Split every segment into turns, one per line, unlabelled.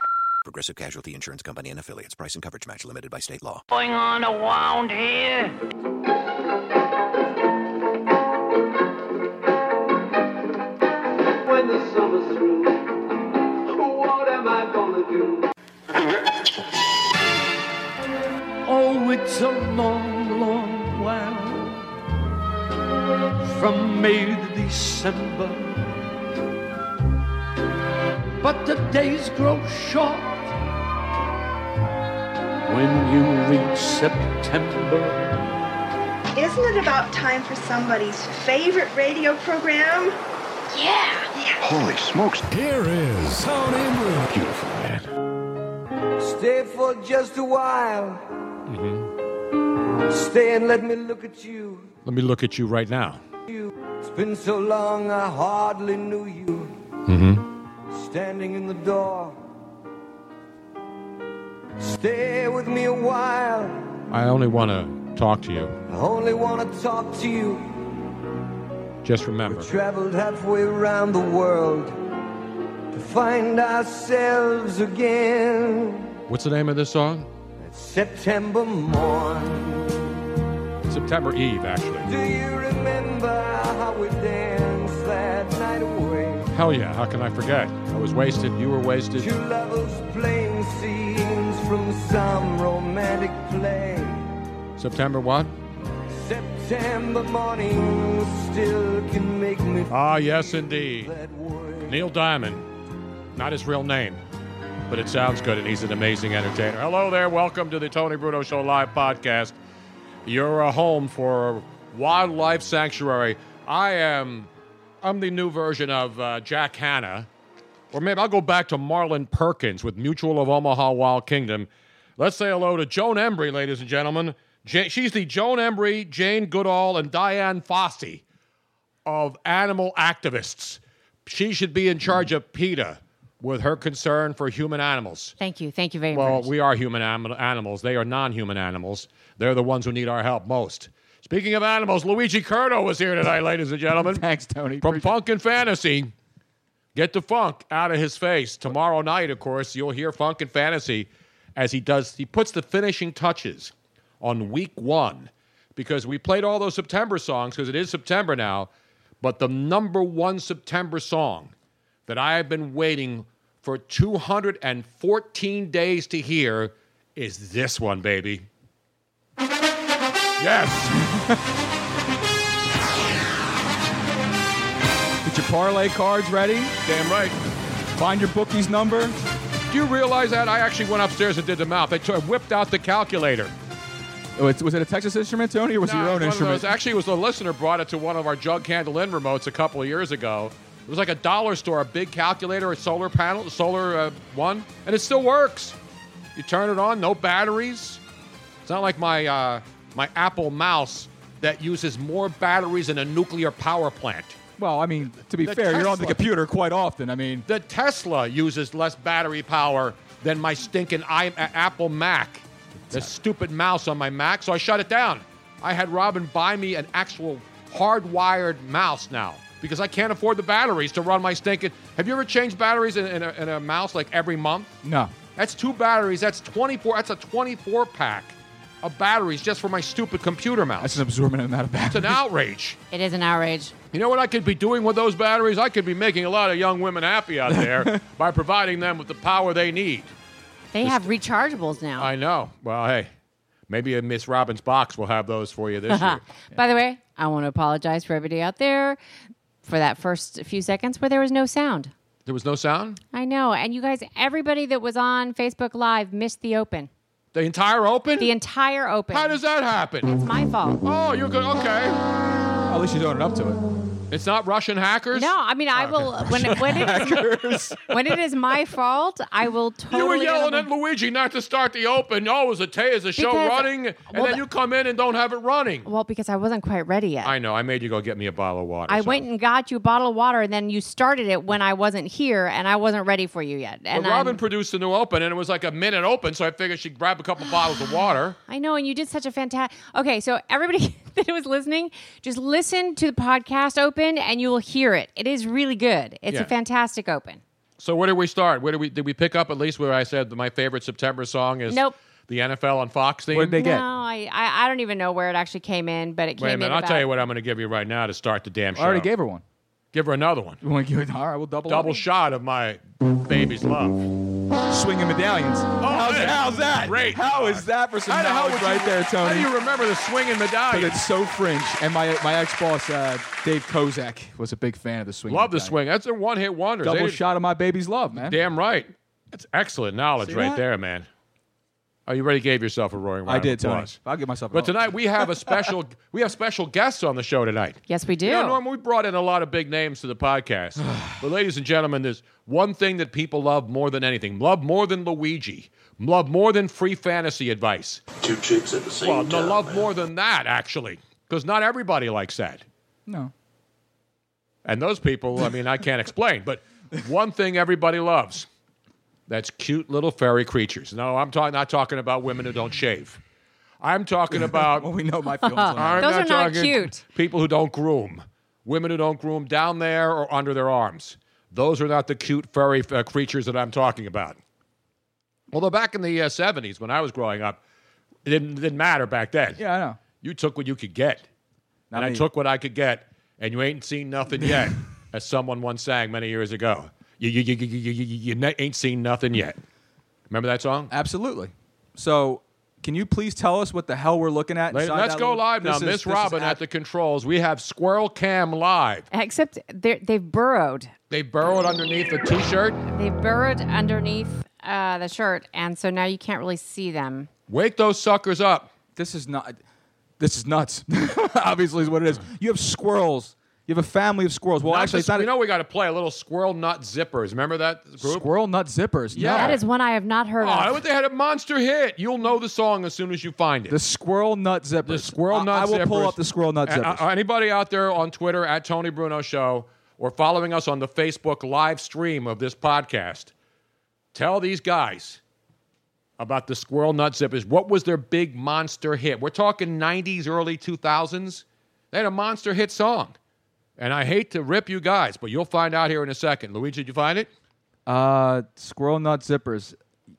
Progressive Casualty Insurance Company and affiliates. Price and coverage match limited by state law.
Going on around here?
When the summer's through, what am I gonna do?
Oh, it's a long, long while from May to December. But the days grow short when you reach September.
Isn't it about time for somebody's favorite radio program? Yeah.
Holy smokes.
Here is Tony Blue. Beautiful man.
Stay for just a while. Stay and let me look at you.
Mm-hmm. Let me look at you right now.
It's been so long I hardly knew you. Standing in the door. Stay with me a while.
I only want to talk to you.
I only wanna talk to you.
Just
We
remember.
traveled halfway around the world to find ourselves again.
What's the name of this song?
It's September morn.
September Eve, actually.
Do you remember how we danced that night away?
Hell yeah, how can I forget? I was wasted, you were wasted.
Two lovers playing scenes from some romantic play.
September what?
September morning still can make me
Ah, yes, indeed.
that way.
Neil Diamond. Not his real name, but it sounds good, and he's an amazing entertainer. Hello there. Welcome to the Tony Bruno Show Live podcast. You're a home for wildlife sanctuary. I am. I'm the new version of uh, Jack Hanna, or maybe I'll go back to Marlon Perkins with Mutual of Omaha Wild Kingdom. Let's say hello to Joan Embry, ladies and gentlemen. Ja- she's the Joan Embry, Jane Goodall, and Diane Fossey of animal activists. She should be in charge of PETA with her concern for human animals.
Thank you. Thank you very
Well,
much.
we are human am- animals. They are non human animals. They're the ones who need our help most. Speaking of animals, Luigi Curto is here tonight, ladies and gentlemen.
Thanks, Tony.
From Funk and Fantasy. Get the funk out of his face. Tomorrow night, of course, you'll hear Funk and Fantasy as he does, he puts the finishing touches on week one because we played all those September songs because it is September now. But the number one September song that I have been waiting for 214 days to hear is this one, baby. Yes.
Get your parlay cards ready.
Damn right.
Find your bookie's number.
Do you realize that? I actually went upstairs and did the math. I t- whipped out the calculator.
Oh, it's, was it a Texas instrument, Tony, or was it
Nah,
your own
it's one of
instrument?
those- Actually, it was a listener brought it to one of our jug handle in remotes a couple of years ago. It was like a dollar store, a big calculator, a solar panel, solar uh, one, and it still works. You turn it on, no batteries. It's not like my uh, my Apple mouse that uses more batteries than a nuclear power plant.
Well, I mean, to be
The
fair, you're on the
Tesla.
computer quite often. I mean,
The Tesla uses less battery power than my stinking I- a- Apple Mac. The stupid mouse on my Mac, so I shut it down. I had Robin buy me an actual hardwired mouse now because I can't afford the batteries to run my stinking. Have you ever changed batteries in, in, a, in a mouse like every month?
no.
That's two batteries. That's 24. That's a 24 pack of batteries just for my stupid computer mouse.
That's an absorbent amount of
It's
battery.
an outrage.
It is an outrage.
You know what I could be doing with those batteries? I could be making a lot of young women happy out there by providing them with the power they need.
They have rechargeables now.
I know. Well, hey, maybe a Miss Robbins box will have those for you this year.
By the way, I want to apologize for everybody out there for that first few seconds where there was no sound.
There was no sound?
I know. And you guys, everybody that was on Facebook Live missed the open.
The entire open?
The entire open.
How does that happen?
it's my fault.
Oh, you're good. Okay.
At least you own it up to it.
It's not Russian hackers?
No, I mean I will when when it is when it is my fault, I will totally.
You were
get on
yelling at
the-
Luigi not to start the open. Oh, is the, ta- is the show
Because-
running? And
well,
then
the-
you come in and don't have it running.
Well, because I wasn't quite ready yet.
I know. I made you go get me a bottle of water.
I
so-
went and got you a bottle of water, and then you started it when I wasn't here, and I wasn't ready for you yet. And
But Robin
I'm-
produced a new open, and it was like a minute open, so I figured she'd grab a couple bottles of water.
I know, and you did such a fantastic. Okay, so everybody that was listening, just listen to the podcast open, and you will hear it. It is really good. It's
Yeah.
a fantastic open.
So where did we start? Where did we did we pick up at least where I said that my favorite September song is
Nope.
the NFL on Fox theme?
What did they
No,
get?
I, I I don't even know where it actually came in, but it came
Wait a minute,
in.
I'll
about-
tell you what I'm going to give you right now to start the damn show.
I already gave her one.
Give her another one.
You want to give it? All right, we'll double
Double
up.
shot of my baby's love.
swinging medallions. how's,
man.
how's that?
Great.
How is that for some
How the hell
knowledge
would you-
right there,
How do
Tony?
you remember the swinging
Because
medallion?
it's so fringe. And my my ex boss, uh, Dave Kozak, was a big fan of the swing.
Love the swing. That's a one-hit wonder.
Double shot of my baby's love, man.
Damn right. That's excellent knowledge
See
right
that?
there, man. Oh, you already gave yourself a roaring round
I did,
of
Tony.
applause.
I'll give myself.
But tonight we have a special we have special guests on the show tonight.
Yes, we do.
You know, Norm, we brought in a lot of big names to the podcast. but, ladies and gentlemen, there's one thing that people love more than anything love more than Luigi, love more than free fantasy advice.
Two chicks at the same
Well,
time.
no, love more than that, actually, because not everybody likes that.
no.
And those people, I mean, I can't explain, but one thing everybody loves that's cute little fairy creatures. No, I'm talking not talking about women who don't shave. I'm talking about
Well, we know my feelings. on that.
I'm
Those are not
talking
cute.
People who don't groom, women who don't groom down there or under their arms. Those are not the cute furry uh, creatures that I'm talking about. Although back in the uh, 70s, when I was growing up, it didn't, didn't matter back then.
Yeah, I know.
You took what you could get.
Not
and I
me.
took what I could get, and you ain't seen nothing yet, as someone once sang many years ago. You, you, you, you, you, you, you- you ain't seen nothing yet. Remember that song?
Absolutely. So, can you please tell us what the hell we're looking at?
Ladies,
inside
Let's
that
go
little-
live now.
This is-
Miss
this is
Robin
ab-
at the controls. We have Squirrel Cam Live.
Except they're- they've burrowed.
They burrowed underneath a t-shirt.
They've burrowed underneath uh, the shirt, and so now you can't really see them.
Wake those suckers up.
This is not. This is nuts. Obviously, is what it is. You have squirrels. You have a family of squirrels. Well,
Not
actually,
the-
it's not.
you
a-
know we got to play a little squirrel nut zippers. Remember that group?
squirrel nut zippers.
Yeah.
No.
That is one I have not heard
Oh,
of.
they had a monster hit. You'll know the song as soon as you find it.
The squirrel nut zippers.
The squirrel
I-
nut
I will pull
zippers.
up the squirrel nut
And, uh,
zippers.
anybody out there on Twitter at Tony Bruno Show or following us on the Facebook live stream of this podcast, tell these guys about the squirrel nut zippers. What was their big monster hit? We're talking 90s, early 2000s. They had a monster hit song. And I hate to rip you guys, but you'll find out here in a second. Luigi, did you find it?
uh, squirrel nut zippers.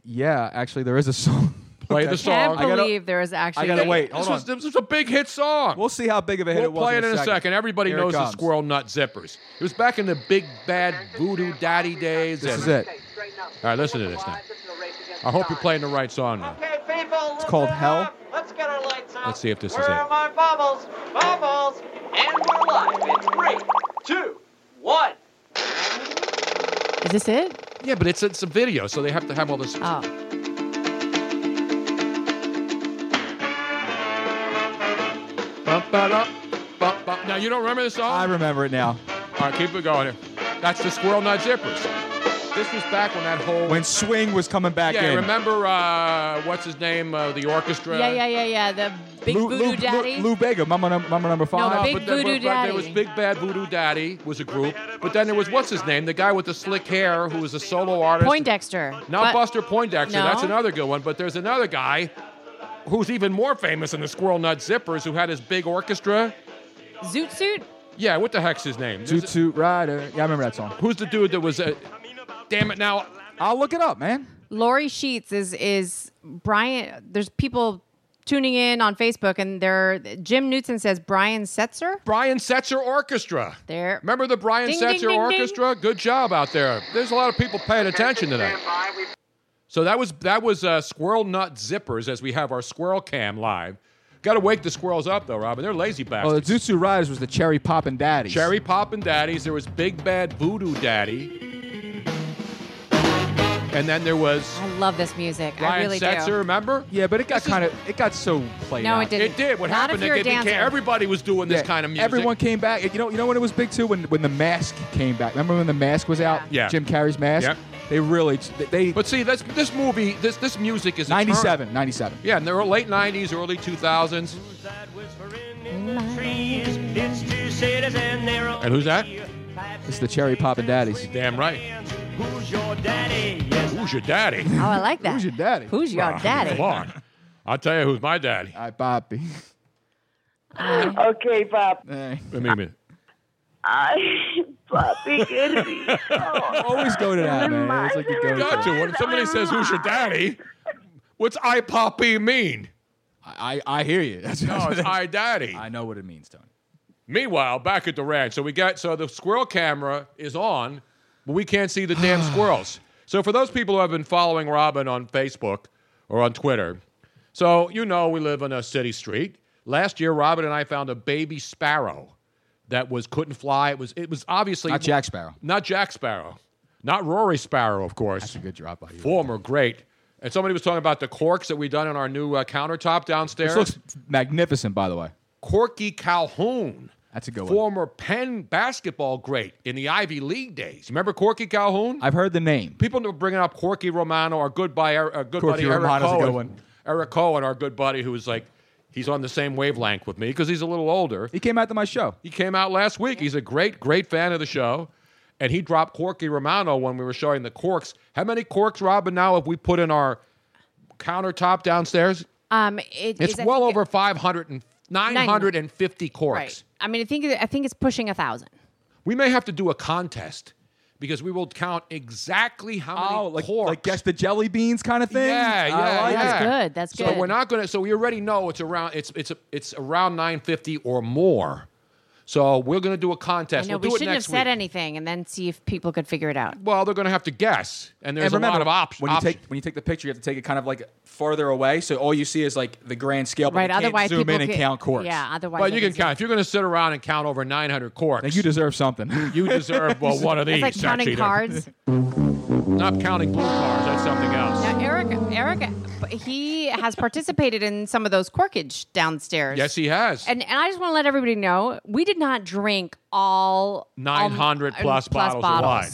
Yeah, actually, there is a song.
Play the
Okay.
song.
Can't
I gotta-
believe there is actually.
I gotta wait. Hold
This
on.
was, this was a big hit song.
we'll see how big of a hit
We'll
it was.
play
in
it in a second. Everybody
Here it
knows the
comes.
squirrel nut zippers. It was back in the big bad voodoo daddy days.
This
and-
is it.
All right, listen to this now. I hope you're playing the right song now.
Okay, people, it's
called Hell. up.
Let's get our lights on.
Let's see if this is
Where
it.
are my bubbles? Bubbles, and we're live in three, two, one.
Is this it? Oh.
Yeah, but it's it's a video, so they have to have all this.
Oh.
Now, you don't remember this song? I
remember it now.
All right, keep it going here. That's the Squirrel Nut Zippers. This was back when that whole.
When swing was coming back
yeah,
in.
remember uh, what's his name? Uh, the orchestra.
Yeah, yeah, yeah, yeah. The big
Lou,
voodoo
Lou,
daddy.
Lou, Lou Bega, Mama, Num- Mama number five.
Big
Uh-huh, but there,
Voodoo
but- but there was
Daddy.
Big Bad Voodoo Daddy was a group, but then there was what's his name, the guy with the slick hair who was a solo artist.
Poindexter.
Not
But-
Buster Poindexter.
No.
That's another good one. But there's another guy who's even more famous than the Squirrel Nut Zippers who had his big orchestra.
Zoot Suit?
Yeah, what the heck's his name?
Toot Toot Rider. Yeah, I remember that song.
Who's the dude that was? Uh, damn it! Now
I'll look it up, man.
Lori Sheets is is Brian. There's people tuning in on Facebook, and they're Jim Newton says Brian Setzer.
Brian Setzer Orchestra.
There.
Remember the Brian
Ding,
Setzer
ding, ding,
Orchestra? Good job out there. There's a lot of people paying attention to that. So that was that was uh, Squirrel Nut Zippers as we have our Squirrel Cam live. Got to wake the squirrels up though, Robin. They're lazy
Oh,
bastards.
the Zoot Suit Riders was the Cherry Pop and Daddy.
Cherry Poppin' Daddies. There was Big Bad Voodoo Daddy. And then there was
I love this music. Oh, I
Brian
really
Setzer.
do.
Remember?
Yeah, but it got kind of it got so played
No,
out.
it didn't.
It did. What
Not
happened?
if you're
it
a
became-
dancer.
everybody was doing this
Yeah,
kind of music.
Everyone came back. You know, you know when it was big too when when the mask came back. Remember when the mask was out?
Yeah.
Jim Carrey's mask.
Yep.
They really they.
But see, this this movie, this this music is eternal.
97, 97.
Yeah, in the late 90s, early 2000s. And who's that?
It's the Cherry Pop and Daddies.
Damn right. Who's your daddy?
Oh, I like that.
Who's your daddy?
Who's your daddy?
Ah, Come on. I'll tell you who's my daddy.
Hi, Poppy.
Uh,
Okay, Pop.
Hey.
Wait a minute.
I, Poppy, it'd be
Always go to that, man. It's like you go
Got to. When somebody says, who's your daddy? What's I Poppy mean?
I, I hear you. That's
No, it's I Daddy.
I know what it means, Tony.
Meanwhile, back at the ranch, so we got so the squirrel camera is on, but we can't see the damn squirrels. So for those people who have been following Robin on Facebook or on Twitter, so you know we live on a city street. Last year, Robin and I found a baby sparrow that was couldn't fly. It was it was obviously
Not Jack Sparrow.
not Jack Sparrow, not Rory Sparrow, of course. That's a
good drop by you.
Former great. And somebody was talking about the corks that we done on our new uh, countertop downstairs.
This looks magnificent, by the way.
Corky Calhoun.
That's a good one.
Former Penn basketball great in the Ivy League days. Remember Corky Calhoun?
I've heard the name.
People are bringing up Corky Romano, our good, by, our good
Corky
buddy Eric
Romano's a
Cohen.
good one.
Eric Cohen, our good buddy, who is like, he's on the same wavelength with me because he's a little older.
He came out to my show.
He came out last week. He's a great, great fan of the show. And he dropped Corky Romano when we were showing the corks. How many corks, Robin, now have we put in our countertop downstairs?
Um, it
It's
is- I
well
think
over 500 and 950
it-
corks.
Right. I mean, I think I think it's pushing a thousand.
We may have to do a contest because we will count exactly how many
Oh, like,
corks.
like guess the jelly beans kind of thing.
yeah, yeah,
I like
yeah.
it.
good, that's
so
good.
we're not gonna. So we already know it's around. It's it's it's around 950 or more. So we're gonna do a contest.
I know
we'll
we
do it
shouldn't have
next
said
week.
anything, and then see if people could figure it out.
Well, they're gonna have to guess, and there's
and remember,
a lot of op-
When you
options.
take when you take the picture, you have to take it kind of like farther away, so all you see is like the grand scale. But
Right,
you can't
otherwise
zoom
people
in and
could-
count corks.
yeah, otherwise
but
they
you
can
can count. If you're gonna sit around and count over 900 corks,
Now you deserve something.
you deserve well one of
It's
these.
like counting
actually.
cards.
Not counting blue cards. That's something else.
Now, Eric, Eric, he has participated in some of those corkage downstairs.
Yes, he has.
And, and I just want to let everybody know we did not drink all um,
900
all-
plus bottles of wine.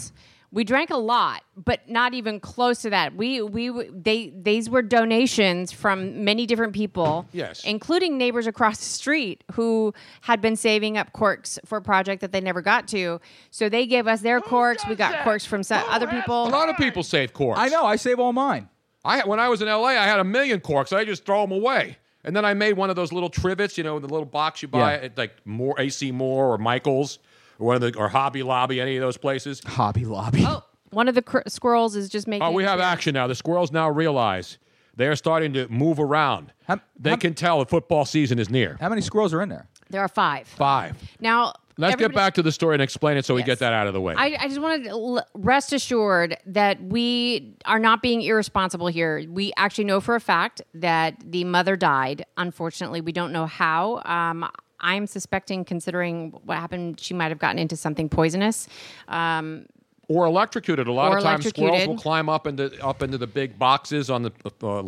We drank a lot, but not even close to that. We we they these were donations from many different people,
Yes.
including neighbors across the street who had been saving up corks for a project that they never got to. So they gave us their corks. We got corks from some other people.
A lot of people save corks.
I know. I save all mine.
I when I was in LA, I had a million corks. I just throw them away. And then I made one of those little trivets, you know, the little box you buy
Yeah.
at like Moore, AC Moore or Michaels or one of the or Hobby Lobby, any of those places.
Hobby Lobby.
Oh, one of the cr- squirrels is just making.
Oh, we have action now. The squirrels now realize they are starting to move around. they can tell the football season is near.
How many squirrels are in there?
There are five.
Five.
Now
Let's
everybody-
get back to the story and explain it so we get that out of the way.
I, I just wanted to l- rest assured that we are not being irresponsible here. We actually know for a fact that the mother died. Unfortunately, we don't know how. Um, I'm suspecting, considering what happened, she might have gotten into something poisonous. Um,
or electrocuted. A lot
Or
of times, squirrels will
electrocuted.
climb up into up into the big boxes on the uh,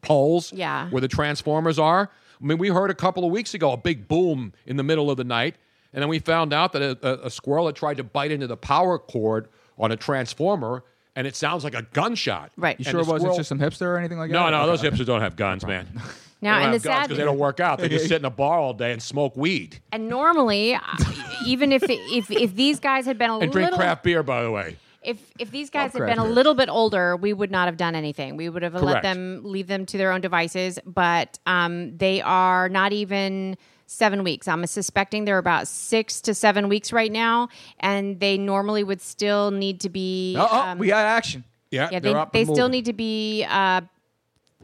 poles
Yeah.
where the transformers are. I mean, we heard a couple of weeks ago a big boom in the middle of the night, and then we found out that a, a, a squirrel had tried to bite into the power cord on a transformer, and it sounds like a gunshot.
Right.
You
And
sure it
the
wasn't
squirrel-
just some hipster or anything like
no,
that?
no,
Okay,
those
okay.
hipsters don't have guns, man.
Now, and the sad
because they don't work out. They just sit in a bar all day and smoke weed
And normally, I- even if if if these guys had been a
and drink
little
craft beer. By the way,
if if these guys had
craft
been a
beer.
little bit older, we would not have done anything. We would have let
Correct.
them leave them to their own devices. But um, they are not even seven weeks. I'm suspecting they're about six to seven weeks right now, and they normally would still need to be.
Oh, oh,
um,
we got action.
Yeah,
yeah, they, they still need to be. Uh,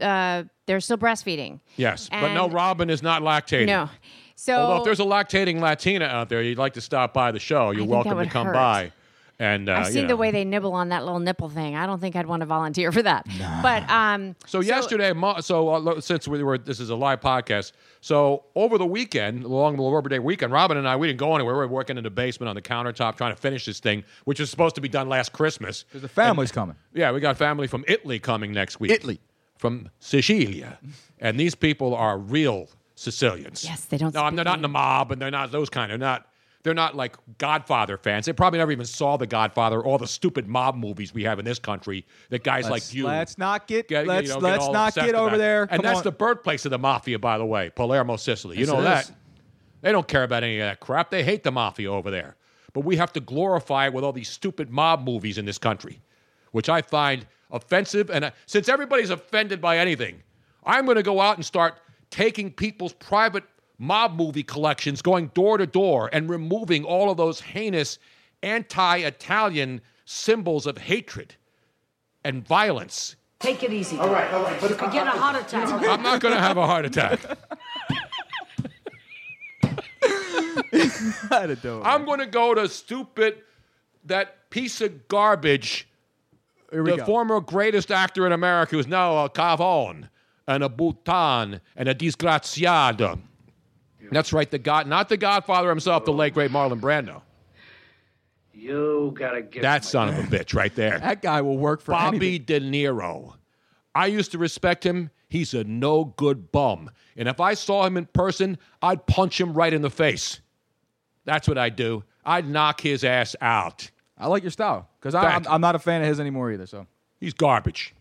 uh, they're still breastfeeding.
Yes, but no,
And-
Robin is not lactating.
No, so
Although if there's a lactating Latina out there, you'd like to stop by the show, you're
think that
welcome to
would
come
hurt.
by. And uh,
I've
you
seen
know.
the way they nibble on that little nipple thing. I don't think I'd want to volunteer for that. But um,
So, yesterday, mo- so uh, lo- since we were, this is a live podcast. So over the weekend, along the Labor Day weekend, Robin and I, we didn't go anywhere. We were working in the basement on the countertop, trying to finish this thing, which was supposed to be done last Christmas. Because
The family's coming.
Yeah, we got family from Italy coming next week. Italy. From Sicilia. And these people are real Sicilians. Yes,
they don't
No, I'm- they're not in the mob and they're not those kind. They're not they're not like Godfather fans. They probably never even saw the Godfather or the stupid mob movies we have in this country that guys
Let's-
like you.
let's not get-
you
let's-
know,
let's
all
not
obsessed
get over
about.
there.
And
Come
that's
on.
the birthplace of the mafia, by the way, Palermo, Sicily. You
Yes,
know
it
that.
is.
They don't care about any of that crap. They hate the mafia over there. But we have to glorify it with all these stupid mob movies in this country, which I find offensive. And uh, since everybody's offended by anything, I'm going to go out and start taking people's private mob movie collections, going door to door, and removing all of those heinous anti Italian symbols of hatred and violence.
Take it easy. All right, all right. But I get a heart attack.
I'm not going to have a heart attack. I'm going to go to stupid that piece of garbage.
we
the
go.
former greatest actor in America who's now a cavon and a butan and a disgraciado. That's right, the God, not the Godfather himself, the late great Marlon Brando.
You gotta get
That son of a bitch right there.
That guy will work for
Bobby
anything.
De Niro. I used to respect him. He's a no good bum. And if I saw him in person, I'd punch him right in the face. That's what I'd do. I'd knock his ass out.
I like your style because I'm,
Thank you.
I'm not a fan of his anymore either. So
he's garbage.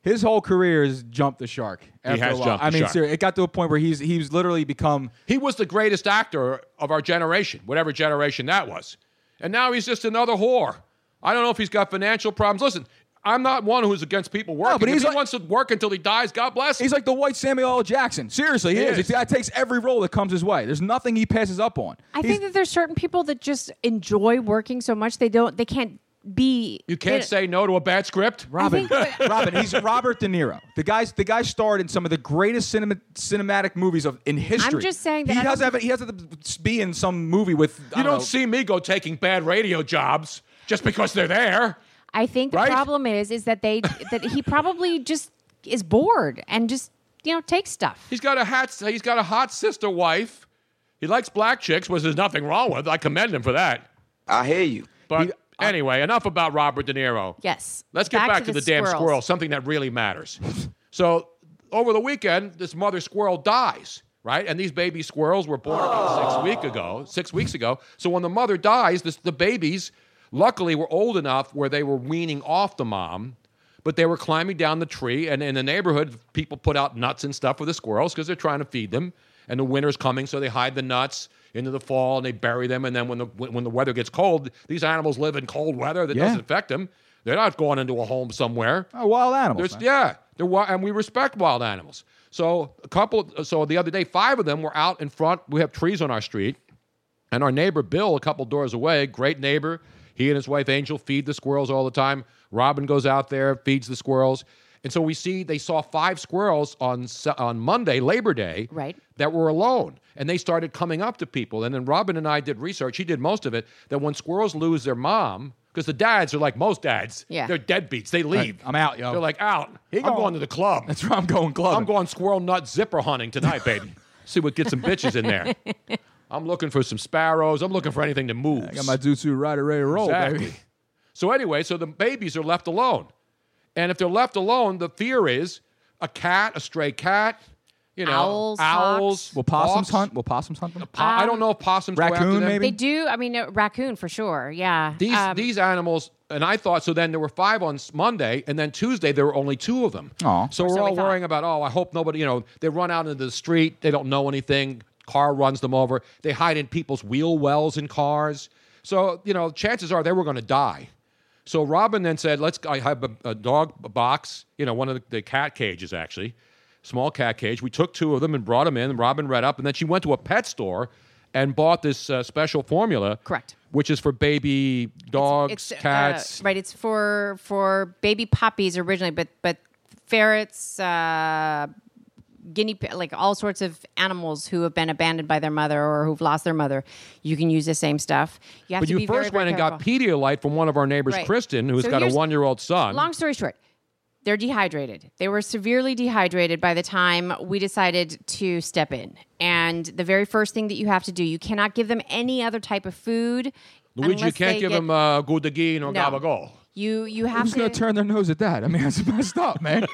His whole career is jump the shark.
He
after
has
a while.
jumped
I
the
mean,
shark.
seriously, it got to a point where he's he's literally become
He was the greatest actor of our generation, whatever generation that was. And now he's just another whore. I don't know if he's got financial problems. Listen, I'm not one who's against people working.
but
If
he's
he
like-
wants to work until he dies. God bless him.
he's like the white Samuel L. Jackson. Seriously, he,
He
is.
is.
He t- takes every role that comes his way. There's nothing he passes up on.
I think that there's certain people that just enjoy working so much they don't they can't be
You can't say no to a bad script.
Robin, Robin, he's Robert De Niro. The guy's the guy starred in some of the greatest cinema, cinematic movies of in history.
just saying that
he
I
has
don't-
have he has to be in some movie with.
You don't see me go taking bad radio jobs just because they're there.
I think
Right?
the problem is is that they that he probably just is bored and just you know takes stuff.
He's got a hat. He's got a hot sister wife. He likes black chicks, which there's nothing wrong with. I commend him for that. I hear you. But anyway, enough about Robert De Niro.
Yes.
Let's get back, to, the, damn
squirrels.
squirrel, something that really matters. so over the weekend, this mother squirrel dies, right? And these baby squirrels were born about six week ago, six weeks ago. So when the mother dies, this, the babies, luckily, were old enough where they were weaning off the mom, but they were climbing down the tree. And in the neighborhood, people put out nuts and stuff for the squirrels because they're trying to feed them. And the winter's coming, so they hide the nuts into the fall and they bury them. And then when the when when the weather gets cold, these animals live in cold weather that
Yeah.
doesn't affect them. They're not going into a home somewhere.
Oh, wild animals. man.
There's- yeah, they're wild, and we respect wild animals. So a couple. So the other day, five of them were out in front. We have trees on our street, and our neighbor Bill, a couple doors away, great neighbor. He and his wife Angel feed the squirrels all the time. Robin goes out there, feeds the squirrels, and so we see they saw five squirrels on Su- on Monday, Labor Day,
right?
That were alone, and they started coming up to people. And then Robin and I did research. He did most of it. That when squirrels lose their mom, because the dads are like most dads,
Yeah.
they're deadbeats. They leave.
I'm out, yo.
They're like out. I'm
gone.
going to the club.
That's right. I'm going club.
I'm going squirrel nut zipper hunting tonight, baby. See what get some bitches in there. I'm looking for some sparrows. I'm looking for anything that moves.
I got my jutsu rider ready to roll,
Exactly.
baby.
So anyway, so the babies are left alone, and if they're left alone, the fear is a cat, a stray cat. You know,
Owls,
owls.
Will possums
hawks.
hunt? Will possums hunt them?
Po- I don't know if possums go after
Raccoon,
them.
They do. um, I mean, uh, raccoon for sure. Yeah.
These these animals, and I thought so. Then there were five on s- Monday, and then Tuesday there were only two of them.
Aw.
So we're all worrying about. Oh, I hope nobody. You know, they run out into the street. They don't know anything. Car runs them over. They hide in people's wheel wells in cars. So you know, chances are they were going to die. So Robin then said, "Let's. I have a, a dog box. You know, one of the, the cat cages actually." Small cat cage. We took two of them and brought them in. And Robin read up, and then she went to a pet store and bought this uh, special formula. Correct. Which is for baby dogs,
uh,
cats.
right. It's for for baby puppies originally, but but ferrets, uh, guinea pig, like all sorts of animals who have been abandoned by their mother or who've lost their mother. You can use the same stuff. You have
but
to
you
be very,
first
very
went and got
careful.
Pedialyte from one of our neighbors,
Right.
Kristen, who's
So
got a
here's-
one-year-old son.
Long story short, they're dehydrated. They were severely dehydrated by the time we decided to step in. And the very first thing that you have to do, you cannot give them any other type of food.
Luigi, you
unless
can't
they
give
get-
him uh, goudagin or
No.
gabagol.
You you have
Who's
to
gonna turn their nose at that? I mean, it's messed up, man.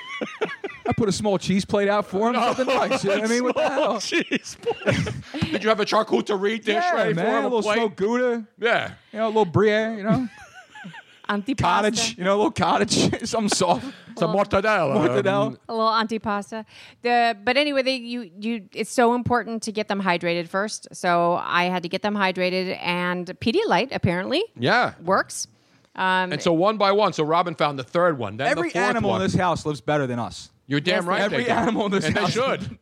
I put a small cheese plate out for him. something nice. I mean, what the hell?
Cheese plate. Oh, Did you have a charcuterie dish
yeah,
ready
man,
for him?
a little
plate?
smoked gouda.
Yeah.
You know, a little brie. You know,
antipasta.
cottage. You know, a little cottage. Something soft.
Some mortadella. Um,
Mortadella.
a little antipasta. The but anyway, they you you it's so important to get them hydrated first. So I had to get them hydrated, and Pedialyte apparently
Yeah.
works. Um,
And so one by one, so Robin found the third one. Then
Every
the fourth
animal
one.
in this house lives better than us.
You're damn right.
Every
they do.
animal in this
and
house.
they should.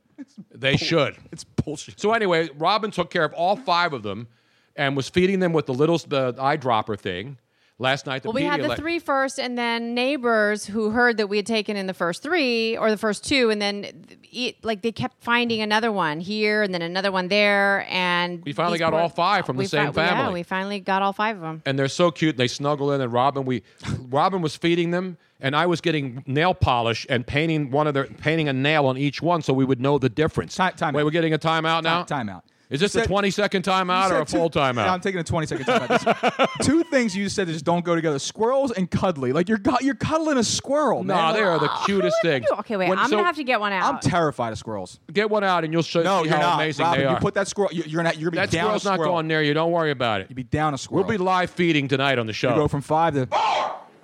They should.
It's bullshit.
So anyway, Robin took care of all five of them, and was feeding them with the little the eyedropper thing last night. The
well, we had the
Pedialyte-
three first, and then neighbors who heard that we had taken in the first three or the first two, and then it, like they kept finding another one here and then another one there, and
We finally
these
got
poor-
all five from the
we
same
fi- Yeah,
family.
we finally got all five of them.
and they're so cute. They snuggle in, and Robin we, Robin was feeding them, and I was getting nail polish and painting one of their painting a nail on each one, so we would know the difference. Time,
time
Wait, we're getting a timeout now.
Timeout.
Is this
You
a
said-
twenty second timeout
You
or
said
a
two-
full
No, I'm
timeout?
taking a 20 second timeout. two things you said that just don't go together: squirrels and cuddly. Like you're gu- you're cuddling a squirrel.
No,
man.
Ah, they are the cutest things.
Okay, wait,
When-
I'm
so
gonna have to get one out.
I'm terrified of squirrels.
get one out, and you'll show
No,
see
you're
how
not.
amazing
Robin,
they are.
you put that squirrel. you- You're gonna you're gonna
that
be down.
squirrel's
a
not
squirrel.
going near you. Don't worry about it.
You'd be down a squirrel.
We'll be live feeding tonight on the show.
You go from five to.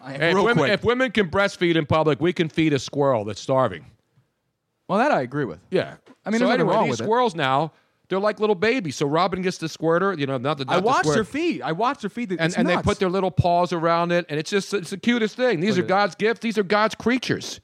Hey, if,
real
women,
quick.
if women can breastfeed in public, we can feed a squirrel that's starving.
well, that I agree with.
Yeah.
I mean,
so
there's nothing
anyway,
wrong
these
with it.
squirrels now, they're like little babies. So Robin gets the squirter, you know, not the not
I
the
watched
squirt.
her feed. I watched her feed.
And, and they put their little paws around it, and it's just it's the cutest thing. These
Look
are
at
God's gifts. These are God's creatures.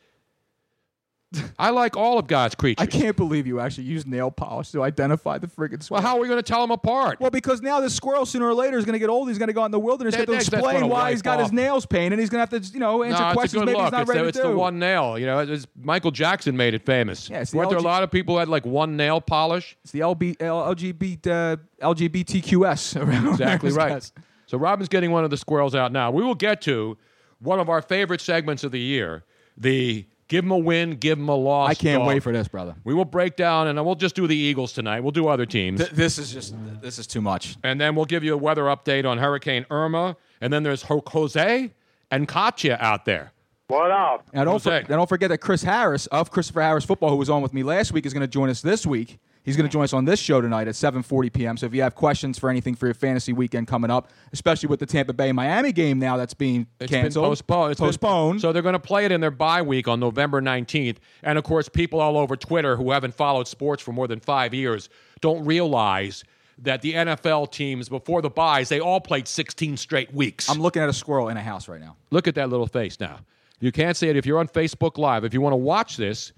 I like all of God's creatures.
I can't believe you actually used nail polish to identify the friggin' squirrel.
Well, how are we going to tell them apart?
Well, because now this squirrel sooner or later is going to get old. He's going to go out in the wilderness,
That-
have to
that's- that's
explain
gonna
why he's
wipe
got
off.
his nails painted, and he's going to have to, you know, answer
no, it's a
questions
good
maybe
look.
he's not
it's
ready
the,
to
it's
do.
the one nail. You know, it's, Michael Jackson made it famous.
Yeah, it's the
Weren't there a
LG
lot of people who had like one nail polish?
It's the LB, L- LGBT, uh, LGBTQS. around
Exactly
America's
right.
Got-
So Robin's getting one of the squirrels out now. We will get to one of our favorite segments of the year, the give 'em a win, give 'em a loss.
I can't
dog.
wait for this, brother.
We will break down and we'll just do the Eagles tonight. We'll do other teams.
Th- this is just this is too much.
and then we'll give you a weather update on Hurricane Irma. And then there's Ho- Jose and Katya out there.
What up?
And don't, for-
Jose.
and don't forget that Chris Harris of Christopher Harris Football, who was on with me last week, is going to join us this week. He's going to join us on this show tonight at 7:40 p.m. So if you have questions for anything for your fantasy weekend coming up, especially with the Tampa Bay Miami game now that's being
It's
canceled,
been postponed. It's been-
postponed.
so they're going to play it in their bye week on November 19th. And of course, people all over Twitter who haven't followed sports for more than five years don't realize that the NFL teams before the buys, they all played 16 straight weeks.
I'm looking at a squirrel in a house right now.
Look at that little face now. You can't see it if you're on Facebook Live. If you want to watch this,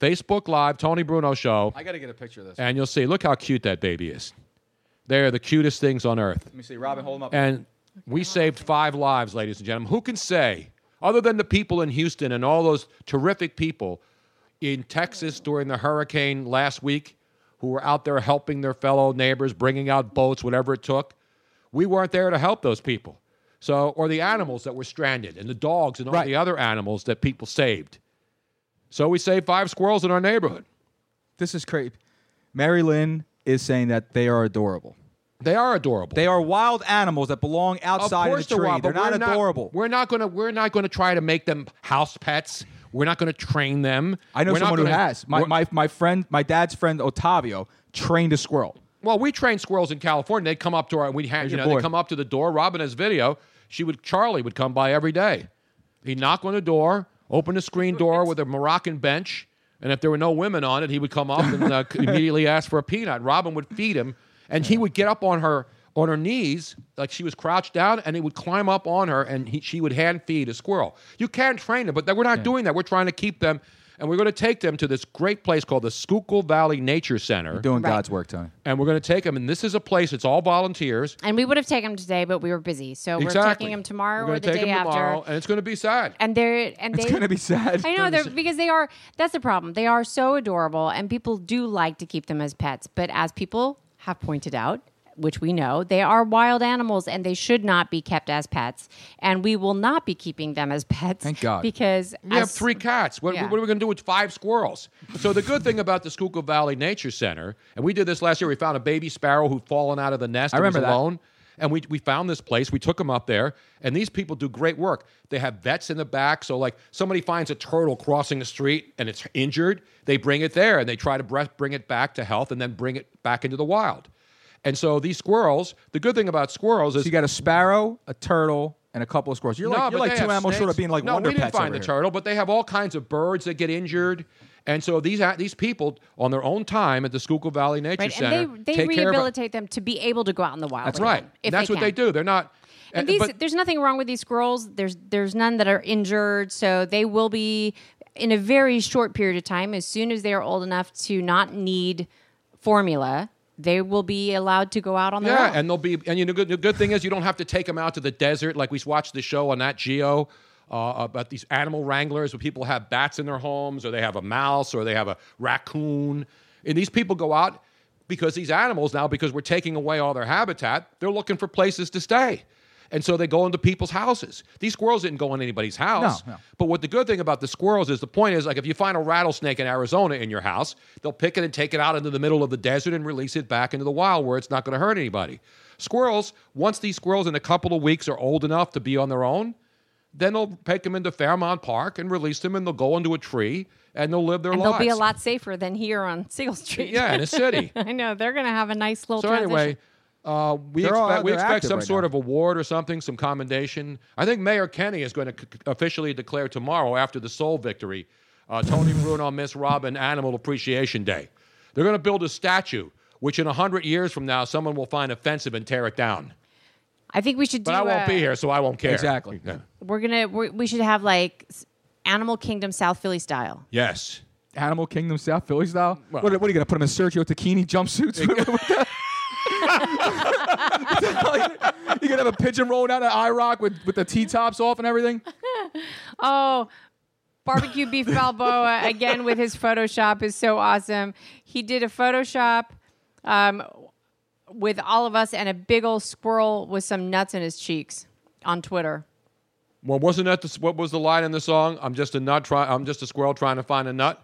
Facebook Live, Tony Bruno Show,
got to get a picture of this.
and you'll see. Look how cute that baby is. They are the cutest things on earth.
Let me see. Robin, hold him up.
And we saved five lives, ladies and gentlemen. Who can say, other than the people in Houston and all those terrific people in Texas during the hurricane last week who were out there helping their fellow neighbors, bringing out boats, whatever it took, we weren't there to help those people. So, or the animals that were stranded and the dogs and all the other animals that people saved. So we saved five squirrels in our neighborhood.
this is crazy. Mary Lynn is saying that they are adorable.
They are adorable.
They are wild animals that belong outside of,
course
the
they
tree.
are, but
They're not
we're
adorable.
we're not gonna we're not gonna try to make them house pets. We're not going to train them.
I know
We're not
someone who
gonna-
has. My,
we're-
my, my friend, my dad's friend, Otavio, trained a squirrel.
Well, we trained squirrels in California. They come up to our we had
There's
you
your
know they
boy.
come up to the door. Robin has video. She would Charlie would come by every day. He'd knock on the door, open the screen door with a Moroccan bench, and if there were no women on it, he would come up and uh, immediately ask for a peanut. Robin would feed him, and he would get up on her on her knees like she was crouched down, and he would climb up on her, and he, she would hand feed a squirrel. You can train them, but that- we're not doing that. We're trying to keep them. And we're going to take them to this great place called the Schuylkill Valley Nature Center.
doing Right. God's work, Tony.
And we're going to take them. And this is a place, it's all volunteers.
And we would have taken him today, but we were busy. So we're
Exactly.
taking him tomorrow
we're
or
going
the
to take
day
them
after.
tomorrow. And it's going to be sad.
And they're and they
It's gonna be sad.
I know
Gonna be
they're because they are. That's the problem. They are so adorable, and people do like to keep them as pets. But as people have pointed out, which we know, they are wild animals, and they should not be kept as pets. And we will not be keeping them as pets.
Thank God.
Because
We have
as-
three cats. What,
Yeah.
what are we going to do with five squirrels? So the good thing about the Schuylkill Valley Nature Center, and we did this last year, we found a baby sparrow who'd fallen out of the nest.
I
and
remember
was
that.
alone. And we, we found this place. We took them up there, and these people do great work. They have vets in the back. So, like, somebody finds a turtle crossing the street and it's injured, they bring it there and they try to bre- bring it back to health and then bring it back into the wild. And so, these squirrels, the good thing about squirrels is
So you got a sparrow, a turtle, and a couple of squirrels. You're like, you're
but
like
they
two
have
animals short
snakes.
of being like
no,
wonder
we didn't
pets
find
over
the
here.
turtle, but they have all kinds of birds that get injured. And so these ha- these people on their own time at the Schuylkill Valley Nature
right,
Center
and they they
take care of.
rehabilitate them to be able to go out in the wild.
That's
again,
right.
if
And that's what they
can.
do. They're not.
And
uh,
these,
but-
there's nothing wrong with these squirrels. There's there's none that are injured, so they will be in a very short period of time. As soon as they are old enough to not need formula, they will be allowed to go out on their
yeah,
own.
and they'll be. And you know, good, the good thing is you don't have to take them out to the desert like we watched the show on that Geo. Uh, about these animal wranglers where people have bats in their homes or they have a mouse or they have a raccoon and these people go out because these animals now because we're taking away all their habitat they're looking for places to stay and so they go into people's houses these squirrels didn't go in anybody's house
No, no.
but what the good thing about the squirrels is the point is like if you find a rattlesnake in Arizona in your house, they'll pick it and take it out into the middle of the desert and release it back into the wild where it's not going to hurt anybody. Squirrels, once these squirrels in a couple of weeks are old enough to be on their own, then they'll take them into Fairmont Park and release them and they'll go into a tree and they'll live their
And
lives.
they'll be a lot safer than here on Single Street.
Yeah, in a city.
I know they're going to have a nice little.
So
transition.
anyway, uh, we
They're all-
expect, we
they're
expect
active
some
right
sort of award or something, some commendation. I think Mayor Kenny is going to c- c- officially declare tomorrow after the Soul victory, uh, Tony Bruno Miss Robin Animal Appreciation Day. They're going to build a statue, which in hundred years from now, someone will find offensive and tear it down.
I think we should do.
But I won't
a-
be here, so I won't care.
Exactly.
Yeah.
We're gonna. We're, we should have like s- Animal Kingdom South Philly style.
Yes.
Animal Kingdom South Philly style. what, are- what are you going to put them in Sergio Tacchini jumpsuits? you going to have a pigeon rolling out of IROC with, with the T tops off and everything?
Oh, barbecue beef Balboa again with his Photoshop is so awesome. He did a Photoshop um, with all of us and a big old squirrel with some nuts in his cheeks on Twitter.
Well, wasn't that the, s- what was the line in the song? I'm just a nut. Try, I'm just a squirrel trying to find a nut.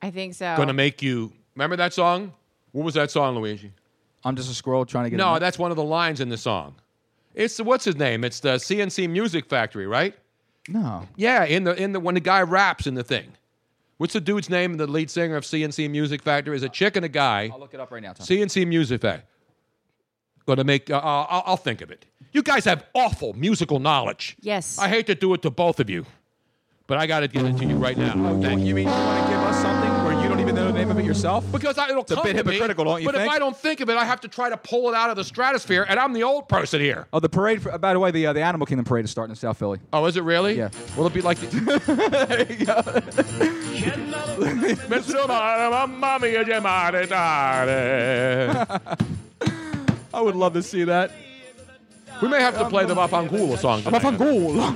I think so.
Going to make you remember that song. What was that song, Luigi?
I'm just a squirrel trying to get
No,
a
that's one of the lines in the song. It's the, what's his name? It's the CNC Music Factory, right?
No.
Yeah, in the in the when the guy raps in the thing. What's the dude's name? The lead singer of CNC Music Factory is a chick and a guy. I'll
look it up right now, Tom.
CNC Music Factory. Gonna make. Uh, uh, I'll, I'll think of it. You guys have awful musical knowledge.
Yes.
I hate to do it to both of you, but I got to give it to you right now. Oh, thank you.
You mean you want to give us something where you don't even know the name of it yourself?
Because I, it'll
It's a
come
bit
to me,
hypocritical, don't you
But
think?
if I don't think of it, I have to try to pull it out of the stratosphere, and I'm the old person here.
Oh, the parade. For, by the way, the uh, the Animal Kingdom parade is starting in South Philly.
Oh, is it really?
Yeah.
Will it be like?
I would love to see that.
We may have to play the Mafangula song. tonight.
Mafangula.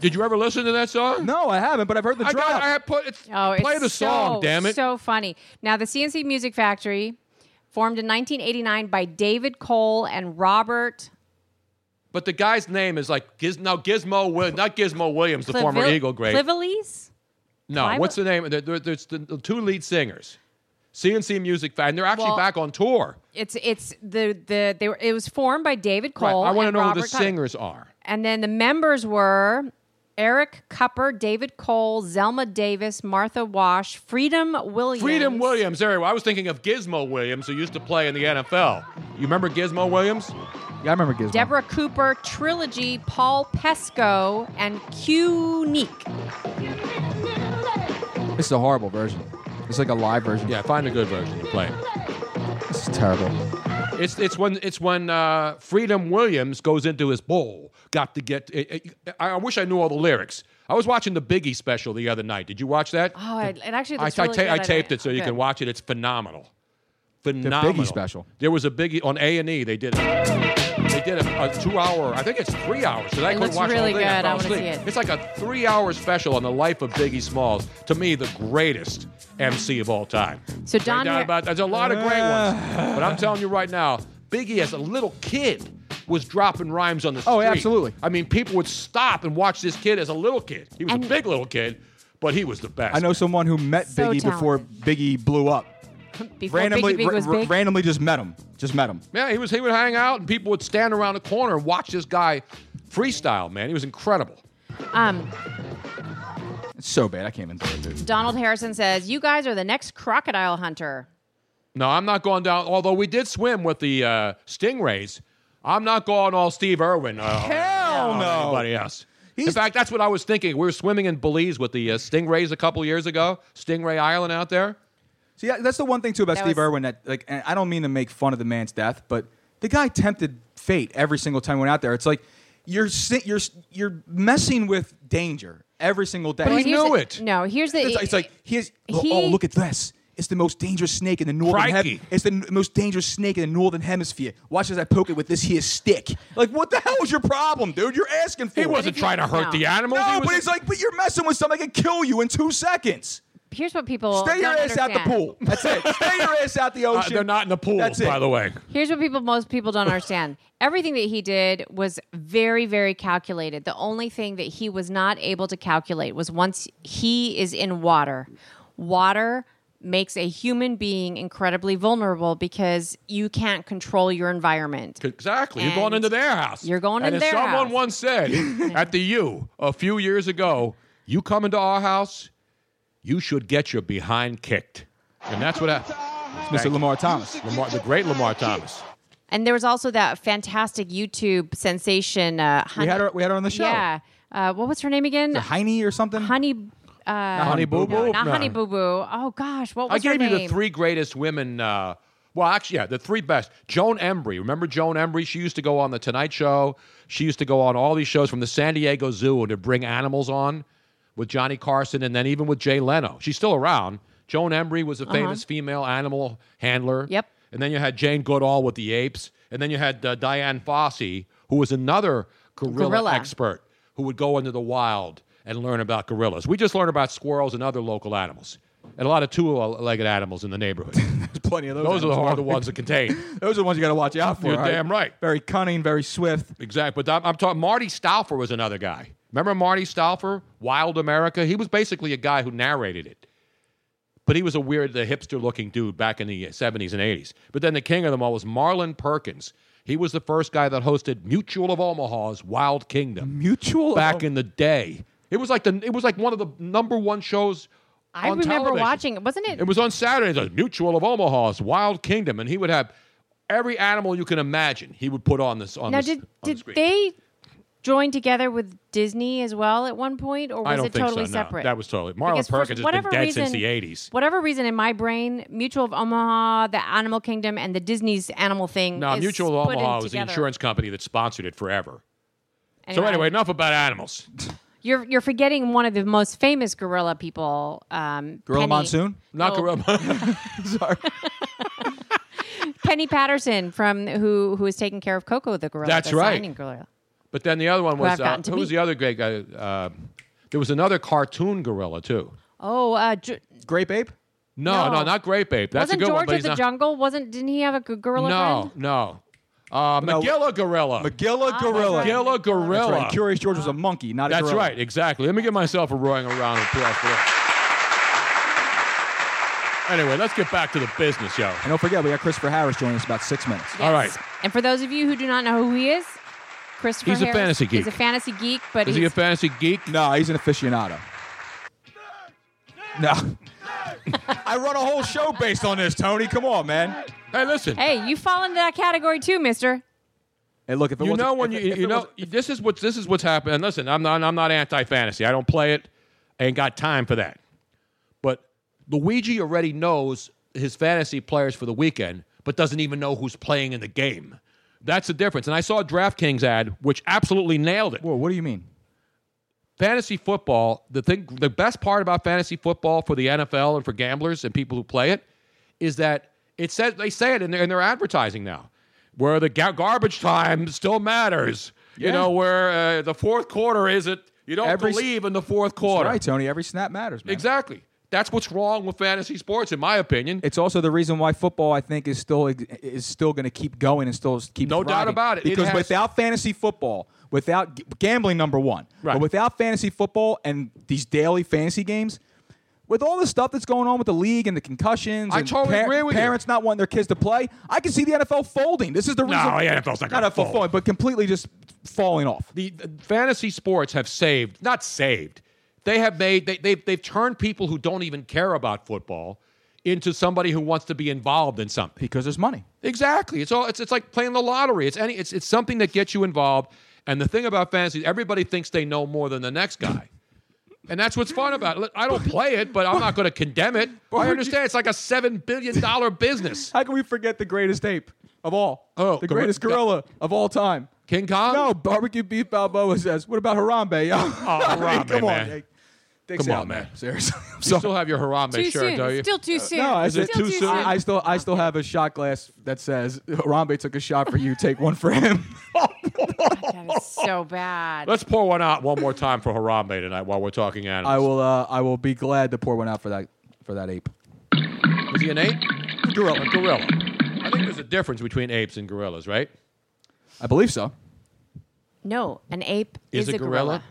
Did you ever listen to that song?
No, I haven't, but I've heard the
I
drop.
got- I had put it's,
Oh, it's
play the song,
so,
damn it.
So funny. Now, the CNC Music Factory, formed in 1989 by David Cole and Robert
but the guy's name is like Giz, now Gizmo Will, not Gizmo Williams, the former
Clivil-
Eagle great.
Clivillis?
no,
Clive-
what's the name? There, there, there's the, the two lead singers, CNC Music Factory, and they're actually
Well-
back on tour.
It's it's the the they were it was formed by David
Right,
Cole.
I want to
and
know who the
Robert Cutting.
singers are.
And then the members were Eric Cupper, David Cole, Zelma Davis, Martha Wash, Freedom Williams.
Freedom Williams. There, we go. I was thinking of Gizmo Williams, who used to play in the NFL. You remember Gizmo Williams?
Yeah, I remember Gizmo.
Deborah Cooper, Trilogy, Paul Pesco, and Q Neek.
This is a horrible version. It's like a live version.
Yeah, find a good version to play.
This is terrible.
It's it's when it's when uh, Freedom Williams goes into his bowl. Got to get. I, I I wish I knew all the lyrics. I was watching the Biggie special the other night. Did you watch that?
Oh, it, it actually
I,
looks
I
really
ta-
good.
I taped it so you
Good.
can watch it. It's phenomenal. Phenomenal.
special.
There was a Biggie on A and E. They did. They did a, a two-hour. I think it's three hours. So I
It
couldn't
looks
watch the whole
really
thing. I
good.
fell
I wanna
asleep.
see it.
It's like a three-hour special on the life of Biggie Smalls. To me, the greatest MC of all time.
So Don
No doubt
Mar-
about- there's a lot of great ones, but I'm telling you right now, Biggie as a little kid was dropping rhymes on the street.
Oh, absolutely.
I mean, people would stop and watch this kid as a little kid. He was a
And-
big little kid, but he was the best.
I know someone who met
So
Biggie before Biggie blew up.
Before
randomly,
Biggie Big
ra-
was
ra-
big.
randomly just met him. Just met him.
Yeah, he was. He would hang out, and people would stand around the corner and watch this guy freestyle. Man, he was incredible.
Um,
It's so bad. I can't even do it, dude.
Donald Harrison says, "You guys are the next crocodile hunter."
No, I'm not going down. Although we did swim with the uh, stingrays, I'm not going all Steve Irwin. Uh, Hell no. Anybody else? in fact, that's what I was thinking. We were swimming in Belize with the uh, stingrays a couple years ago, Stingray Island out there.
See, that- that's the one thing too about
That
Steve
was-
Irwin that, like, and I don't mean to make fun of the man's death, but the guy tempted fate every single time he went out there. It's like you're si- you're you're messing with danger every single day.
But Well, he here's knew the- it. no, here's the-
It's, it's like here's oh
He-
look at this. It's the most dangerous snake in the northern
Crikey.
hemisphere. It's the n- most dangerous snake in the northern hemisphere. Watch as I poke it with this here stick. Like, what the hell is your problem, dude? You're asking for.
He
it.
wasn't But if you- trying to hurt no. the animals. He
No,
was-
but it's like, but you're messing with something that can kill you in two seconds.
Here's what people
Stay your
don't
ass out the
understand.
pool. That's it. Stay your ass out the
Uh,
ocean.
they're not in the pool,
That's it.
by the way.
Here's what people most people don't understand. Everything that he did was very very calculated. The only thing that he was not able to calculate was once he is in water. Water makes a human being incredibly vulnerable because you can't control your environment.
Exactly. You're going
And
into their house.
you're going
and
in their
as someone
house.
once said at the U a few years ago, you come into our house, you should get your behind kicked. And that's what happened.
Mr. Lamar Thomas.
Lamar, the great Lamar Thomas.
And there was also that fantastic YouTube sensation. Uh,
We had her- we had her on the show.
Yeah. Uh, what was her name again?
Heine or something?
Honey. Uh,
Honey Boo
no,
Boo?
not
No.
Honey Boo Boo. Oh gosh, what was
I gave
her
you
name?
the three greatest women. Uh, well, actually, yeah, the three best. Joan Embry. Remember Joan Embry? She used to go on The Tonight Show. She used to go on all these shows from the San Diego Zoo to bring animals on with Johnny Carson and then even with Jay Leno. She's still around. Joan Embry was a
Uh-huh.
famous female animal handler.
Yep.
And then you had Jane Goodall with the apes. And then you had uh, Diane Fossey, who was another gorilla,
Gorilla.
expert who would go into the wild and learn about gorillas. We just learn about squirrels and other local animals, and a lot of two-legged animals in the neighborhood. There's
plenty of those.
Those are the
animals.
hard ones to contain.
Those are the ones you got to watch out for.
You're
all right?
damn right.
Very cunning, very swift.
Exactly. But I'm, I'm talking. Marty Stauffer was another guy. Remember Marty Stauffer, Wild America? He was basically a guy who narrated it. But he was a weird, the hipster-looking dude back in the 70s and 80s. But then the king of them all was Marlon Perkins. He was the first guy that hosted Mutual of Omaha's Wild Kingdom.
Mutual
back in the day. It was like the it was like one of the number one shows.
I
on
remember
television.
watching it. Wasn't it?
It was on Saturdays. The Mutual of Omaha's Wild Kingdom, and he would have every animal you can imagine. He would put on this on.
now,
this,
did
on the
did
screen.
they join together with Disney as well at one point, or was
I don't
it
think
totally
so. no.
separate?
That was totally.
Because
Marlon
for
Perkins has
whatever
been dead
reason-
since the '80s.
Whatever reason, in my brain, Mutual of Omaha, the Animal Kingdom, and the Disney's Animal thing.
No,
is
Mutual of
put in
Omaha was the
together.
insurance company that sponsored it forever. so
Anyway.
anyway, enough about animals.
You're you're forgetting one of the most famous gorilla people. Um, Penny-
Not
No,
Gorilla Monsoon.
Penny Patterson from who who is taking care of Coco the gorilla.
That's
the
right.
signing gorilla.
But then the other one
Who
was
I've
uh,
gotten to
who was
meet.
the other great guy? Uh, there was another cartoon gorilla too.
Oh, uh, Ju-
Grape Ape?
No, no,
No.
not Grape Ape. That's
wasn't
a good
George
one, but
of
he's
the
not.
Jungle? Wasn't didn't he have a g- gorilla
no,
friend?
no. Uh,
No.
Magilla Gorilla.
Oh,
Magilla Gorilla.
Magilla Gorilla.
Ah, That's right. Curious George was a monkey, not
That's
a gorilla.
right, exactly. Let me give myself a roaring around of applause for that. Anyway, let's get back to the business, yo.
And don't forget, we got Christopher Harris joining us in about six minutes.
All right.
And for those of you who do not know who he is, Christopher
He's a
Harris
fantasy
He's
geek.
a fantasy geek, but
Is
he's
he a fantasy geek? No, he's an aficionado. No. I run a whole show based on this, Tony. Come on, man. Hey, listen.
Hey, you fall into that category too, mister.
Hey, look, if it
you
wasn't-
know when
if-
you
if
you
it
know
wasn't-
this is what's this is what's happening. And listen, I'm not I'm not anti fantasy. I don't play it. I ain't got time for that. But Luigi already knows his fantasy players for the weekend, but doesn't even know who's playing in the game. That's the difference. And I saw a DraftKings ad which absolutely nailed it.
Well, what do you mean?
Fantasy football, the thing the best part about fantasy football for the NFL and for gamblers and people who play it is that it says they say it in their, in their advertising now, where the ga- garbage time still matters. You
Yeah.
know where uh, the fourth quarter is it? You don't
Every s-
believe in the fourth
That's
quarter.
right, Tony. Every snap matters, man.
Exactly. That's what's wrong with fantasy sports, in my opinion.
It's also the reason why football, I think, is still is still going to keep going and still keep
No doubt
thriving.
about it. It
Because
has-
without fantasy football, without g- gambling, number one, but without fantasy football and these daily fantasy games, with all the stuff that's going on with the league and the concussions,
I
and
totally agree with you.
parents not wanting their kids to play, I can see the NFL folding. This is the
No,
reason.
the NFL's not gonna
NFL
fold.
folding, but completely just falling off.
The, the fantasy sports have saved, not saved. They have made they, they've they've turned people who don't even care about football into somebody who wants to be involved in something
because there's money.
Exactly. It's all it's, it's like playing the lottery. It's any it's it's something that gets you involved. And the thing about fantasy, everybody thinks they know more than the next guy. And that's what's fun about it. Look, I don't play it, but I'm not going to condemn it. I understand it's like a seven billion dollar business.
How can we forget the greatest ape of all?
Oh,
the
gor-
greatest
yeah.
gorilla of all time.
King Kong?
No, barbecue beef Balboa says. What about Harambe? yo? I mean,
Harambe,
come
Oh, man.
on, like, dicks
Come on,
out,
man.
Seriously, Uh,
You still have your Harambe
Too
shirt,
soon.
don't you?
Still too soon.
No, I
Is it
said
Still too too soon? soon?
I still, I still have a shot glass that says Harambe took a shot for you. Take one for him.
That is so bad.
Let's pour one out one more time for Harambe tonight while we're talking animals.
I will, uh, I will be glad to pour one out for that, for that ape.
Is he an ape?
Gorilla.
A gorilla. I think there's a difference between apes and gorillas, right?
I believe so.
No, an ape
Is,
is,
a gorilla,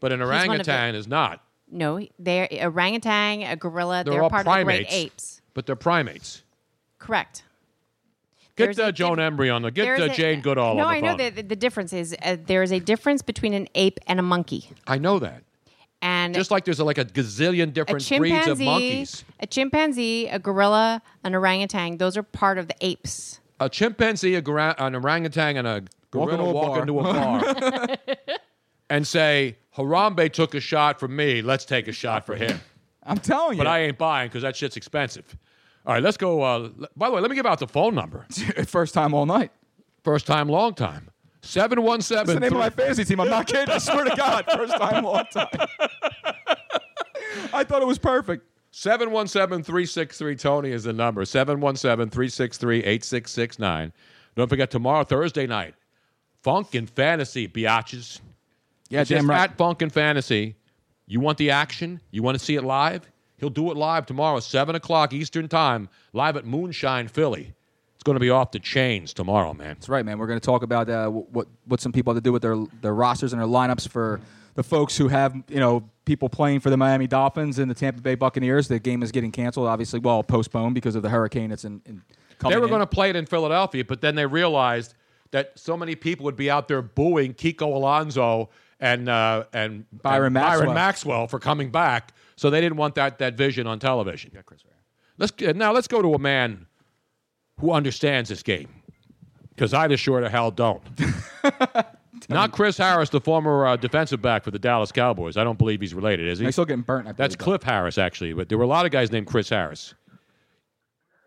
but an
one of the-
orangutan is not.
No, they're orangutan, a gorilla. They're,
They're all
part of
primates.
the great apes.
But they're primates.
Correct.
Get
There's
uh, Joan Embry on the. Get
There's
uh,
a-
Jane Goodall
No,
on the
I know
phone.
that the, the difference is uh, there is a difference between an ape and a monkey,
I know that.
and
Just like there's a, like a gazillion
a
different breeds of
chimpanzee,
monkeys.
a chimpanzee, a gorilla, an orangutan. Those are part of the apes.
A chimpanzee, a gora- an orangutan, and a
Walk
gorilla
into a
walk
bar.
into a bar and say, "Harambe took a shot for me. Let's take a shot for him."
I'm telling you.
But I ain't buying because that shit's expensive. All right, let's go. Uh, l- by the way, let me give out the phone number.
First time all night.
First time, long time. Seven one seven.
That's the name of my fantasy team. I'm not kidding. I swear to God, first time, long time. I thought it was perfect.
717 363 Tony is the number. 717 363 8669. Don't forget tomorrow, Thursday night, Funk and Fantasy, biatches.
Yeah,
It's
damn
just
right.
At Funk and Fantasy. You want the action? You want to see it live? He'll do it live tomorrow, 7 o'clock Eastern Time, live at Moonshine, Philly. It's going to be off the chains tomorrow, Oh, man.
That's right, man. We're going to talk about uh, wh- what what some people have to do with their their rosters and their lineups for the folks who have you know people playing for the Miami Dolphins and the Tampa Bay Buccaneers. The game is getting canceled, obviously, well postponed because of the hurricane that's in. in coming
They were
in.
going to play it in Philadelphia, but then they realized that so many people would be out there booing Kiko Alonso and uh, and
Byron
and
Maxwell.
Byron Maxwell for coming back. So they didn't want that that vision on television. Let's uh, now let's go to a man who understands this game, because I just sure to hell don't. Not Chris Harris, the former uh, defensive back for the Dallas Cowboys. I don't believe he's related, is he?
He's still getting burnt. I
That's Cliff Harris, actually. But there were a lot of guys named Chris Harris.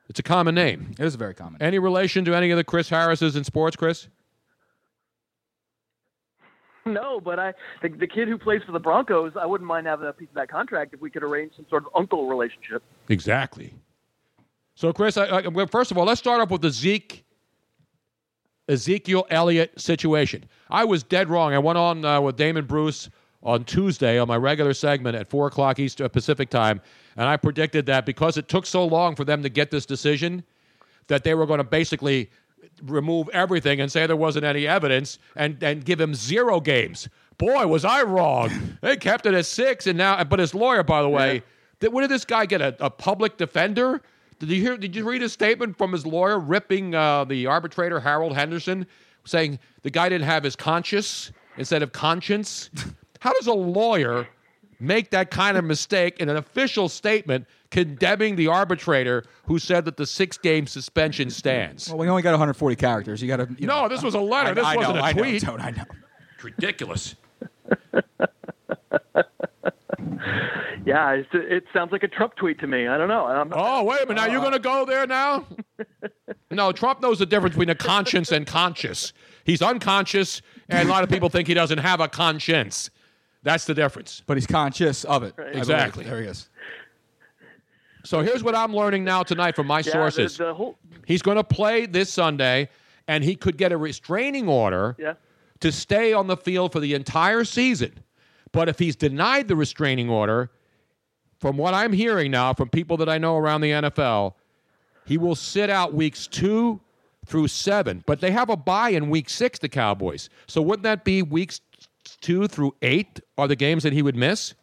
It's a common name.
It is very common.
Any relation to any of the Chris Harrises in sports, Chris?
No, but I the, the kid who plays for the Broncos, I wouldn't mind having a piece of that contract if we could arrange some sort of uncle relationship.
Exactly. So, Chris, I, I, well, first of all, let's start off with the Zeke Ezekiel Elliott situation. I was dead wrong. I went on uh, with Damon Bruce on Tuesday on my regular segment at four o'clock Eastern Pacific time, and I predicted that because it took so long for them to get this decision, that they were going to basically remove everything and say there wasn't any evidence and, and give him zero games. Boy, was I wrong. they kept it at six, and now, but his lawyer, by the way, did, what did this guy get? A, a public defender? Did you hear? Did you read a statement from his lawyer ripping uh, the arbitrator Harold Henderson saying the guy didn't have his conscience instead of conscience. How does a lawyer make that kind of mistake in an official statement condemning the arbitrator who said that the six game suspension stands?
Well, we only got 140 characters. You got to. You
No, this was a letter.
I-
this
I know,
wasn't a
I know,
tweet.
Tone, I know.
It's ridiculous.
Yeah, it's, it sounds like a Trump tweet to me. I don't know. I'm, Uh,
oh, wait a minute. Now you're going to go there now? No, Trump knows the difference between a conscience and conscious. He's unconscious, and a lot of people think he doesn't have a conscience. That's the difference.
But he's conscious of it. I believe.
Exactly.
There he is.
So here's what I'm learning now tonight from
Yeah,
my
uh, the-
sources.
the whole-
He's going to play this Sunday, and he could get a restraining order
Yeah.
to stay on the field for the entire season. But if he's denied the restraining order, from what I'm hearing now from people that I know around the NFL, he will sit out weeks two through seven. But they have a bye in week six, the Cowboys. So wouldn't that be weeks two through eight are the games that he would miss?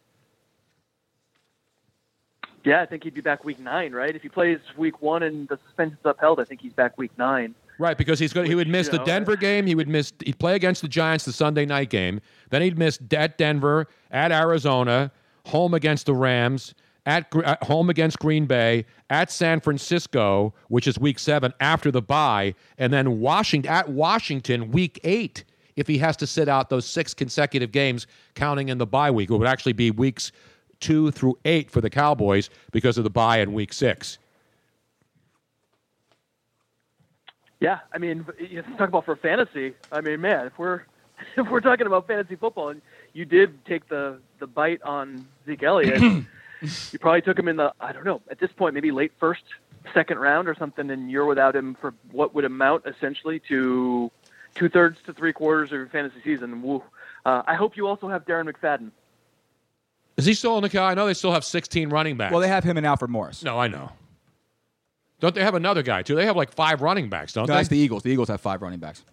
Yeah, I think he'd be back week nine, right? If he plays week one and the suspension's upheld, I think he's back week nine.
Right, because he's going. to He would miss
you
the
know,
Denver game. He would miss. He'd play against the Giants the Sunday night game. Then he'd miss at Denver, at Arizona, home against the Rams, at, Gre- at home against Green Bay, at San Francisco, which is Week Seven after the bye, and then Washington at Washington Week Eight. If he has to sit out those six consecutive games, counting in the bye week, it would actually be weeks two through eight for the Cowboys because of the bye in Week Six.
Yeah, I mean, you talk about for fantasy. I mean, man, if we're if we're talking about fantasy football, and you did take the the bite on Zeke Elliott, you probably took him in the I don't know at this point maybe late first, second round or something, and you're without him for what would amount essentially to two thirds to three quarters of your fantasy season. Woo. Uh, I hope you also have Darren McFadden.
Is he still in the cow? I know they still have 16 running backs.
Well, they have him and Alfred Morris.
No, I know. Don't they have another guy too? They have like five running backs, don't
No,
they?
that's the E- Eagles. The Eagles have five running backs.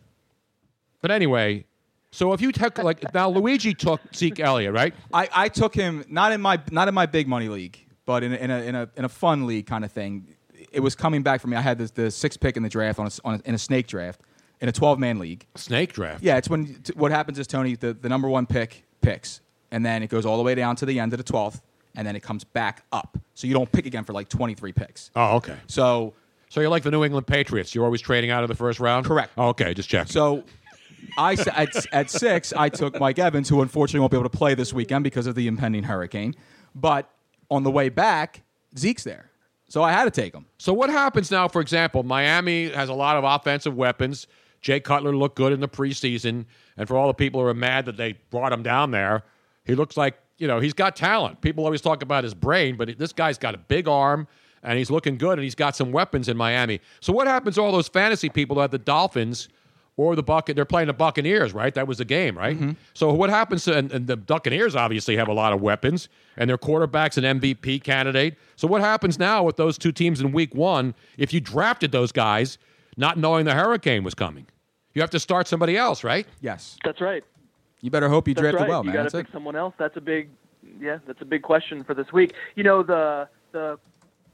but anyway, so if you took like now Luigi took Zeke Elliott, right?
I, I took him not in my not in my big money league, but in a, in a in a in a fun league kind of thing. It was coming back for me. I had this, the sixth pick in the draft on a s on a, in a snake draft in a twelve man league.
Snake draft.
Yeah, it's when t- what happens is Tony the, the number one pick picks, and then it goes all the way down to the end of the twelfth, and then it comes back up. So you don't pick again for like twenty three picks.
Oh, okay.
So
so you're like the New England Patriots. You're always trading out of the first round. Correct. Okay, just check.
So I s- at, at six, I took Mike Evans, who unfortunately won't be able to play this weekend because of the impending hurricane. But on the way back, Zeke's there, so I had to take him.
So what happens now? For example, Miami has a lot of offensive weapons. Jay Cutler looked good in the preseason, and for all the people who are mad that they brought him down there, he looks like you know he's got talent. People always talk about his brain, but this guy's got a big arm, and he's looking good, and he's got some weapons in Miami. So what happens to all those fantasy people that have the Dolphins? Or the bucket, they're playing the Buccaneers, right? That was the game, right?
Mm-hmm.
So what happens to and, and the Buccaneers obviously have a lot of weapons, and their quarterback's an MVP candidate. So what happens now with those two teams in Week One if you drafted those guys not knowing the hurricane was coming? You have to start somebody else, right?
Yes.
That's right.
You better hope you
That's
drafted
right.
well,
you
man.
gotta
That's
pick
it.
someone else. That's a big, yeah, that's a big question for this week. You know, the the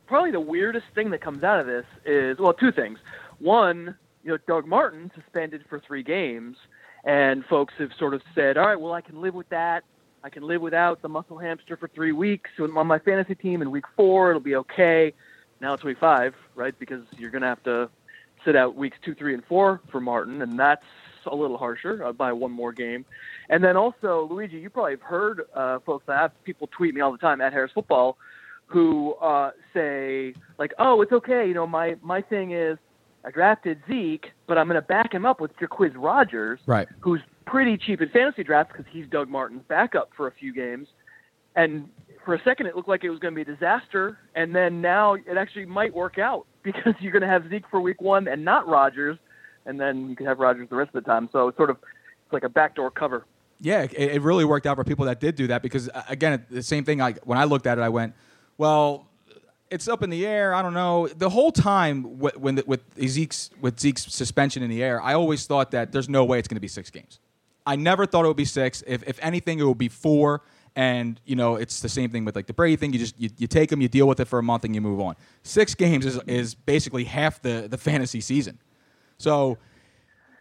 probably the weirdest thing that comes out of this is well, two things. One, you know, Doug Martin suspended for three games, and folks have sort of said, all right, well, I can live with that. I can live without the muscle hamster for three weeks on my fantasy team. In week four, it'll be okay. Now it's week five, right? Because you're gonna have to sit out weeks two, three, and four for Martin, and that's a little harsher uh, by one more game. And then also, Luigi, you probably have heard uh, folks. I have people tweet me all the time at Harris Football who uh, say like, "Oh, it's okay. You know, my my thing is I drafted Zeke, but I'm going to back him up with Jaquiz Rogers,
Right.
who's pretty cheap in fantasy drafts because he's Doug Martin's backup for a few games." And for a second, it looked like it was going to be a disaster, and then now it actually might work out because you're going to have Zeke for Week One and not Rogers, and then you can have Rogers the rest of the time. So it's sort of it's like a backdoor cover.
Yeah, it, it really worked out for people that did do that because uh, again, the same thing. Like when I looked at it, I went, "Well, it's up in the air. I don't know." The whole time wh- when the, with Zeke's with Zeke's suspension in the air, I always thought that there's no way it's going to be six games. I never thought it would be six. If if anything, it would be four. And you know, it's the same thing with like the Brady thing. You just you, you take them, you deal with it for a month, and you move on. Six games is is basically half the the fantasy season. So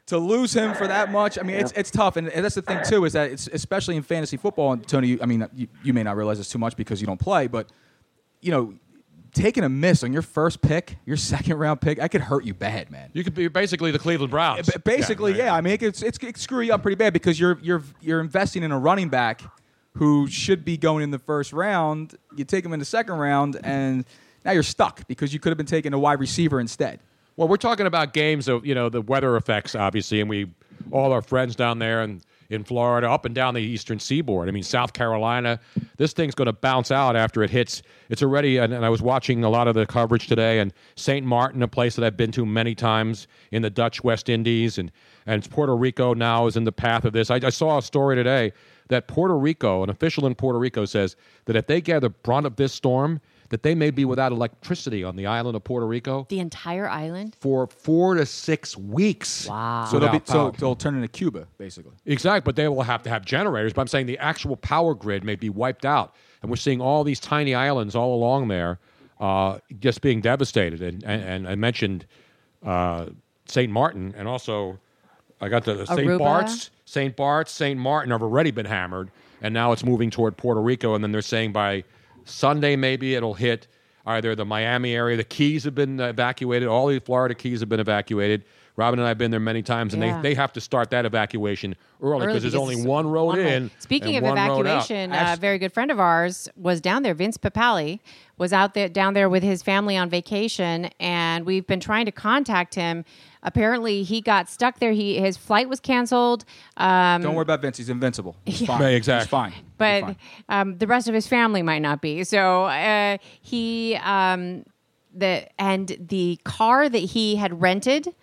to lose him for that much. I mean, it's it's tough, and and that's the thing too is that it's especially in fantasy football. And Tony, you, I mean, you, you may not realize this too much because you don't play, but you know, taking a miss on your first pick, your second round pick, I could hurt you bad, man.
You could be basically the Cleveland Browns.
Basically, yeah. I mean, it, it's, it's it screw you up pretty bad because you're you're you're investing in a running back who should be going in the first round. You take him in the second round, and now you're stuck because you could have been taking a wide receiver instead.
Well, we're talking about games of you know the weather effects, obviously, and we all our friends down there and in Florida, up and down the eastern seaboard. I mean, South Carolina, this thing's going to bounce out after it hits. It's already, and, and I was watching a lot of the coverage today, and St. Martin, a place that I've been to many times in the Dutch West Indies, and, and Puerto Rico now is in the path of this. I, I saw a story today that Puerto Rico, an official in Puerto Rico says that if they get the brunt of this storm, that they may be without electricity on the island of Puerto Rico
The entire island?
for four to six weeks. Wow.
So they'll be so they'll turn into Cuba basically.
Exactly, but they will have to have generators. But I'm saying the actual power grid may be wiped out, and we're seeing all these tiny islands all along there uh, just being devastated. And, and, and I mentioned uh, Saint Martin, and also I got the Saint
Aruba.
Bart's, Saint Bart's, Saint Martin have already been hammered, and now it's moving toward Puerto Rico. And then they're saying by Sunday maybe it'll hit either the Miami area. The Keys have been evacuated. All the Florida Keys have been evacuated. Robin and I have been there many times, and
Yeah.
they, they have to start that evacuation early
Early
because there's
because
only
it's
one road
One way.
in.
Speaking
and
of
one road out.
evacuation, uh, a
Act-
very good friend of ours was down there. Vince Papali was out there down there with his family on vacation, and we've been trying to contact him. Apparently, he got stuck there. He his flight was canceled. Um,
Don't worry about Vince; he's invincible. He's
Yeah.
fine.
Yeah,
exactly. He's fine.
but um, the rest of his family might not be. So uh, he um, the and the car that he had rented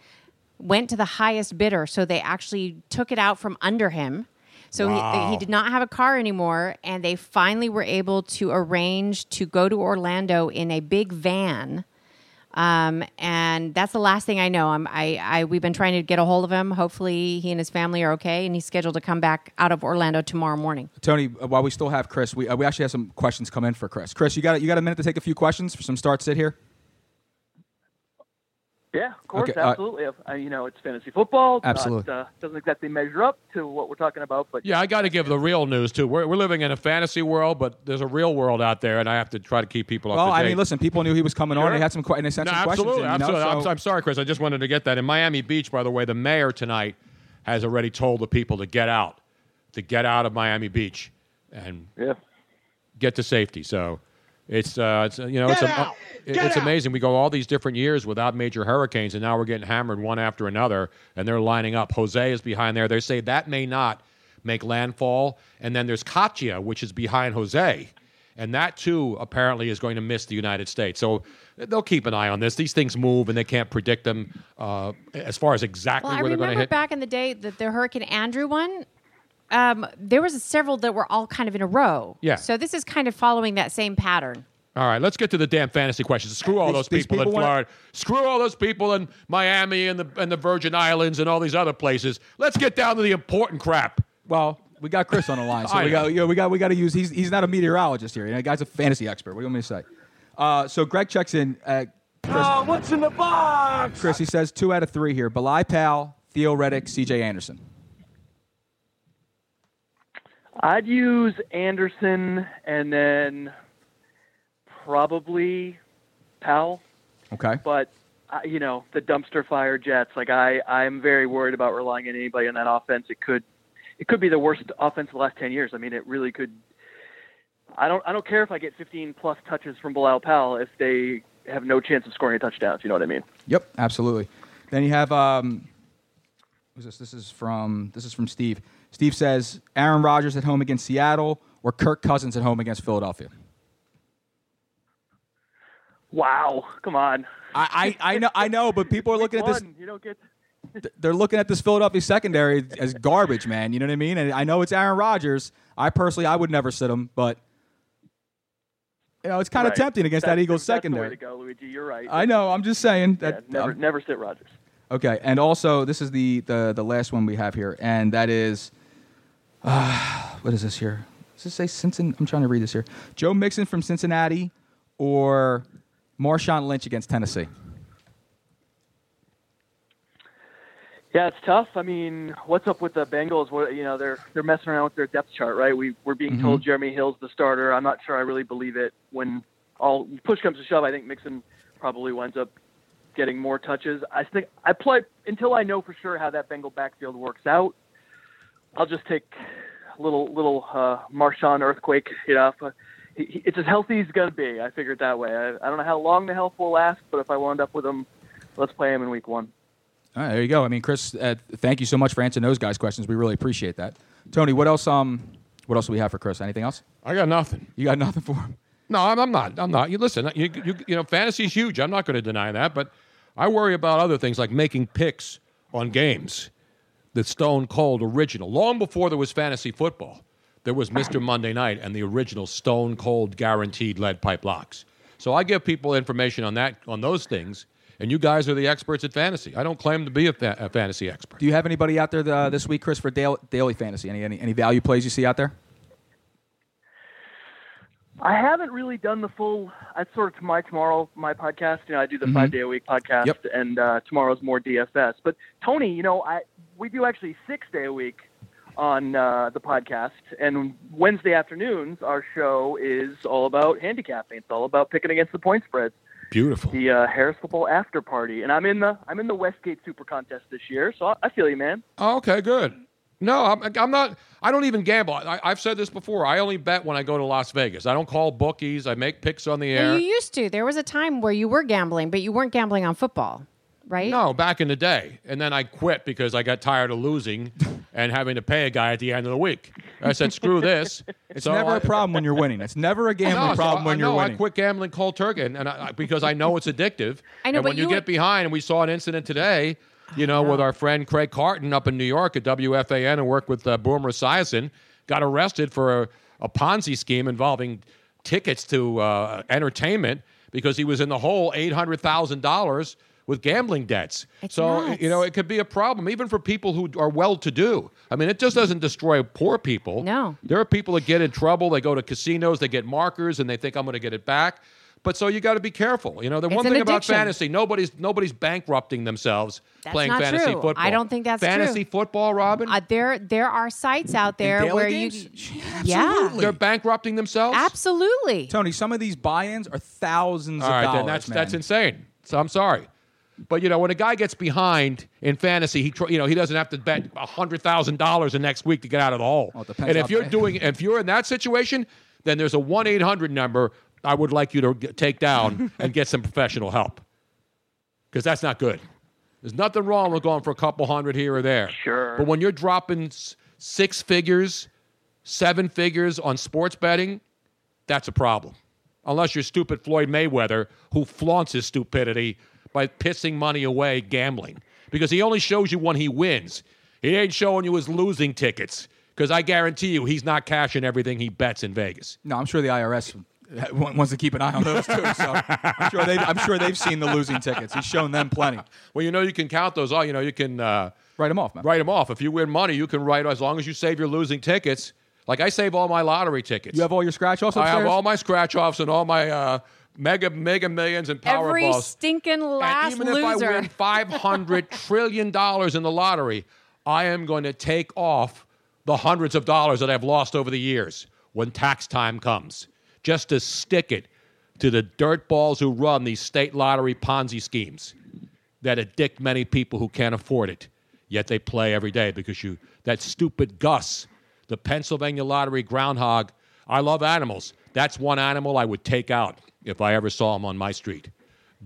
went to the highest bidder, so they actually took it out from under him. So he,
Wow.
he did not have a car anymore, and they finally were able to arrange to go to Orlando in a big van. Um, and that's the last thing I know. I'm, I, I, we've been trying to get a hold of him. Hopefully, he and his family are okay, and he's scheduled to come back out of Orlando tomorrow morning.
Tony, uh, while we still have Chris, we, uh, we actually have some questions come in for Chris. Chris, you got you got a minute to take a few questions for some start sit here.
Yeah, of course,
Okay, uh,
absolutely. Uh, you know, it's fantasy football. It's not,
Absolutely.
uh, doesn't exactly measure up to what we're talking about, but
Yeah, I got to give the real news too. We're, we're living in a fantasy world, but there's a real world out there, and I have to try to keep people up
Well,
to date.
I mean, listen, people knew he was coming on. They had some que- and they sent
No,
some questions.
absolutely,
in, you know,
absolutely. I'm,
so-
I'm sorry, Chris. I just wanted to get that. In Miami Beach, by the way, the mayor tonight has already told the people to get out, to get out of Miami Beach, and get to safety. So it's uh, it's uh, you know it's a, it- it's amazing. We go all these different years without major hurricanes, and now we're getting hammered one after another, and they're lining up. Jose is behind there. They say that may not make landfall, and then there's Katia, which is behind Jose. And that too apparently is going to miss the United States. So they'll keep an eye on this. These things move and they can't predict them uh, as far as exactly
Well, I
where they're going to
remember
hit.
back in the day that the Hurricane Andrew one, um, there was several that were all kind of in a row.
Yeah.
So this is kind of following that same pattern.
All right, let's get to the damn fantasy questions. Screw all
These-
those
these
people, in
people wanna-
Florida. Screw all those people in Miami and the and the Virgin Islands and all these other places. Let's get down to the important crap.
Well, we got Chris on the line, so
I
we
know.
got, you know, we got we got to use. He's, he's not a meteorologist here. You know, the guy's a fantasy expert. What do you want me to say? Uh, so Greg checks in. Uh,
Oh, what's in the box?
Chris, he says two out of three here: Belai Pal, Theo Reddick, C.J. Anderson.
I'd use Anderson and then probably Powell.
Okay.
But uh, you know the dumpster fire Jets. Like I, I'm very worried about relying on anybody on that offense. It could, it could be the worst offense of the last ten years. I mean, it really could. I don't, I don't care if I get 15 plus touches from Bilal Powell if they have no chance of scoring a touchdown. If you know what I mean.
Yep, absolutely. Then you have um, who's this? This is from this is from Steve. Steve says Aaron Rodgers at home against Seattle or Kirk Cousins at home against Philadelphia.
Wow, come on.
I, I, I know, I know, but people are looking at this.
One, you don't get.
th- They're looking at this Philadelphia secondary as garbage, man. You know what I mean? And I know it's Aaron Rodgers. I personally, I would never sit him, but you know, it's kind of
Right.
tempting against
That's-
that Eagles
that's the way
secondary.
to go, Luigi. You're right.
I know. I'm just saying
Yeah,
that.
never,
um,
never sit Rogers.
Okay, and also this is the the the last one we have here, and that is, uh, what is this here? Does this say Cincinnati? I'm trying to read this here. Joe Mixon from Cincinnati, or Marshawn Lynch against Tennessee.
Yeah, it's tough. I mean, what's up with the Bengals? What you know, they're they're messing around with their depth chart, right? We we're being
Mhm.
told Jeremy Hill's the starter. I'm not sure I really believe it. When all push comes to shove, I think Mixon probably winds up getting more touches. I think I play until I know for sure how that Bengal backfield works out. I'll just take little little uh, Marshawn earthquake. You know, if, uh, he, he- it's as healthy as he's gonna be. I figure it that way. I, I don't know how long the health will last, but if I wound up with him, let's play him in week one.
All right, there you go. I mean, Chris, uh, thank you so much for answering those guys' questions. We really appreciate that. Tony, what else? Um, what else do we have for Chris? Anything else?
I got nothing.
You got nothing for him.
No, I'm, I'm not. I'm not. You listen. You, you, you know, fantasy's huge. I'm not going to deny that, but I worry about other things like making picks on games. The Stone Cold original, long before there was fantasy football, there was Mr. Monday Night and the original Stone Cold guaranteed lead pipe locks. So I give people information on that, on those things, and you guys are the experts at fantasy. I don't claim to be a, fa- a fantasy expert.
Do you have anybody out there uh, this week, Chris, for dail- daily fantasy? Any, any any value plays you see out there?
I haven't really done the full. That's sort of my tomorrow, my podcast. You know, I do the
Mhm.
five day a week podcast, and uh, tomorrow's more DFS. But Tony, you know, I we do actually six day a week on uh, the podcast, and Wednesday afternoons our show is all about handicapping. It's all about picking against the point spreads.
Beautiful.
The uh, Harris Football After Party, and I'm in the I'm in the Westgate Super Contest this year, so I, I feel you, man.
Oh, okay, good. No, I'm, I'm not. I don't even gamble. I, I've said this before. I only bet when I go to Las Vegas. I don't call bookies. I make picks on the
Well,
air.
you used to. There was a time where you were gambling, but you weren't gambling on football, right?
No, back in the day. And then I quit because I got tired of losing and having to pay a guy at the end of the week. I said, screw this.
It's
So
never
I-
a problem when you're winning. It's never a gambling
No, so
problem
I-
when you're
no, I
winning.
quit gambling cold turkey and, and I, because I know it's addictive.
I know,
and
but
when you,
you
get behind, and we saw an incident today, you know, with our friend Craig Carton up in New York at WFAN and worked with uh, Boomer Esiason, got arrested for a, a Ponzi scheme involving tickets to uh, entertainment because he was in the hole $800,000 with gambling debts. so, you know, it could be a problem even for people who are well to do. I mean, it just doesn't destroy poor people. No. There are people that get in trouble, they go to casinos, they get markers and they think I'm going to get it back. But so you got to be careful. You know, the
It's
one
an
thing about
addiction.
fantasy, nobody's nobody's bankrupting themselves
That's
playing
not
fantasy
true.
football.
I don't think that's
fantasy
true.
football, Robin.
Uh, there, there are sites out there
daily
where
games?
you, yeah,
They're bankrupting themselves.
absolutely.
Tony, some of these buy-ins are thousands
All
of
right,
dollars.
then that's
man.
that's insane. So I'm sorry, but you know when a guy gets behind in fantasy, he tr- you know he doesn't have to bet hundred thousand dollars the next week to get out of the hole.
depends
and if
how-
you're doing, if you're in that situation, then there's a one eight hundred number I would like you to g- take down and get some professional help because that's not good. There's nothing wrong with going for a couple hundred here or there. Sure. But when you're dropping s- six figures, seven figures on sports betting, that's a problem. Unless you're stupid Floyd Mayweather, who flaunts his stupidity by pissing money away gambling. Because he only shows you when he wins. He ain't showing you his losing tickets. Because I guarantee you, he's not cashing everything he bets in Vegas.
No, I'm sure the IRS w- wants to keep an eye on those too. So I'm sure they've, I'm sure they've seen the losing tickets. He's shown them plenty.
Well, you know, you can count those all. You know, you can uh,
write them off, man.
Write them off. If you win money, you can write as long as you save your losing tickets. Like I save all my lottery tickets. You have
all your scratch offs.
I have
upstairs?
all my scratch offs and all my uh, mega mega millions and powerballs.
Every stinking last
even
loser.
if I win five hundred trillion dollars in the lottery, I am going to take off the hundreds of dollars that I've lost over the years when tax time comes, just to stick it to the dirtballs who run these state lottery Ponzi schemes that addict many people who can't afford it. Yet they play every day because you that stupid Gus, the Pennsylvania lottery groundhog. I love animals. That's one animal I would take out if I ever saw him on my street.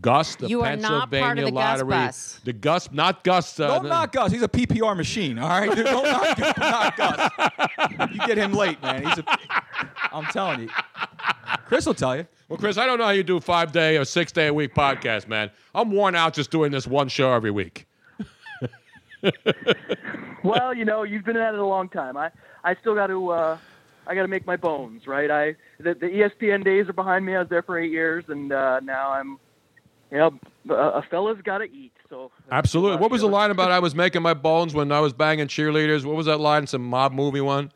Gus, the
You are
Pennsylvania
not part of the Gus
lottery.
bus.
The Gus, not Gus. Uh,
Don't
the-
knock Gus. He's a PPR machine. All right, Dude, don't knock, don't knock Gus. You get him late, man. He's a. I'm telling you, Chris will tell you.
Well, Chris, I don't know how you do five day or six day a week podcast, man. I'm worn out just doing this one show every week.
well, you know, you've been at it a long time. I, I still got to, uh, I got to make my bones, right? I, the, E the ESPN days are behind me. I was there for eight years, and uh, now I'm, you know, a, a fella's got to eat. So
Absolutely. What was the line about I was making my bones when I was banging cheerleaders? What was that line? Some mob movie one?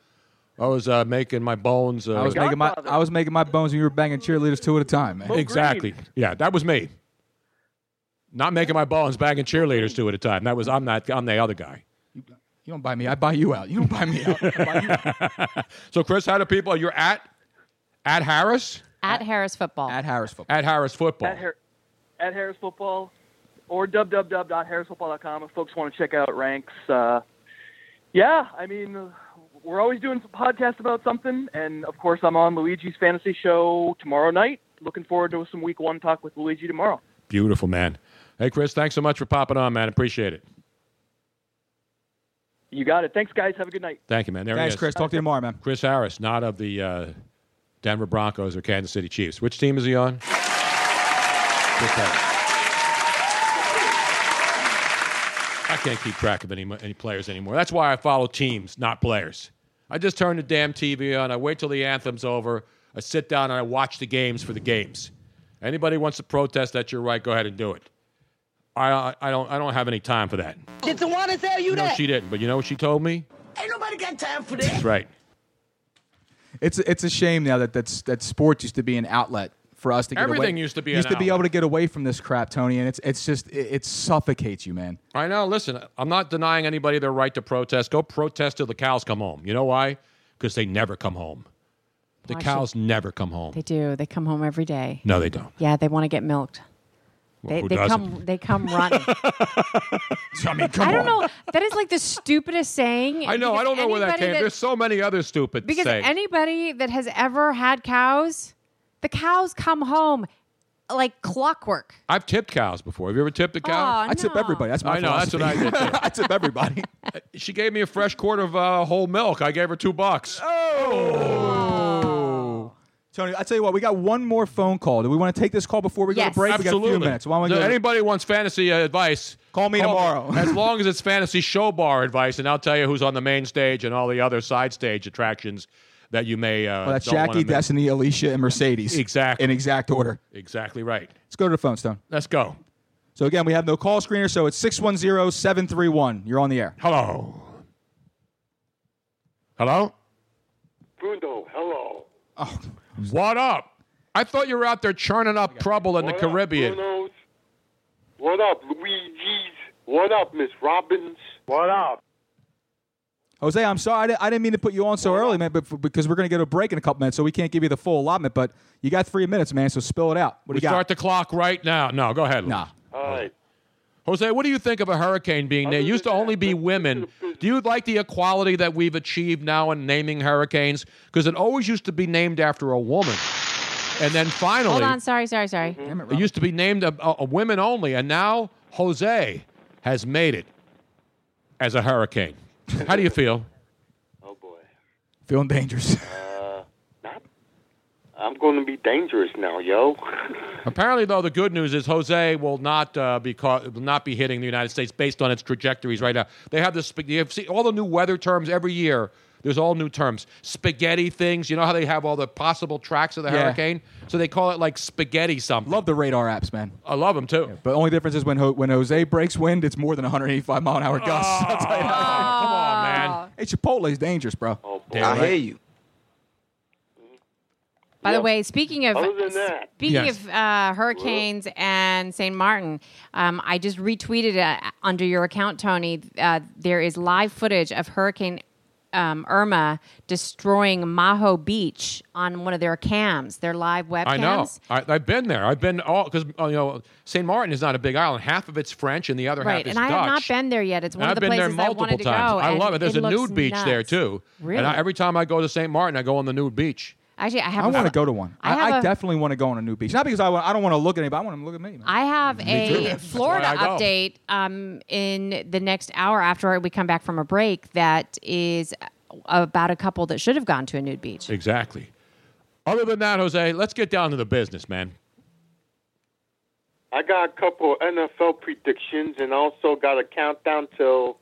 I was uh, making my bones. Uh,
I was making my I was making my bones when you were banging cheerleaders two at a time, man.
Exactly. Yeah, that was me. Not making my ball and bagging cheerleaders two at a time. That was I'm not I'm the other guy.
You don't buy me. I buy you out. You don't buy me out.
So Chris, how do people? You're at at Harris
At Harris Football.
at Harris football.
at Harris football.
At, Har- at Harris Football or www.harrisfootball.com if folks want to check out ranks. Uh, yeah, I mean, we're always doing some podcasts about something. And of course, I'm on Luigi's Fantasy Show tomorrow night. Looking forward to some week one talk with Luigi tomorrow.
Beautiful man. Hey Chris, thanks so much for popping on, man. Appreciate it.
You got it. Thanks, guys. Have a good night.
Thank you, man. There he
Thanks,
is.
Chris. Talk to you tomorrow, man.
Chris Harris, not of the uh, Denver Broncos or Kansas City Chiefs. Which team is he on? Chris Harris. I can't keep track of any any players anymore. That's why I follow teams, not players. I just turn the damn TV on. I wait till the anthem's over. I sit down and I watch the games for the games. Anybody wants to protest that you're right, go ahead and do it. I, I, I don't I don't have any time for that.
Did the one tell you
No, she didn't. But you know what she told me?
Ain't nobody got time for that.
That's right.
It's it's a shame now that that's, that sports used to be an outlet for us to get away.
Everything used to be an
used to be
outlet.
able to get away from this crap, Tony, and it's it's just it, it suffocates you, man.
I know. Listen, I'm not denying anybody their right to protest. Go protest till the cows come home. You know why? Because they never come home. The
Why should-
cows never come home.
They do. They come home every day.
No, they don't.
Yeah, they want to get milked.
Well,
They,
who
they
doesn't?
come they come running.
I mean,
I don't know. That is like the stupidest saying.
I know. I don't
because
know where that
anybody
came. There's so many other stupid
because
sayings.
anybody that has ever had cows, the cows come home like clockwork.
I've tipped cows before. Have you ever tipped a cow?
Oh, I tip no. everybody.
That's my
I know. That's what I did. I
tip everybody.
She gave me a fresh quart of uh, whole milk. I gave her two bucks.
Oh. Tony, I tell you what, we got one more phone call. Do we want to take this call before we go to break? We
Absolutely.
got a few minutes. Why don't we
if
go?
anybody wants fantasy uh, advice,
Call me tomorrow.
as long as it's fantasy show bar advice, and I'll tell you who's on the main stage and all the other side stage attractions that you may. Uh,
well, Oh, that's
don't wanna
Jackie,
miss.
Destiny, Alicia, and Mercedes.
Exactly.
In exact order.
Exactly right.
Let's go to the phone, Stone.
Let's go.
So again, we have no call screener, so it's 610-731. You're on the air.
Hello. Hello.
Bruno, hello.
What up? I thought you were out there churning up trouble in the
What up,
Caribbean.
Brunos? What up, Luigi's? What up, Miss Robbins? What up?
Jose, I'm sorry. I di- I didn't mean to put you on so early, man, but f- because we're going to go to break in a couple minutes, so we can't give you the full allotment, but you got three minutes, man, so spill it out. What
we
do you got?
start the clock right now. No, go ahead. Nah.
All right.
Jose, what do you think of a hurricane being named? It used to only be women. Do you like the equality that we've achieved now in naming hurricanes? Because it always used to be named after a woman. And then
Hold
finally,
on, sorry, sorry, sorry.
Mm-hmm.
it used to be named a, a, a women only. And now Jose has made it as a hurricane. How do you feel?
Oh boy.
Feeling dangerous.
Uh, not. I'm going to be dangerous now, yo.
Apparently, though, the good news is Jose will not uh, be caught, will not be hitting the United States based on its trajectories right now. They have this. You have seen all the new weather terms every year. There's all new terms. Spaghetti things. You know how they have all the possible tracks of the
Yeah.
hurricane. So they call it like spaghetti something.
Love the radar apps, man.
I love them too.
But only difference is when Ho- when Jose breaks wind, it's more than 185 mile an hour gusts. I'll tell you that.
Oh, Come on,
Ah.
man.
Hey, Chipotle's dangerous, bro. Oh,
boy. I hear
you.
By the way, speaking of
Other than that-
speaking
Yes.
of uh, hurricanes and St. Martin, um, I just retweeted uh, under your account, Tony. Uh, there is live footage of Hurricane um, Irma destroying Maho Beach on one of their cams, their live webcams.
I know. I, I've been there. I've been all because you know Saint Martin is not a big island. Half of it's French and the other half
Right,
is
and I
Dutch.
have not been there yet. It's one
And
of the
I've been
places
there
I
multiple
wanted to go.
times. I
and
love it. There's a
looks
nude beach there
nuts.
too.
Really?
And I, every time I go to St. Martin, I go on the nude beach.
Actually, I have.
I want to go to one.
I
I,
have
I
a-
definitely want to go on a new beach. Not because I, wa- I don't want to look at anybody. I want them to look at me. Man.
I have
too.
a
That's
Florida
why I go.
update um, in the next hour after we come back from a break that is about a couple that should have gone to a nude beach.
Exactly. Other than that, Jose, let's get down to the business, man.
I got a couple of NFL predictions and also got a countdown till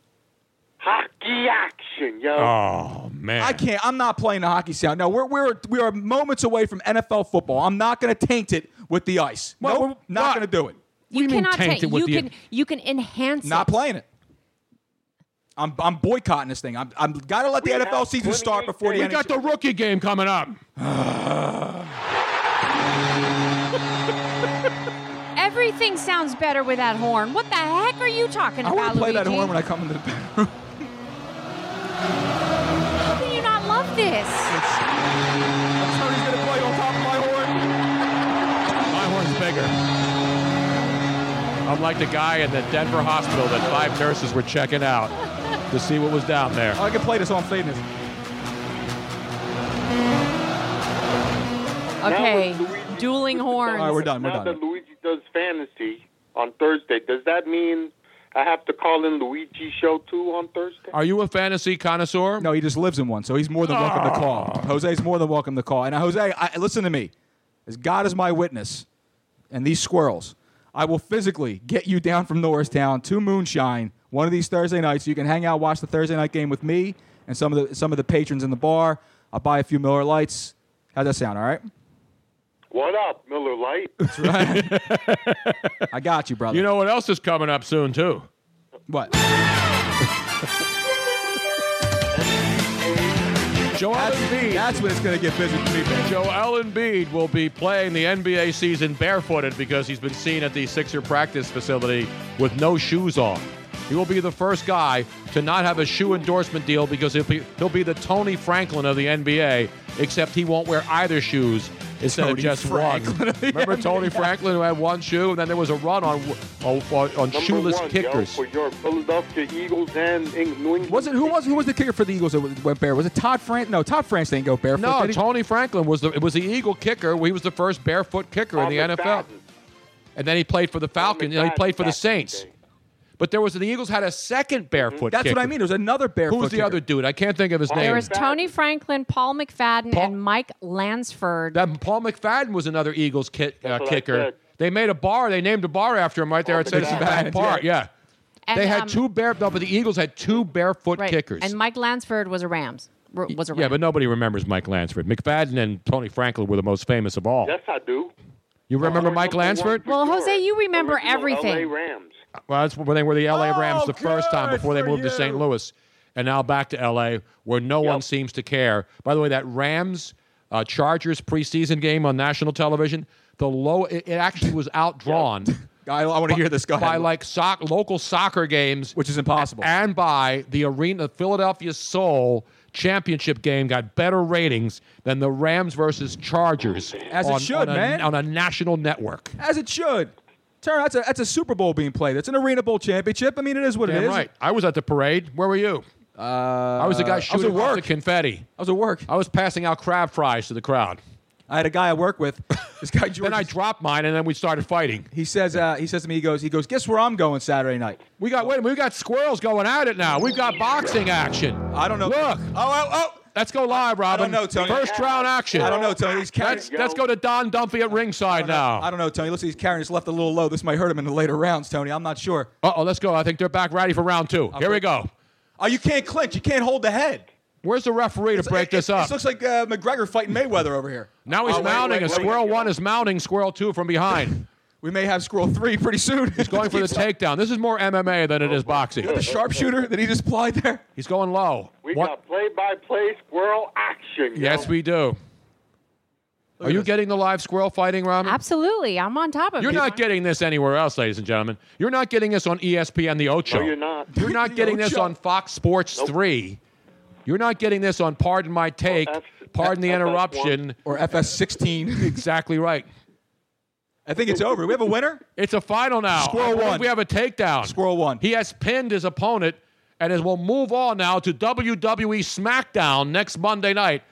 hockey action, yo.
Oh man,
I can't. I'm not playing the hockey sound. No, we're we're we are moments away from NFL football. I'm not going to taint it with the ice. No, nope, not going to do it.
You, cannot
taint it
take.
with
You
the-
can you can enhance.
Not
it.
playing it. I'm I'm boycotting this thing. I'm I'm got to let the NFL season start before the
We
NHL.
got the rookie game coming up.
Every Everything sounds better with that horn. What the heck are you talking
I
about,
want to play that
Luigi?
horn when I come into the bedroom.
How do you not love this?
Tony's gonna play on top of my horn.
My horn's bigger. I'm like the guy in the Denver hospital that five nurses were checking out to see what was down there.
Oh, I can play this on fading
Okay, dueling horns.
All right, we're done. We're
now
done.
that Luigi does fantasy on Thursday, does that mean I have to call in Luigi show too on Thursday?
Are you a fantasy connoisseur? Ah.
No, he just lives in one, so he's more than welcome to call. Jose's more than welcome to call. And uh, Jose, I, listen to me. As God is my witness, and these squirrels, I will physically get you down from Norristown to Moonshine one of these Thursday nights. You can hang out, watch the Thursday night game with me and some of the some of the patrons in the bar. I'll buy a few Miller Lights. How's that sound? All right.
What up, Miller Light?
That's right. I got you, brother.
You know what else is coming up soon too?
What?
Joel Embiid.
That's when it's going to get busy for me, man.
Joel Embiid will be playing the NBA season barefooted because he's been seen at the Sixer practice facility with no shoes on. He will be the first guy to not have a shoe endorsement deal because he'll be, he'll be the Tony Franklin of the NBA, except he won't wear either shoes instead of
Tony
just
Franklin
one.
of the
Remember Tony
NBA?
Franklin who had one shoe, and then there was a run on on, on
Number
shoeless
one,
kickers.
Yo, for your Philadelphia Eagles and Eng- New England.
Was it who was who was the kicker for the Eagles that went bare? Was it Todd France? No, Todd France didn't go barefoot.
No,
did he?
Tony Franklin was the it was the Eagle kicker. He was the first barefoot kicker in the
Tom McFadden.
NFL. And then he played for the Falcons. You know, he
McFadden
played for the
back in the
Saints. But there was the Eagles had a second barefoot.
That's what I
kicker.
mean. It was another barefoot.
Who was the
kicker.
other dude? I can't think of his name.
There was Tony Franklin, Paul McFadden, and Mike Lansford.
that Paul McFadden was another Eagles ki- uh,
what I
kicker.
said.
They made a bar. They named a bar after him right there at Citizen Bank
McFadden,
Park. Yeah.
And,
they had
um,
two bare. No, but the Eagles had two barefoot
Right.
kickers.
And Mike Lansford was a Rams. R- Was a Ram.
yeah, but nobody remembers Mike Lansford. McFadden and Tony Franklin were the most famous of all.
Yes, I do.
You remember Mike Lansford?
Well, Jose, you remember everything.
LA Rams.
Well, that's when they were the LA
Oh,
Rams the first time before they moved to St. Louis, and now back to LA, where no one seems to care. By the way, that Rams uh, Chargers preseason game on national television, the low it, it actually was outdrawn.
I, want to hear this. Go
by
ahead.
like soc- local soccer games,
which is impossible,
and by the arena Philadelphia Soul championship game got better ratings than the Rams versus Chargers
As it
on-
should,
on a-
man.
on a national network.
As it should. Turn. That's a that's a Super Bowl being played. That's an Arena Bowl championship. I mean, it is what
Damn
it is.
right. I was at the parade. Where were you?
Uh, I
I was the guy shooting
I was at
off
work.
the confetti.
I was at work.
I was passing out crab fries to the crowd.
I had a guy I work with. This guy George.
then I dropped mine, and then we started fighting.
He says. Uh, he says to me. He goes. He goes. Guess where I'm going Saturday night.
We got wait. a minute, We got squirrels going at it now. We've got boxing action.
I don't know.
Look.
Oh oh oh.
Let's go live,
I don't
Robin.
know, Tony.
First round action.
I don't know, Tony. He's carrying.
Let's, let's go to Don Dumphy at ringside
I
now.
don't know, Tony. Looks like he's carrying his left a little low. This might hurt him in the later rounds, Tony. I'm not sure.
Uh oh, let's go. I think they're back ready for round two. Here we go.
Oh, you can't clinch. You can't hold the head.
Where's the referee to break this up?
This looks like uh, McGregor fighting Mayweather over here.
Now he's
Oh, wait,
mounting.
wait,
a
wait,
squirrel one is mounting squirrel two from behind.
We may have squirrel three pretty soon.
He's going for the takedown. This is more MMA than it
Oh,
is boxing.
Is that the sharpshooter that he just plied there?
He's going low.
We
One-
got play-by-play squirrel action. yo.
Yes, we do. Are you getting the live squirrel fighting, Robin?
Absolutely. I'm on top of
You're
it.
not getting this anywhere else, ladies and gentlemen. You're not getting this on E ESPN The Ocho.
No, you're not.
You're not getting this
Ocho.
on Fox Sports 3. You're not getting this on Pardon
Oh,
My Take, Pardon the Interruption.
Or FS16.
Exactly right.
I think it's over. We have a winner?
It's a final now.
Squirrel
I believe
one.
We have a takedown.
Squirrel one.
He has pinned his opponent and is, will move on now to WWE SmackDown next Monday night,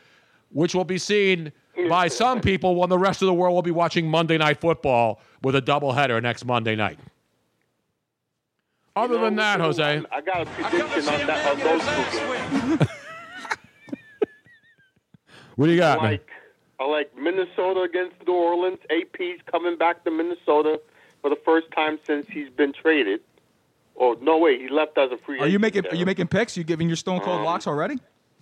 which will be seen by some people when the rest of the world will be watching Monday Night Football with a doubleheader next Monday night. Other than that, Jose,
I got a prediction on that on those two games.
what do you got, man?
like I like Minnesota against New Orleans. AP's coming back to Minnesota for the first time since he's been traded. Oh no, wait, he left as a free.
Are you
agent
making
there.
are you making picks? You giving your stone cold
Um,
locks already?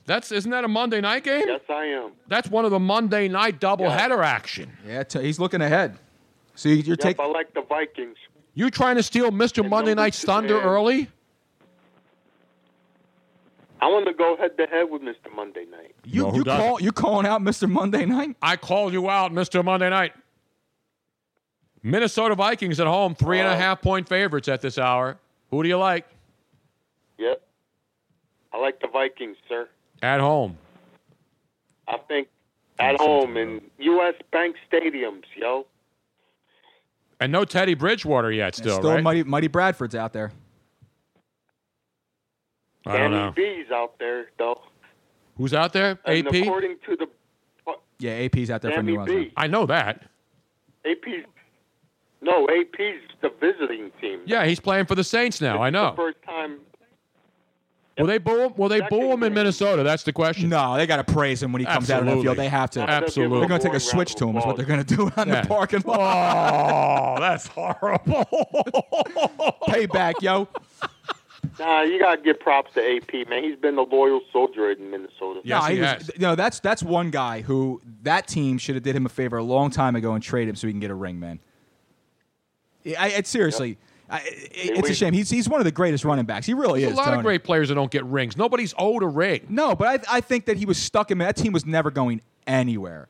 That's isn't that a Monday night game?
Yes, I am.
That's one of the Monday night doubleheader action.
Yeah, t- he's looking ahead. So you- you're
Yep,
taking
I like the Vikings.
You trying to steal Mr. Monday
number
Night's
two,
thunder
man.
early?
I want to go head to head with Mr. Monday Night.
you
No, who
you
doesn't?
call you calling out Mr. Monday Night?
I called you out, Mr. Monday Night. Minnesota Vikings at home, three
Oh.
and a half point favorites at this hour. Who do you like
Yep. I like the Vikings, sir.
at home?
I think at home in U.S. Bank Stadiums, yo.
And no Teddy Bridgewater yet, still,
Still
right?
Mighty, Mighty Bradford's out there.
I don't know.
B's out there, though.
Who's out there?
And
AP?
according to the uh,
Yeah, AP's out there for
Sammy
New Orleans.
B.
I know that.
AP's, no, AP's the visiting team.
Yeah, he's playing for the Saints now. I know.
The first time
Will they boo him? Will they boo him in Minnesota? That's the question.
No, they got to praise him when he comes out of the field. They have to.
Absolutely.
They're going to take a switch to him. Is what they're going to do on
Yeah.
the parking
lot. Oh, that's horrible.
Payback, yo.
Nah, you gotta give props to AP, man. He's been a loyal soldier in Minnesota.
no, he was- th- no, that's that's one guy who that team should have did him a favor a long time ago and trade him so he can get a ring, man. I, I, seriously, I, I- it's a shame. He's he's one of the greatest running backs. He really
There's
is.
a lot of
Tony.
great players that don't get rings. Nobody's owed a ring.
No, but I, I think that he was stuck in that team was never going anywhere.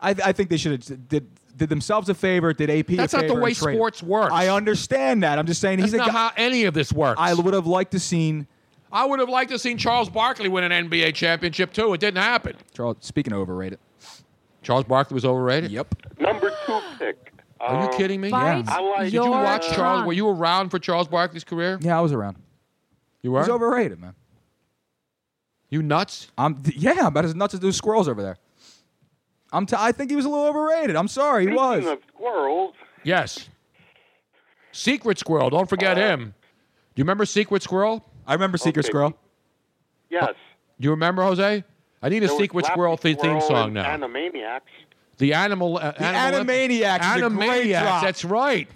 I, I think they should have did, did themselves a favor. Did AP? a
That's not the
favor and
way
trade-
sports works.
I understand that. I'm just saying
That's
he's a
not
guy.
how any of this works.
I would have liked to seen
I would have liked to seen Charles Barkley win an NBA championship too. It didn't happen.
Charles. Speaking of overrated,
Charles Barkley was overrated.
Yep.
Number two pick. Um,
Are you kidding me?
Bite Yeah.
I like-
Did you
Oh. your
watch Charles?
tongue.
Were you around for Charles Barkley's career?
Yeah, I was around.
You were.
He's overrated, man.
You nuts?
I'm d- yeah, I'm about as nuts as those squirrels over there. I'm t- I think he was a little overrated. I'm sorry, he was.
Speaking of squirrels,
Yes. Secret Squirrel. Don't forget
Uh.
him. Do you remember Secret Squirrel?
I remember
Secret Squirrel.
yes.
Do you remember Jose? I need a
There was
Secret
Lappy
Squirrel theme,
Squirrel
theme song
and
now.
Animaniacs.
The animal. Uh,
The
animal-
Animaniacs is a great
Animaniacs.
drop.
That's right.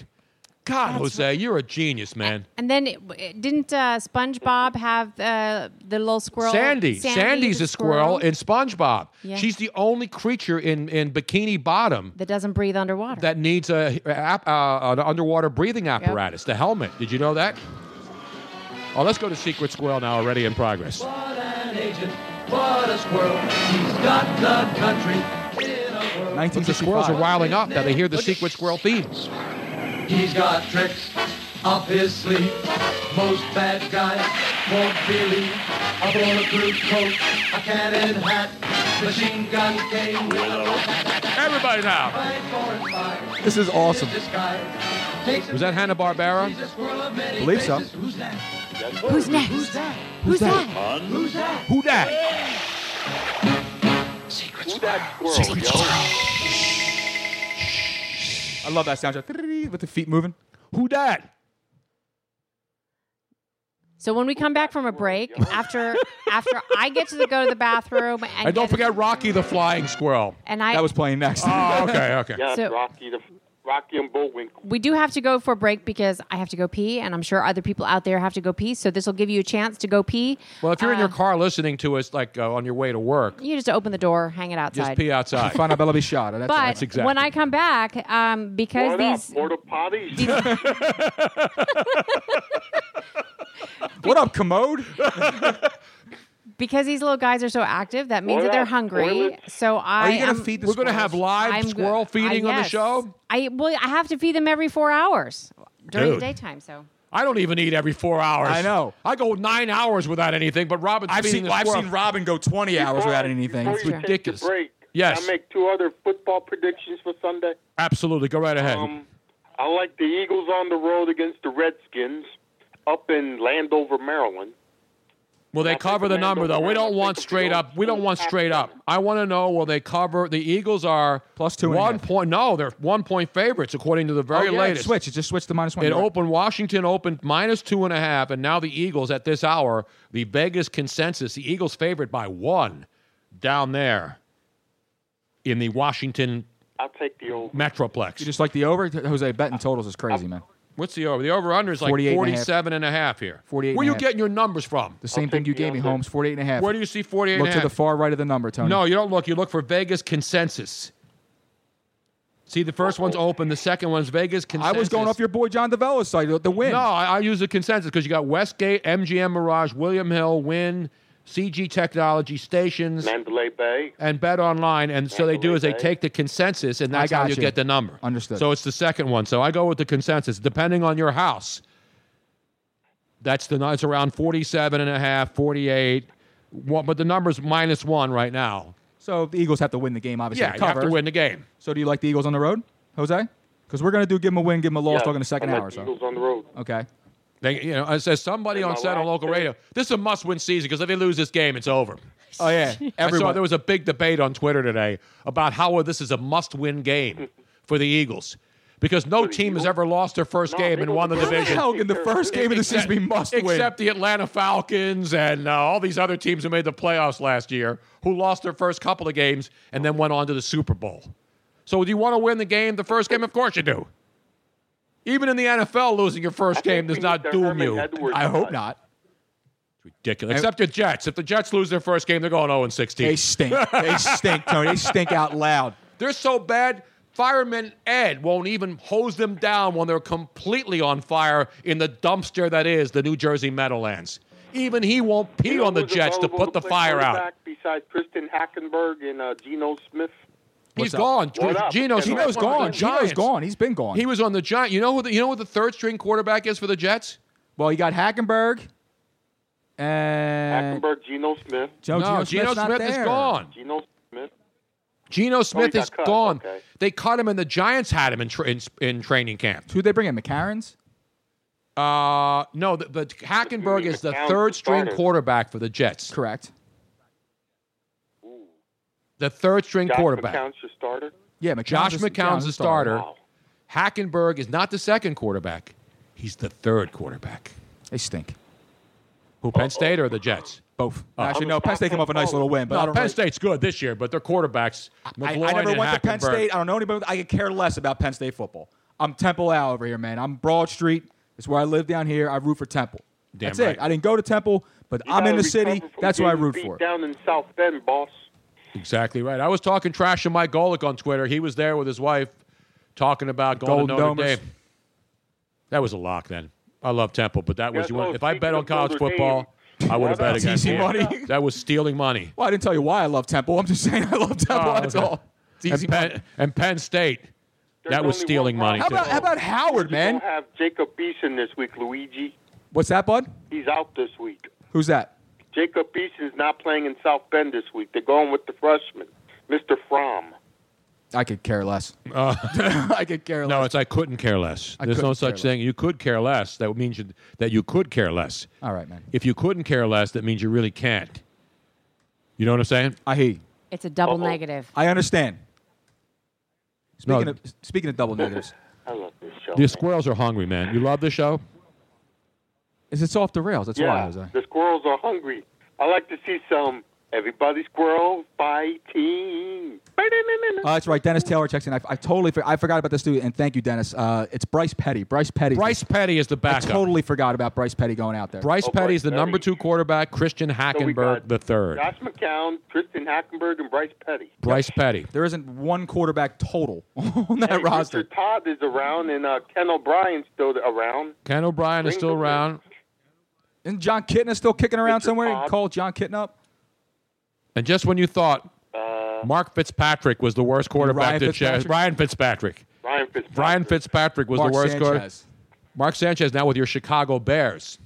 God, Jose, you're a genius, man.
And then it- it- didn't uh, SpongeBob have uh, the little squirrel?
Sandy. Sandy's
the
a squirrel, in SpongeBob.
Yeah.
She's the only creature in, in Bikini Bottom
that doesn't breathe underwater.
that needs a, a- app- uh, an underwater breathing apparatus, the helmet. Did you know that? Oh, let's go to Secret Squirrel now, already in progress.
What an agent, what a squirrel. He's got the country.
Look, the squirrels are wiling up now. They hear the Secret Squirrel theme.
He's got tricks up his sleeve. Most bad guys won't believe. A bulletproof coat, a cannon hat, machine gun cane.
Everybody now.
This is awesome.
Was that Hanna Barbera?
Believe so.
Who's next? Who's that?
Who's that?
Who's that?
Who that?
Who that squirrel, yo?
I love that soundtrack with the feet moving.
Who that?
So when we come back from a break, after after I get to the, go to the bathroom and,
And don't
get-
forget Rocky the Flying Squirrel.
and I
playing next.
Oh, okay, okay.
Yes,
So-
Rocky the Rocky and Bullwinkle.
we do have to go for a break because I have to go pee, and I'm sure other people out there have to go pee. So this will give you a chance to go pee.
Well, if you're in
Uh,
your car listening to us, like uh, on your way to work,
you just open the door, hang it outside.
just pee outside.
Find out be shot. That's,
but when I come back, um, because
What
these
up, porta potties?
what up, commode?
because these little guys are so active, that means
What
that they're
up,
hungry.
toilet?
So I am-
We're going to have live
I'm go-
squirrel feeding
I-
on the
yes.
show.
I well, I have to feed them every four hours during
Dude.
the daytime. So
I don't even eat every four hours.
I know.
I go nine hours without anything, but Robin's
I've
feeding
seen
the
I've
squirrel.
seen Robin go 20 hours without anything.
Before you take the break,
Yes.
I make two other football predictions for Sunday.
Absolutely. Go right ahead.
Um, I like the Eagles on the road against the Redskins up in Landover, Maryland.
will they cover the number, though? We don't want straight up. We don't want straight up. I want to know will they cover? The Eagles are plus
two and a
one
half.
point. No, they're one point favorites, according to the very
oh, yeah,
latest.
Switch. It just switched to minus one.
It
You're right.
opened Washington opened minus two and a half, and now the Eagles at this hour, the Vegas consensus, the Eagles favored by one down there in the Washington
I'll take the old.
Metroplex.
You just like the over? Jose, betting totals is crazy, man.
What's the over? The over under is like
48 and a half.
47 and a half here.
48 and
Where
a
you
half.
getting your numbers from?
The same thing you gave me, Holmes. 48 and a half.
Where do you see 48 and
Look
a
to the
half?
far right of the number, Tony.
No, you don't look. You look for Vegas consensus. See, the first one's open. The second one's Vegas
I
consensus.
was going off your boy John Devella's side, the win.
No, I, I use the consensus because you got Westgate, MGM Mirage, William Hill, Wynn, CG Technology stations,
Mandalay Bay.
and Bet Online. And so they do is they
Mandalay Bay.
take the consensus, and
I
that's how
got
you
you.
get the number.
Understood.
So it's the second one. So I go with the consensus, depending on your house. That's the nu- it's around 47 and a half, 48. One, but the number's minus one right now.
So the Eagles have to win the game, obviously.
Yeah,
to
you have to
cover.
win the game.
So do you like the Eagles on the road, Jose? Because we're gonna do give them a win, give them a loss,
Yeah,
talking the second
I like
hour.
the
So
Eagles on the road.
okay.
They, you know, it says somebody on set on local radio. This is a must-win season because if they lose this game, it's over.
Oh yeah,
I saw
everyone.
there was a big debate on Twitter today about how this is a must-win game for the Eagles because no team has ever lost their first game and won the
How the
division.
hell can the first game of the season be must win?
E-, Except the Atlanta Falcons and uh, all these other teams who made the playoffs last year, who lost their first couple of games and then went on to the Super Bowl. So, do you want to win the game, the first game? Of course you do. Even in the NFL, losing your first game does not doom you.
I hope not.
Ridiculous. Except the Jets. If the Jets lose their first game, they're going 0 16.
They stink. They stink, Tony. They stink out loud.
They're so bad, fireman Ed won't even hose them down when they're completely on fire in the dumpster that is the New Jersey Meadowlands. Even he won't pee on the Jets to put the fire out.
Besides Kristen Hackenberg and uh, Geno Smith.
He's gone.
What up?
Geno Smith
Gino's
went to the
gone. Gino's
Giants.
gone. He's been gone.
He was on the Giant. You know who the, you know what the third string quarterback is for the Jets?
well, you got Hackenberg and
Hackenberg, Geno Smith.
Joe,
No, Geno
Smith's not
Smith is
there.
gone.
Geno Smith.
Geno Smith
got
is
cut.
gone.
Okay.
They caught him, and the Giants had him in tra- in, in training camp.
Who'd they bring in? McCarron's?
Uh, no, the, but Hackenberg is the third string
starter.
quarterback for the Jets.
Correct.
The third string
Josh
quarterback.
McCown's your starter.
Yeah, McCown's
Josh
the-
McCown's the starter. Hackenberg is not the second quarterback. He's the third quarterback.
They stink.
Who, Penn State or the Jets? Uh,
Both. Actually, no. Penn State came off a nice little win, but
No,
I don't
Penn
really-
State's good this year, but their quarterbacks,
I, I
McLaurin
never
and
went to Penn
Hackenberg.
State. I don't know anybody. I could care less about Penn State football. I'm Temple Al over here, man. I'm Broad Street. It's where I live down here. I root for Temple.
Damn
That's
right.
it. I didn't go to Temple, but I'm in the city. That's what I root for.
Down in South Bend, boss.
Exactly right. I was talking trash to Mike Golick on Twitter. He was there with his wife talking about going
Golden
to Notre
Domers.
Dame. That was, a lock then. I love Temple, but that was
Yeah,
you want,
so
if I bet
speaking
on
of
college
Notre Dame,
football, I would
what
have bet
else?
against
Easy
him.
money.
That was stealing money.
Well, I didn't tell you why I love Temple. I'm just saying I love Temple.
Oh,
that's
okay.
all. It's easy
And Penn, and Penn State, that was stealing money.
How
too.
about, how about Howard,
We
man?
don't have Jacob Eason this week, Luigi.
What's that, bud?
He's out this week.
Who's that?
Jacob Eason's not playing in South Bend this week. They're going with the freshman, Mr. Fromm.
I could care less. I could care less.
Uh, No, it's I couldn't care less. There's no
couldn't
such
care
thing. You could care less. That means you, that you could care less.
All right, man.
If you couldn't care less, that means you really can't. You know what I'm saying?
I hear you.
It's a double negative.
I understand. Speaking,
No.
of, speaking of double negatives,
I love this show.
The squirrels are hungry, man. You love the show?
is it's off the rails. That's why,
yeah,
Jose.
the squirrels are hungry. I like to see some everybody squirrel fighting.
Uh, that's right. Dennis Taylor checks in. I, I totally for, I forgot about this dude, and thank you, Dennis. Uh, it's Bryce Petty. Bryce Petty.
Bryce Petty is the
I
backup.
totally forgot about Bryce Petty going out there.
Oh,
Bryce Petty is the number two quarterback. Christian Hackenberg the third.
Josh McCown, Tristan Hackenberg, and Bryce Petty.
Bryce Petty.
There isn't one quarterback total on Oh, that roster.
Richard Todd is around, and uh, Ken O'Brien's still around.
Ken O'Brien is still around,
Isn't John Kitten still kicking around somewhere? You can
Todd.
call John Kitten up.
and just when you thought
Uh,
Mark Fitzpatrick was the worst quarterback,
Ryan
this year,
Fitzpatrick?
Brian Fitzpatrick.
Brian Fitzpatrick.
Brian Fitzpatrick was
Mark
the worst quarterback.
Sanchez.
Mark Sanchez now with your Chicago Bears.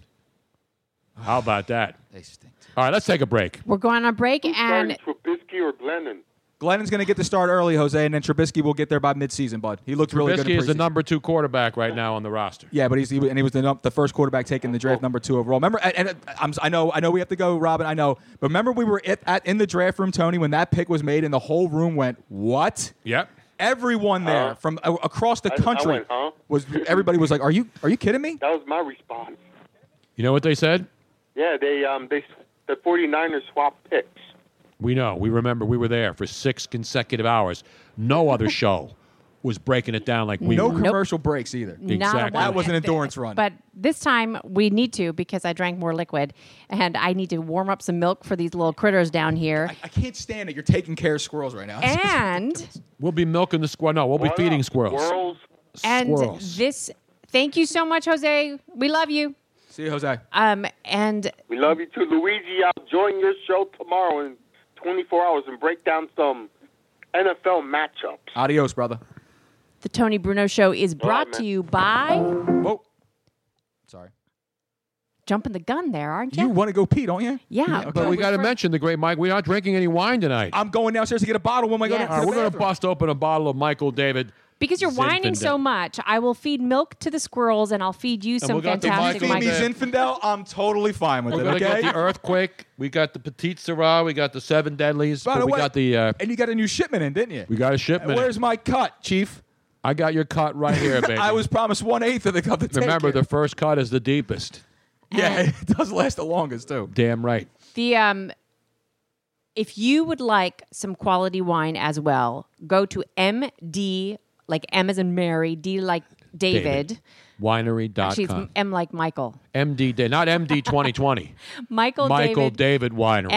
How about that?
They stink.
All right, let's take a break.
We're going on break and
Trubisky or Glennon?
Glennon's going to get the start early, Jose, and then Trubisky will get there by midseason, bud. He looked really good.
Trubisky
In
is the
preseason.
number two quarterback right now on the roster.
Yeah, but he's he, was- and he was the, num- the first quarterback taken in the
Oh.
draft, number two overall. Remember, and, and I'm, I know, I know we have to go, Robin. I know, but remember we were at, at in the draft room, Tony, when that pick was made, and the whole room went, "What?"
Yep.
Everyone there
Huh?
from a across the
I- I
country
went, huh?
was everybody was like, "Are you are you kidding me?"
That was my response.
You know what they said?
Yeah, they um they the 49ers swapped picks.
We know. We remember. We were there for six consecutive hours. No other show was breaking it down like we
no
were.
commercial breaks either.
Not a Exactly. one.
That was an endurance run.
But this time we need to because I drank more liquid and I need to warm up some milk for these little critters down here.
I can't stand it. You're taking care of squirrels right now.
And
We'll be milking the squirrel. No, we'll be feeding squirrels.
and
Squirrels.
this thank you so much, Jose. We love you.
See you, Jose.
Um, and
We love you too, Luigi. I'll join your show tomorrow in 24 hours and break down some NFL matchup.
Adios, brother.
the Tony Bruno Show is brought to you by.
Whoa. Sorry.
Jumping the gun there, aren't you?
You want to go pee, don't you?
Yeah,
but, we got to mention the great Mike. We're not drinking any wine tonight.
I'm going downstairs to get a bottle when I go
Yes.
down
All
to
right,
the
we're going to
bathroom.
bust open a bottle of Michael David.
Because you're whining so
Zinfandel.
much, I will feed milk to the squirrels and I'll feed you some fantastic
Feed me
Michael-
Zinfandel. I'm totally fine with
We're
it.
going to
Okay.
get the earthquake. We got the petite Syrah. We got the seven deadlies.
By
but
the
we
way-
got the uh,
and you got a new shipment in, didn't you?
we got a shipment.
Where's my cut, Chief?
I got your cut right here, baby.
I was promised one eighth of the cup. To take
Remember,
it.
the first cut is the deepest.
yeah, it does last the longest too.
Damn right.
The um if you would like some quality wine as well, go to MD like M as in Mary, D like David. Actually, it's
Winery.com.
M like Michael.
MD Day, not MD 2020.
Michael,
Michael
David.
David Winery.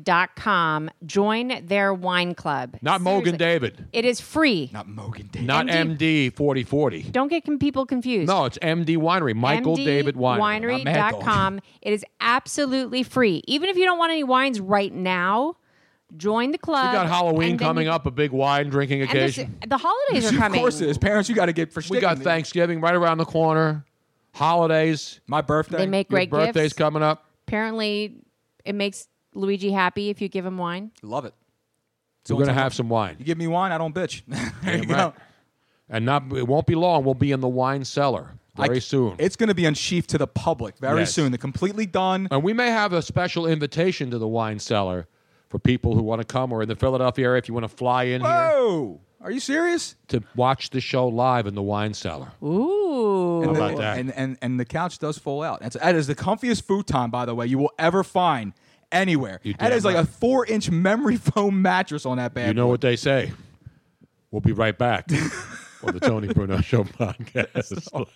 MDWinery.com. Join their wine club.
not Mogan David.
It is free.
Not Mogan
David.
Not MD 4040.
Don't get com- people confused.
No, it's MD Winery. Michael David Winery. Not Mad Dog.
winery.com. It is absolutely free. Even if you don't want any wines right now, join the
We
club.
got Halloween
and then
coming
you-
up, a big wine drinking
And this-
occasion.
the holidays are
of
coming.
course, it is. Parents, you got to get for.
we got Thanksgiving right around the corner. Holidays.
My birthday.
They make great
Your birthday's
gifts.
coming up.
Apparently, it makes Luigi happy if you give him wine.
Love it.
We're going to have some wine.
You give me wine, I don't bitch. there you go.
And not it won't be long. We'll be in the wine cellar very
I-
soon.
It's going to be unsheathed to the public very
Yes.
soon. The completely done.
And we may have a special invitation to the wine cellar for people who want to come or in the Philadelphia area if you want to fly in
Whoa! Are you serious?
here to watch the show live in the wine cellar.
Ooh.
And
How
the,
about that?
And, and and the couch does fall out. That's, that is the comfiest futon, by the way, you will ever find anywhere. That
damn
is like
right.
a four-inch memory foam mattress on that bad.
You know what they say. We'll be right back on the Tony Bruno Show podcast.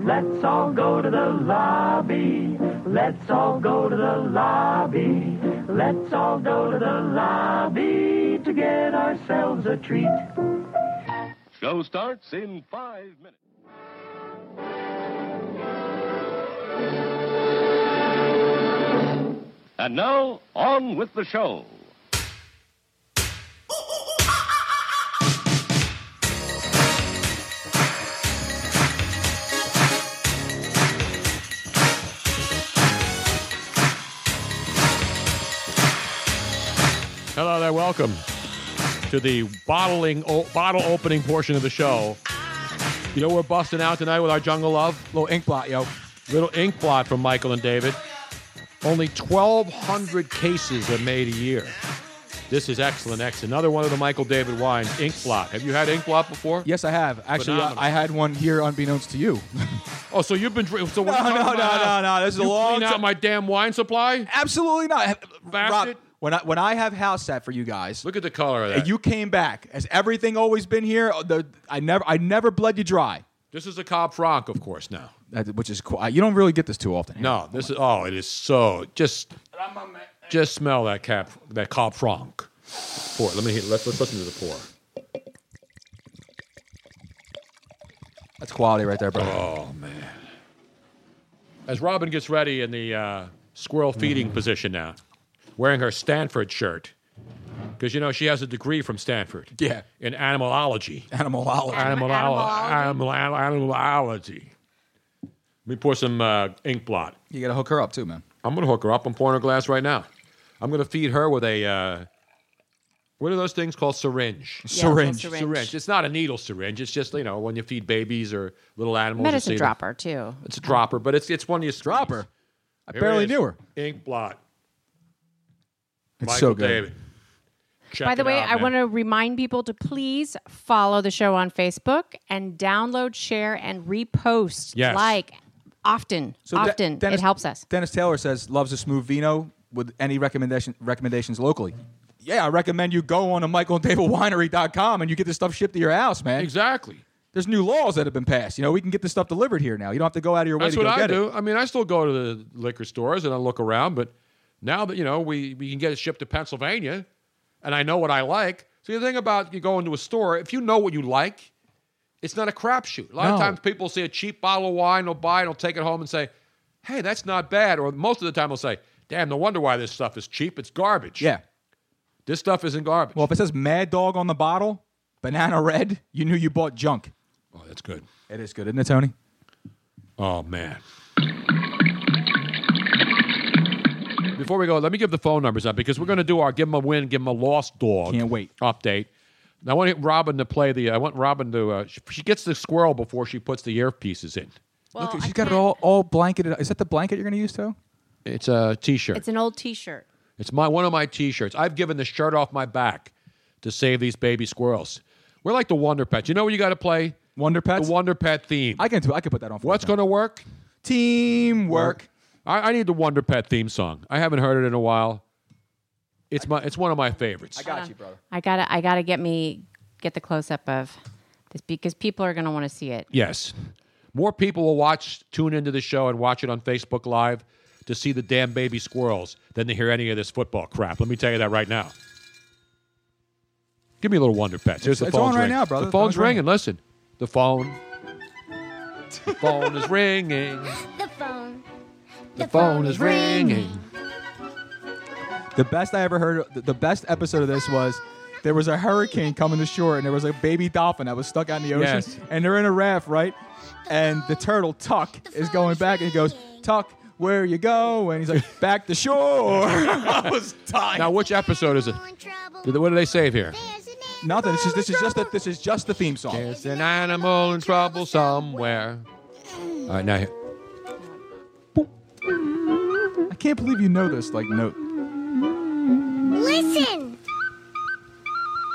Let's all go to the lobby. Let's all go to the lobby. Let's all go to the lobby to get ourselves a treat.
Show starts in five minutes. And now, on with the show.
Hello there. Welcome to the bottling o- bottle opening portion of the show. You know we're busting out tonight with our jungle love
little ink blot, yo.
Little ink blot from Michael and David. Only 1,200 cases are made a year. This is excellent. X. Another one of the Michael David wines, ink blot. Have you had ink blot before?
Yes, I have. Actually, I,
Phenomenal.
I had one here unbeknownst to you.
Oh, so you've been drinking? So when
No,
you come
no,
to my
no,
house,
no, no. This is a
you
long
clean out
time-
my damn wine supply.
Absolutely not. Rob,
Bastard.
when I when I have house sat for you guys,
Look at the color of
and
that.
you came back. Has everything always been here? The, I never I never bled you dry,
this is a Cobb Franc, of course. Now,
That- which is cool. You don't really get this too often.
no, this is oh, it is so just just smell that cap that Cobb Franc. Pour. it. Let me hear, let's let's listen to the pour.
That's quality right there, bro.
Oh man. As Robin gets ready in the uh, squirrel feeding position now, wearing her Stanford shirt, because you know she has a degree from Stanford.
Yeah.
In animalology.
Animalology.
Animal, animal, animalology. Let me pour some uh, ink blot.
You got to hook her up too, man.
I'm gonna hook her up. I'm pouring her glass right now. I'm gonna feed her with a. Uh, what are those things called?
Yeah,
Syringe.
little Syringe.
syringe.
syringe.
It's not a needle syringe. It's just you know when you feed babies or little animals. you
Medicine
see them.
dropper, too.
It's a dropper, but it's it's one you dropper.
I barely knew her.
Ink blot.
It's
Michael
so good.
David. Check
By the
it
way,
out,
I
man.
want to remind people to please follow the show on Facebook and download, share, and repost.
Yes.
Like often.
De-
often.
Dennis-
it helps us.
Dennis Taylor says loves a smooth vino with any recommendation recommendations locally. Yeah, I recommend you go on to michaelanddavidwinery.com and you get this stuff shipped to your house, man.
Exactly.
There's new laws that have been passed. You know, we can get this stuff delivered here now. You don't have to go out of your way
That's
to
what
go
I
get
do.
it.
I mean, I still go to the liquor stores and I look around, but now that you know we, we can get it shipped to Pennsylvania, and I know what I like. See, the thing about you go into a store, if you know what you like, It's not a crapshoot. A lot of
No.
times people see a cheap bottle of wine, they'll buy it, they'll take it home and say, hey, that's not bad. Or most of the time they'll say, damn, no wonder why this stuff is cheap. It's garbage.
Yeah.
This stuff isn't garbage.
Well, if it says Mad Dog on the bottle, banana red, you knew you bought junk.
Oh, that's good.
It is good, isn't it, Tony?
Oh, man. Before we go, let me give the phone numbers up because we're going to do our give them a win, give them a lost dog. Can't wait. Update. And I want Robin to play the. I want Robin to. Uh, she, she gets the squirrel before she puts the earpieces in.
Well,
Look, she's got it all, all blanketed. Is that the blanket you're going to use, too?
It's a T-shirt.
it's an old T-shirt.
It's my one of my T-shirts. I've given the shirt off my back to save these baby squirrels. We're like the Wonder Pets. You know what you got to play?
Wonder Pets.
The Wonder Pet theme. I
can. I can put that on. For
What's going to work? Teamwork. I, I need the Wonder Pet theme song. I haven't heard it in a while. It's my. It's one of my favorites. I
got you, brother. I gotta, I gotta get me get the close up of this because people are gonna want to see it.
Yes. More people will watch, tune into the show, and watch it on Facebook Live to see the damn baby squirrels than to hear any of this football crap. Let me tell you that right now. Give me a little Wonder Pets.
It's-
Here's the
it's
phone's
on right
ringing.
now, brother.
The
The
phone's
phone's ringing.
ringing. Listen, the phone. The phone is ringing.
The phone.
The phone is ringing.
The best I ever heard, the- the best episode of this was there was a hurricane coming to shore and there was a baby dolphin that was stuck out in the ocean.
Yes.
And they're in a raft, right? And the turtle, Tuck, is going back and he goes, Tuck, where you go? And he's like, back to shore. I was dying.
Now, which episode is it? Did they- What do they save here?
Nothing. It's just, this is just the, this is just the theme song.
There's an animal in trouble somewhere. All right, now here.
I can't believe you know this like note.
Listen!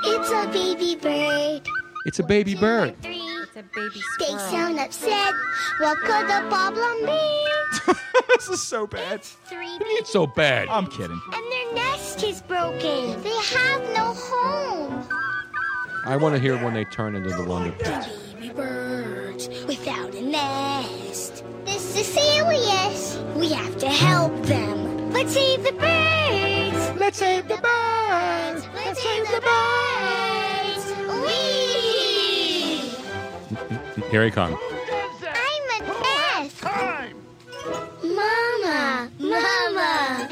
It's a baby bird.
It's a baby bird.
It's a baby They sound upset. What could the problem be?
this is so bad.
Three
It's so bad.
I'm kidding.
and their nest is broken. They have no home.
I want to hear when they turn into the Wonder Pets.
Baby birds without a nest. This is serious. We have to help them. Let's save the birds. Let's save the birds. Let's save the birds. Wee!
Here he comes.
I'm a mess. Mama, mama.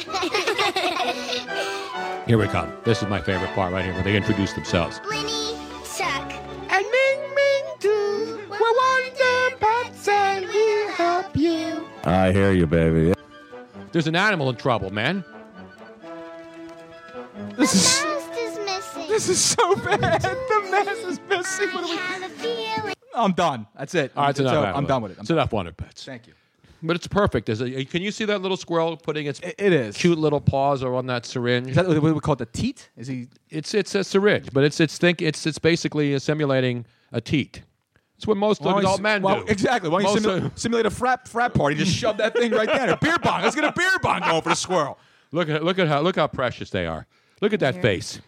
Here we come. This is my favorite part right here when they introduce themselves.
Blinny, Suck, and Ming Ming too. We're wonder pets and we'll help you.
I hear you, baby. There's an animal in trouble, man.
This
is. Nest is missing.
This is so bad. The nest is missing. What
I have a feeling.
I'm done. That's it.
All right, it's
It's
enough.
over.
animal.
I'm done with it. I'm
it's enough Wonder Pets.
Thank you.
But it's perfect. There's a- can you see that little squirrel putting its
it is.
cute little paws on that syringe? Is
that what we call it, the teat? Is he?
It's it's a syringe, but it's it's think it's it's basically simulating a teat. It's what most
Why don't you
adult
s-
men
why-
do.
Exactly. Why don't you
Most
simula-
of-
simulate a frat frat party? Just shove that thing right down. A beer bong. Let's get a beer bong going for the squirrel.
Look at look at how look how precious they are. Look at that face.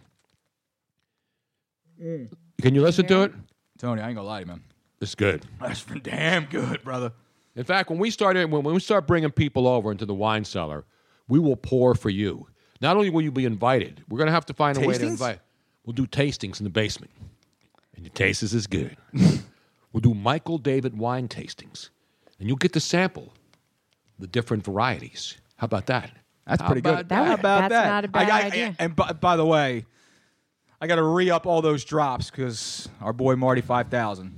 Can you listen to it?
Mm. Tony, I ain't gonna lie to you, man.
It's good.
That's been damn good, brother.
In fact, when we started, when, when we start bringing people over into the wine cellar, we will pour for you. Not only will you be invited, we're going to have to find a way to
Tastings?
invite. We'll do tastings in the basement, and the taste is as good. we'll do Michael David wine tastings, and you'll get to sample the different varieties. How about that?
That's
How
pretty
about
good. How
that?
about
that's
that?
not a
I-
bad
I- I-
idea.
and by, by the way, I got to re up all those drops because our boy Marty Five Thousand,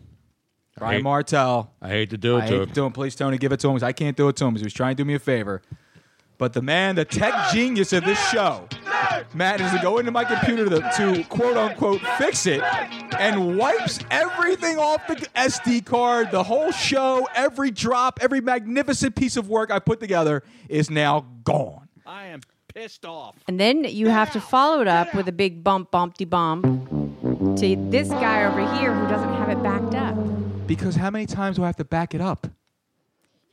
Brian
hate-
Martell.
I hate to do it
I
to
hate
him.
do him. Please, Tony, give it to him. 'cause I can't do it to him. 'cause He was trying to do me a favor. But the man, the tech genius of this show, manages to go into my computer to, to quote unquote fix it and wipes everything off the SD card. The whole show, every drop, every magnificent piece of work I put together is now gone.
I am pissed off.
And then you have to follow it up with a big bump, bump, de bump to this guy over here who doesn't have it backed up.
Because how many times do I have to back it up?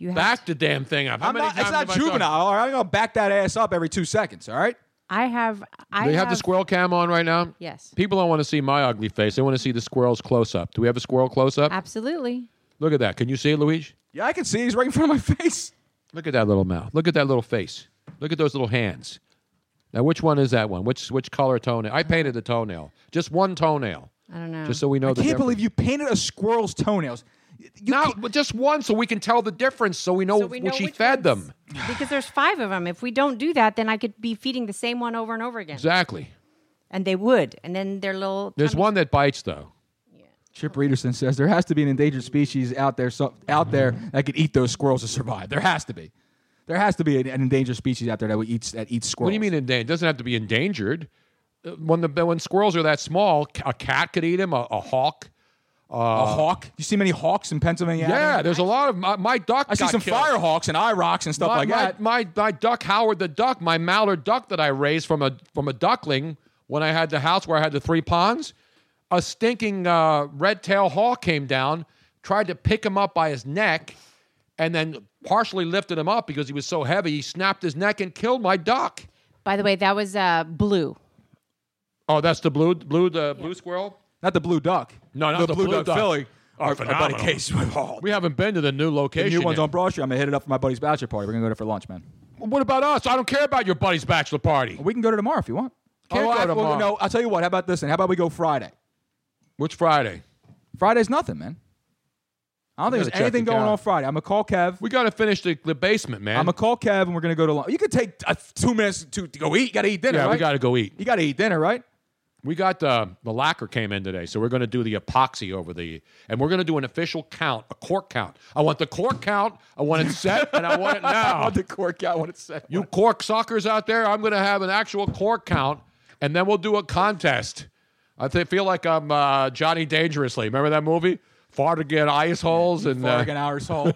Back the damn thing up. How
I'm
many
not,
times
it's not
have I done-
juvenile. all right? I'm gonna back that ass up every two seconds. All right.
I have. I
Do you have, the squirrel cam on right now?
Yes.
People don't want to see my ugly face. They want to see the squirrel's close up. Do we have a squirrel close up?
Absolutely.
Look at that. Can you see it, Luigi?
Yeah, I can see. He's right in front of my face.
Look at that little mouth. Look at that little face. Look at those little hands. Now, which one is that one? Which which color toenail? I painted the toenail. Just one toenail.
I don't know.
Just so we
I
know the
can't
difference.
believe you painted a squirrel's toenails.
no, but just one, so we can tell the difference, so we know
So we know
what she
which
fed them.
because there's five of them. If we don't do that, then I could be feeding the same one over and over again,
Exactly.
and they would. And then their little
There's one that bites though.
Chip Readerson says there has to be an endangered species out there, so, out there that could eat those squirrels to survive. There has to be. There has to be an, an endangered species out there that would eat that eats
What
squirrels.
do you mean endangered? It doesn't have to be endangered. Uh, When the when squirrels are that small, c- a cat could eat them. A, a hawk. Uh,
A hawk? You see many hawks in Pennsylvania?
Yeah,
Avenue?
there's a lot of my, my duck.
I see
got
some
killed.
firehawks and eye rocks and stuff
my,
like
my,
that.
My my duck Howard the duck, my mallard duck that I raised from a from a duckling when I had the house where I had the three ponds. A stinking uh, red tail hawk came down, tried to pick him up by his neck, and then partially lifted him up because he was so heavy. He snapped his neck and killed my duck.
By the way, that was uh, blue.
Oh, that's the blue blue the blue squirrel.
Not the blue duck.
No, not
The
the,
blue duck Philly
Are
are- are
phenomenal.
buddy case.
we haven't been to the new
The
location.
new one's
yet.
on Broad Street. I'm gonna hit it up for my buddy's bachelor party. We're gonna go there for lunch, man.
What about us? I don't care about your buddy's bachelor party.
We can go to tomorrow if you want.
Can't go
I- well,
tomorrow.
no, I'll tell you what. How about this? And how about we go Friday?
Which Friday?
Friday's nothing, man. I don't
We
think
gotta
there's
check
anything
the
going on
calendar.
Friday. I'm gonna call Kev.
We got to finish the, the basement, man.
I'm gonna call Kev and we're gonna go to lunch. You could take uh, two minutes to, to go eat. You gotta eat dinner.
yeah, we
right?
got to go eat.
You gotta eat dinner, right?
We got uh, the lacquer came in today, so we're going to do the epoxy over the, and we're going to do an official count, a cork count. I want the cork count. I want it set, and I want it now.
I want the cork count. I want it set.
You cork suckers out there, I'm going to have an actual cork count, and then we'll do a contest. I th- feel like I'm uh, Johnny Dangerously. Remember that movie? Far to get ice holes and uh,
Fargan hours hole.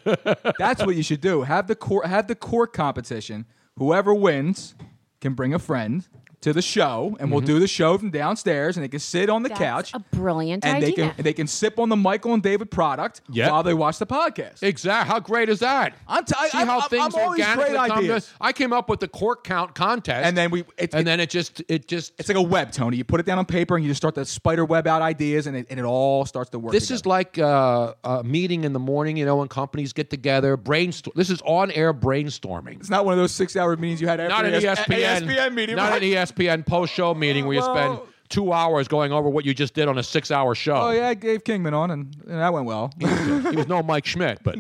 That's what you should do. Have the court have the court competition. Whoever wins can bring a friend to the show, and
Mm-hmm.
we'll do the show from downstairs, and they can sit on the
That's
couch.
A brilliant
and
idea.
they can and they can sip on the Michael and David product
Yeah.
while they watch the podcast.
Exactly. How great is that?
I'm t- I-
See
I'm-
how
I'm-
things
I'm all these
organically
great
come to-
ideas.
I came up with the cork count contest,
And then we it,
and then it just it just
it's like a web, Tony. You put it down on paper and you just start to spider web out ideas, and it, and it all starts to work.
This is like uh, a meeting in the morning, you know, when companies get together, brainstorm. This is on-air brainstorming.
it's not one of those six-hour meetings you had. After E
Not an E
ES-
ESPN,
ESPN meeting.
not
right?
an E ESPN post-show meeting where you spend two hours going over what you just did on a six-hour show.
Oh yeah, I gave Kingman on, and, and that went well.
he was no Mike Schmidt, but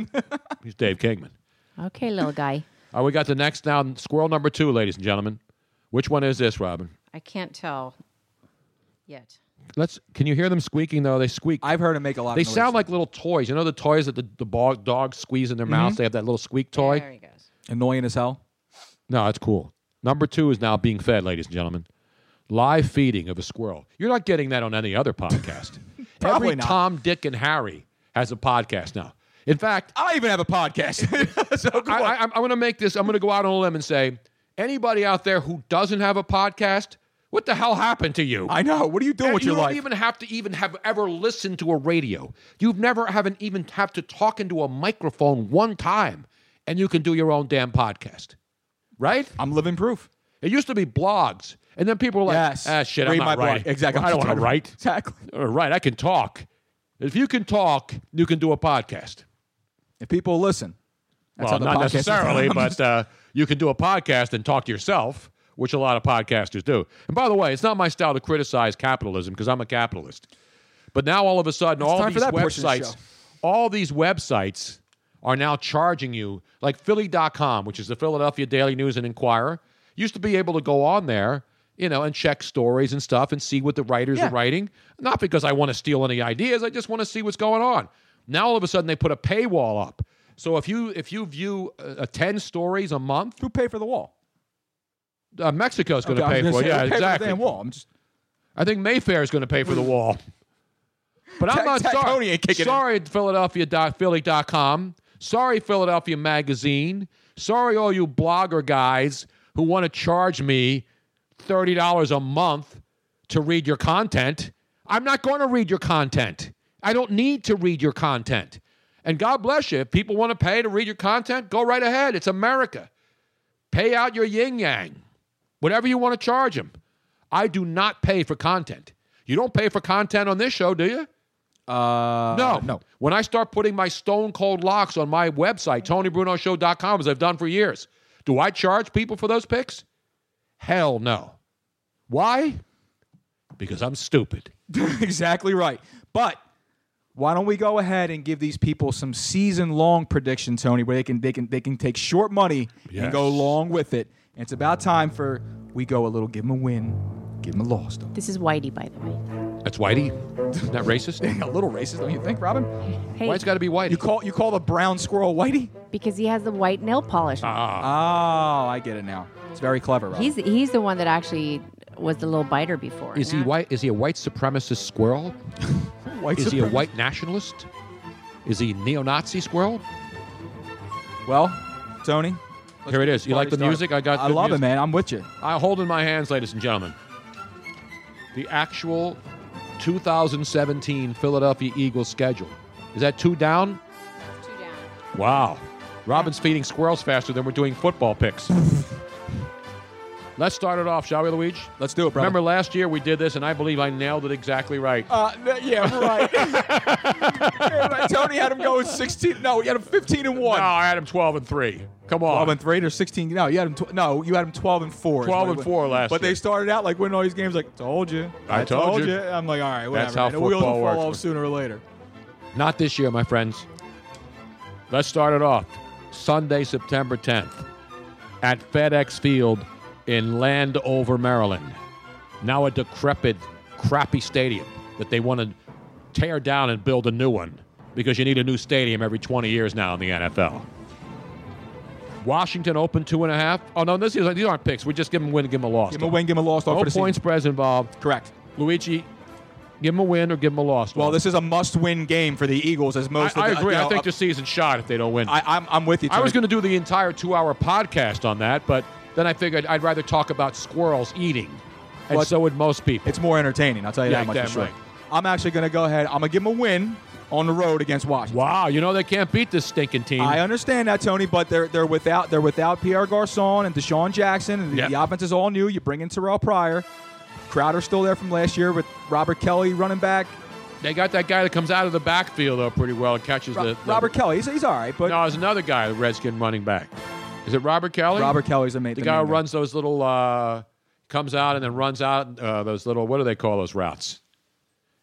he's Dave Kingman.
okay, little guy.
All right, we got the next now, squirrel number two, ladies and gentlemen. Which one is this, Robin?
I can't tell yet.
Let's. Can you hear them squeaking though? They squeak.
I've heard him make a lot.
They
of noise.
sound like little toys. You know the toys that the, the bog, dogs squeeze in their mouths? They have that little squeak toy.
There he goes.
Mm-hmm. annoying as hell.
No, that's cool. Number two is now being fed, ladies and gentlemen. Live feeding of a squirrel. You're not getting that on any other podcast.
Probably
Every
not.
Tom, Dick, and Harry has a podcast now. In fact,
I even have a podcast. so
I, I, I'm going to make this. I'm going to go out on a limb and say, anybody out there who doesn't have a podcast, what the hell happened to you?
I know. What are you doing
And
with
you
your
don't
life?
even have to even have ever listened to a radio. You've never haven't even have to talk into a microphone one time, and you can do your own damn podcast, right?
I'm living proof.
It used to be blogs, and then people were like,
Yes.
"Ah, shit,
Read
I'm
my
not
blog.
writing.
Exactly.
I don't want
I'm
to write.
Exactly.
All right, I can talk. If you can talk, you can do a podcast.
If people listen, that's
well,
how the
not
podcast is
necessarily,
done.
but uh, you can do a podcast and talk to yourself, which a lot of podcasters do. And by the way, it's not my style to criticize capitalism because I'm a capitalist. But now all of a sudden, all
time for
these
that portion of the
websites,
show.
all these websites are now charging you, like Philly.com, which is the Philadelphia Daily News and Inquirer, used to be able to go on there, you know, and check stories and stuff and see what the writers
Yeah.
are writing. Not because I want to steal any ideas, I just want to see what's going on. Now all of a sudden they put a paywall up. So if you if you view uh, uh, ten stories a month,
who pay for the wall?
uh, Mexico's going to
Okay, I was
pay
gonna
for it.
say,
Yeah,
who pay for the
exactly.
damn wall. I'm just-
I think Mayfair is going to pay for the wall. But I'm
Tac-
not
Tac Tony
sorry.
ain't kicking in.
Sorry, Philadelphia dot Philly.com. Sorry, Philadelphia Magazine. Sorry, all you blogger guys who want to charge me $30 a month to read your content. I'm not going to read your content. I don't need to read your content. And God bless you. If people want to pay to read your content, go right ahead. It's America. Pay out your yin yang, whatever you want to charge them. I do not pay for content. You don't pay for content on this show, do you?
Uh,
no.
no.
When I start putting my stone cold locks on my website, TonyBrunoShow.com, as I've done for years, do I charge people for those picks? Hell no. Why? Because I'm stupid.
exactly right. But why don't we go ahead and give these people some season long prediction, Tony, where they can they can they can take short money
Yes.
and go long with it. And it's about time for we go a little give them a win, give them a loss.
This is Whitey, by the way.
That's Whitey. Isn't that racist?
a little racist, don't you think, Robin?
Hey. White's
gotta be white.
You call you call the brown squirrel whitey?
Because he has the white nail polish.
Ah. Oh, I get it now. It's very clever, Robin.
He's he's the one that actually was the little biter before.
Is he
Now-
white? Is he a white supremacist squirrel?
White
is he a
supremacist.
white nationalist? Is he neo-Nazi squirrel?
Well, Tony,
here it is. You like the
Party
music? I
started.
got.
I
good
love it,
music.
man. I'm with you.
I hold in my hands, ladies and gentlemen, the actual 2017 Philadelphia Eagles schedule. Is that two down? Two down. Wow. Robin's feeding squirrels faster than we're doing football picks. Let's start it off, shall we, Luigi?
Let's do it, brother.
Remember last year we did this, and I believe I nailed it exactly right.
Uh, th- yeah, right. Yeah, Tony had him going 16. No, he had him 15 and 1.
No, I had him 12 and 3. Come on.
12 and 3 or 16. No, you had him tw- No, you had him 12 and 4. is
12
what it
and
was.
4 last
But
year.
they started out like winning all these games like told you.
I told you."
you. I'm like, all right, whatever.
That's how
and the wheels will
football
fall
works.
off sooner or later.
Not this year, my friends. Let's start it off. Sunday, September 10th at FedEx Field in Landover, Maryland. Now a decrepit, crappy stadium that they want to tear down and build a new one because you need a new stadium every 20 years now in the NFL. Washington open two and a half. Oh no, this is, these aren't picks. We just give them a win, give them a loss.
Give him a win, give him a loss.
No
All for the
point
points.
spreads involved.
Correct.
Luigi, give him a win or give him a loss.
Well, this is a must-win game for the Eagles, as most.
I, I
of the,
agree.
you know,
I think
uh,
the season's shot if they don't win.
I, I'm, I'm with you. Tony.
I was going to do the entire two-hour podcast on that, but then I figured I'd rather talk about squirrels eating, and
Well,
so would most people.
It's more entertaining. I'll tell you
Yeah,
that much
damn
for sure.
right.
I'm actually going to go ahead. I'm going to give him a win on the road against Washington.
Wow, you know they can't beat this stinking team.
I understand that, Tony, but they're they're without they're without Pierre Garcon and Deshaun Jackson, and the,
Yep.
the offense is all new. You bring in Terrell Pryor, Crowder's still there from last year with Robert Kelly running back.
they got that guy that comes out of the backfield though pretty well and catches
Ro-
the, the-
Robert Kelly, he's, he's all right, but
No, there's another guy, the Redskin running back. Is it Robert Kelly?
Robert Kelly's the main.
the
the
guy who
main
runs those little, uh, comes out and then runs out uh, those little. What do they call those routes?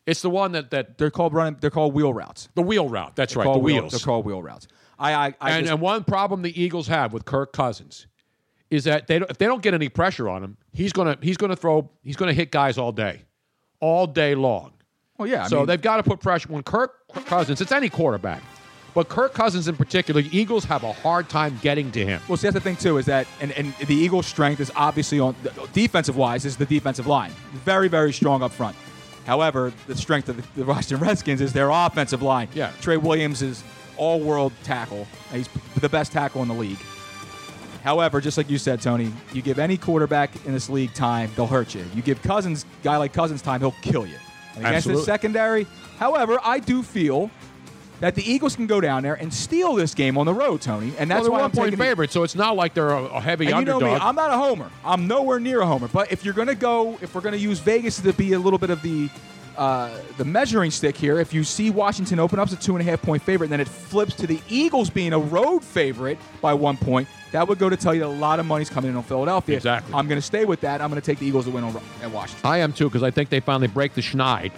It's the one that that
They're called running. They're called wheel routes.
the wheel route. That's
They're
right, the
called wheel-
wheels.
They're called wheel routes. I I, I
and,
just-
and one problem the Eagles have with Kirk Cousins is that they don't, if they don't get any pressure on him, he's gonna he's gonna throw he's gonna hit guys all day, all day long.
well, yeah. I
so
mean,
they've got to put pressure when Kirk Cousins. It's any quarterback, but Kirk Cousins in particular, the Eagles have a hard time getting to him.
Well, see, that's the thing too is that, and, and the Eagles' strength is obviously on defensive wise is the defensive line, very very strong up front. However, the strength of the, the Washington Redskins is their offensive line.
Yeah.
Trey Williams is all world tackle. He's the best tackle in the league. However, just like you said, Tony, you give any quarterback in this league time, they'll hurt you. You give Cousins, guy like Cousins, time, he'll kill you. And against
Absolutely.
his secondary, however, I do feel that the Eagles can go down there and steal this game on the road, Tony. And that's
well, they're
why
one
I'm
point
taking the-
favorite, so it's not like they're a, a heavy
and you know
underdog.
me, I'm not a homer. I'm nowhere near a homer. But if you're gonna go, if we're gonna use Vegas to be a little bit of the uh, the measuring stick here, if you see Washington open up as a two and a half point favorite, then it flips to the Eagles being a road favorite by one point. That would go to tell you that a lot of money's coming in on Philadelphia.
Exactly.
I'm gonna stay with that. I'm gonna take the Eagles to win on, at Washington.
I am too because I think they finally break the Schneid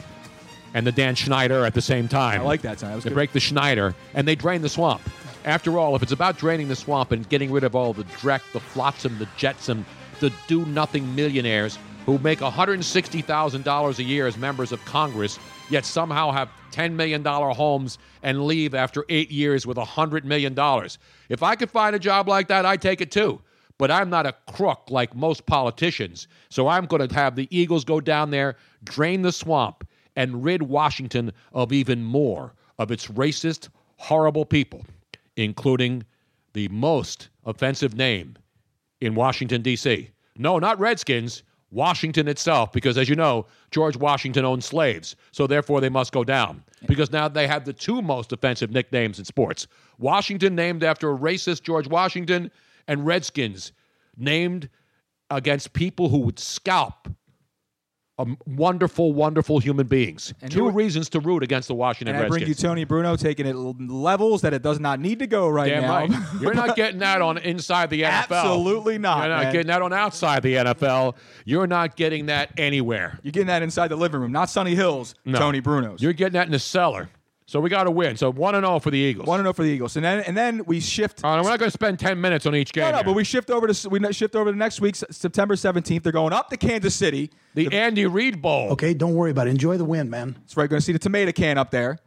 and the Dan Schneider at the same time.
I like that sound. That was
They
good.
break the Schneider and they drain the swamp. After all, if it's about draining the swamp and getting rid of all the Drek, the Flotsam, the Jetsam, the do nothing millionaires who make $160,000 a year as members of Congress, yet somehow have $10 million homes and leave after eight years with $100 million. If I could find a job like that, I'd take it too but I'm not a crook like most politicians. So I'm going to have the Eagles go down there, drain the swamp, and rid Washington of even more of its racist, horrible people, including the most offensive name in Washington, D.C. No, not Redskins, Washington itself, because as you know, George Washington owned slaves, so therefore they must go down. Because now they have the two most offensive nicknames in sports Washington, named after a racist George Washington, and Redskins, named against people who would scalp um, wonderful, wonderful human beings. Two
you-
reasons to root against the Washington
And I bring you
Redskins.
Tony Bruno taking it l- levels that it does not need to go right
Damn
now.
right. You're not getting that on inside the NFL.
Absolutely not,
You're not
man.
getting that on outside the NFL. You're not getting that anywhere.
You're getting that inside the living room, not Sunny Hills, Tony Bruno's.
You're getting that in the cellar. So we got to win. So one and zero for the Eagles. One
and zero for the Eagles. And then and then we shift.
we're not going to spend ten minutes on each game.
No, no,
here.
but we shift over to we shift over to next week's September 17th. They're going up to Kansas City.
The, Andy Reid Bowl.
Okay, don't worry about it. Enjoy the win, man.
That's right. Going to see the tomato can up there.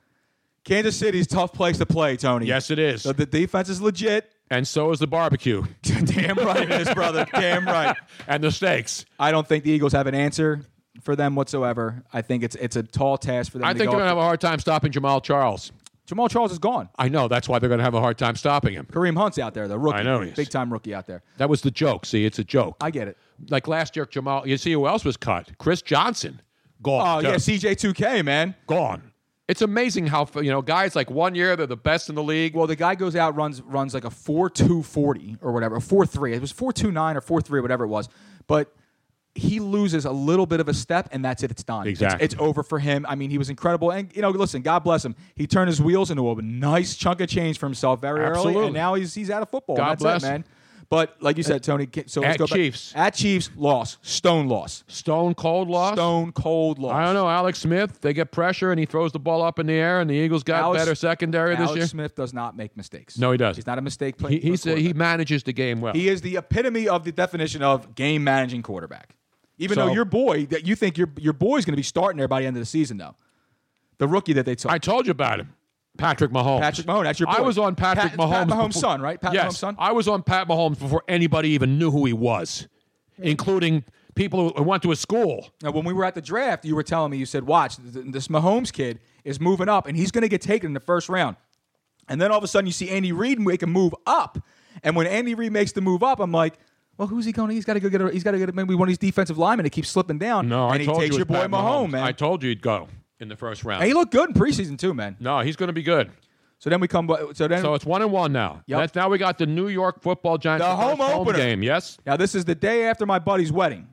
Kansas City's a tough place to play, Tony.
Yes, it is.
So the defense is legit.
and so is the barbecue.
Damn right it is, brother. Damn right.
And the stakes.
I don't think the Eagles have an answer for them whatsoever. I think it's it's a tall task for them.
I
to
think
go
they're going to
up
have a hard time stopping Jamal Charles.
Jamal Charles is gone.
I know. That's why they're going to have a hard time stopping him.
Kareem Hunt's out there, the rookie.
I know he is.
Big time rookie out there.
That was the joke. See, it's a joke.
I get it.
Like last year, Jamal. You see who else was cut? Chris Johnson. Gone.
Oh, yeah, CJ2K, man.
Gone. It's amazing how f- you know guys like one year they're the best in the league.
Well, the guy goes out runs runs like a four two forty or whatever, a four three. It was four two nine or four three, whatever it was. But he loses a little bit of a step, and that's it. It's done. It's-
Exactly.
It's, over for him. I mean, he was incredible, and you know, listen, God bless him. He turned his wheels into a nice chunk of change for himself very early,
Absolutely.
and now he's he's out of football.
God
that's
bless
it,
him.
man. But like you said, Tony. ca- So let's
At
go back.
Chiefs.
At Chiefs, loss. Stone loss.
Stone cold loss.
Stone cold loss.
I don't know. Alex Smith. They get pressure and he throws the ball up in the air, and the Eagles got
Alex-
better secondary
Alex
this year.
Smith does not make mistakes.
No, he does.
He's not a mistake player.
He, he's, he manages the game well.
He is the epitome of the definition of game managing quarterback. Even
So-
though your boy that you think your your boy's going to be starting there by the end of the season, though. The rookie that they took.
I told you about him, Patrick Mahomes.
Patrick Mahomes. That's your boy.
I was on Patrick
Pat,
Mahomes.
Pat Mahomes'
before-
son, right? Pat
yes,
Mahomes' son.
I was on Pat Mahomes before anybody even knew who he was, including people who went to his school.
Now, when we were at the draft, you were telling me you said, "Watch, th- th- this Mahomes kid is moving up, and he's going to get taken in the first round." And then all of a sudden, you see Andy Reid make a move up, and when Andy Reid makes the move up, I'm like. Well, who's he going? to? He's got to go get. A, he's got to get maybe one of these defensive linemen that keeps slipping down.
No,
and
I
he
told
takes
you
your
it was
boy
Pat
Mahomes,
Mahomes.
man.
I told you he'd go in the first round.
And he looked good in preseason too, man.
no, he's going to be good.
So then we come. So then
So it's one and one now.
Yep.
That's now we got the New York Football Giants
The
their first
home opener.
game. Yes,
now this is the day after my buddy's wedding.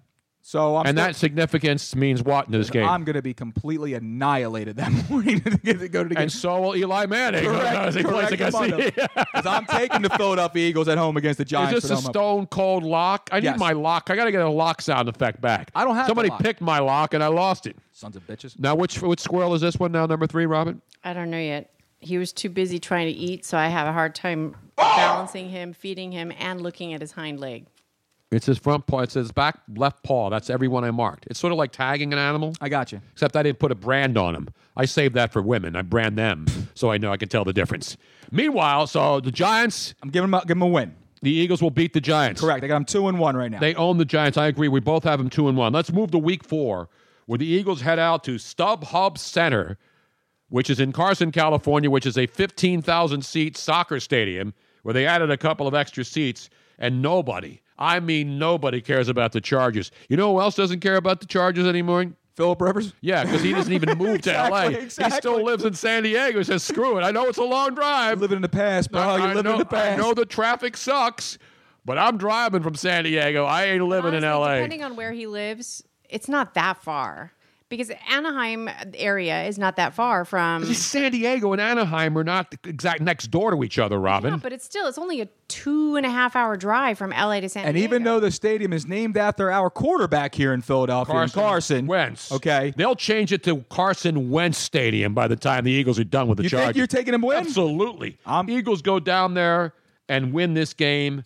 So I'm
and
still-
that significance means what in this game?
I'm going to be completely annihilated that morning to get to go to the game.
and so will Eli Manning.
Correct,
As he plays
correct,
against
Armando.
the-
'Cause I'm taking the Philadelphia Eagles at home against the
Is
Giants. for
this a
the home opener.
stone cold lock? I need
Yes.
my lock. I got to get a lock sound effect back.
I don't have the
Somebody
lock.
picked my lock and I lost it.
Sons of bitches.
Now, which which squirrel is this one now? Number three, Robin.
I don't know yet. He was too busy trying to eat, so I have a hard time balancing him, feeding him, and looking at his hind leg.
It's his front paw. It's his back left paw. That's everyone I marked. It's sort of like tagging an animal.
I got you.
Except I didn't put a brand on them. I saved that for women. I brand them so I know I can tell the difference. Meanwhile, so the Giants.
I'm giving them a, give 'em a win.
The Eagles will beat the Giants.
Correct. I got them two and one right now.
They own the Giants. I agree. We both have them two and one. Let's move to week four, where the Eagles head out to StubHub Center, which is in Carson, California, which is a 15,000 seat soccer stadium where they added a couple of extra seats, and nobody, I mean, nobody cares about the Chargers. You know who else doesn't care about the Chargers anymore?
Philip Rivers?
Yeah, because he doesn't even move to LA.
Exactly,
He
exactly.
still lives in San Diego. He says, screw it. I know it's a long drive.
living in the past, bro.
I
You're living
know,
in the
I
past.
know the traffic sucks, but I'm driving from San Diego. I ain't living in
Honestly,
LA.
Depending on where he lives, it's not that far because Anaheim area is not that far from.
San Diego and Anaheim are not the exact next door to each other, Robin.
Yeah, but it's still it's only a two and a half hour drive from LA to San
and
Diego.
even though the stadium is named after our quarterback here in Philadelphia, in
Carson
Carson
Wentz.
Okay.
They'll change it to Carson Wentz Stadium by the time the Eagles are done with the
You think
Chargers.
you're taking him win?
Absolutely. Eagles go down there and win this game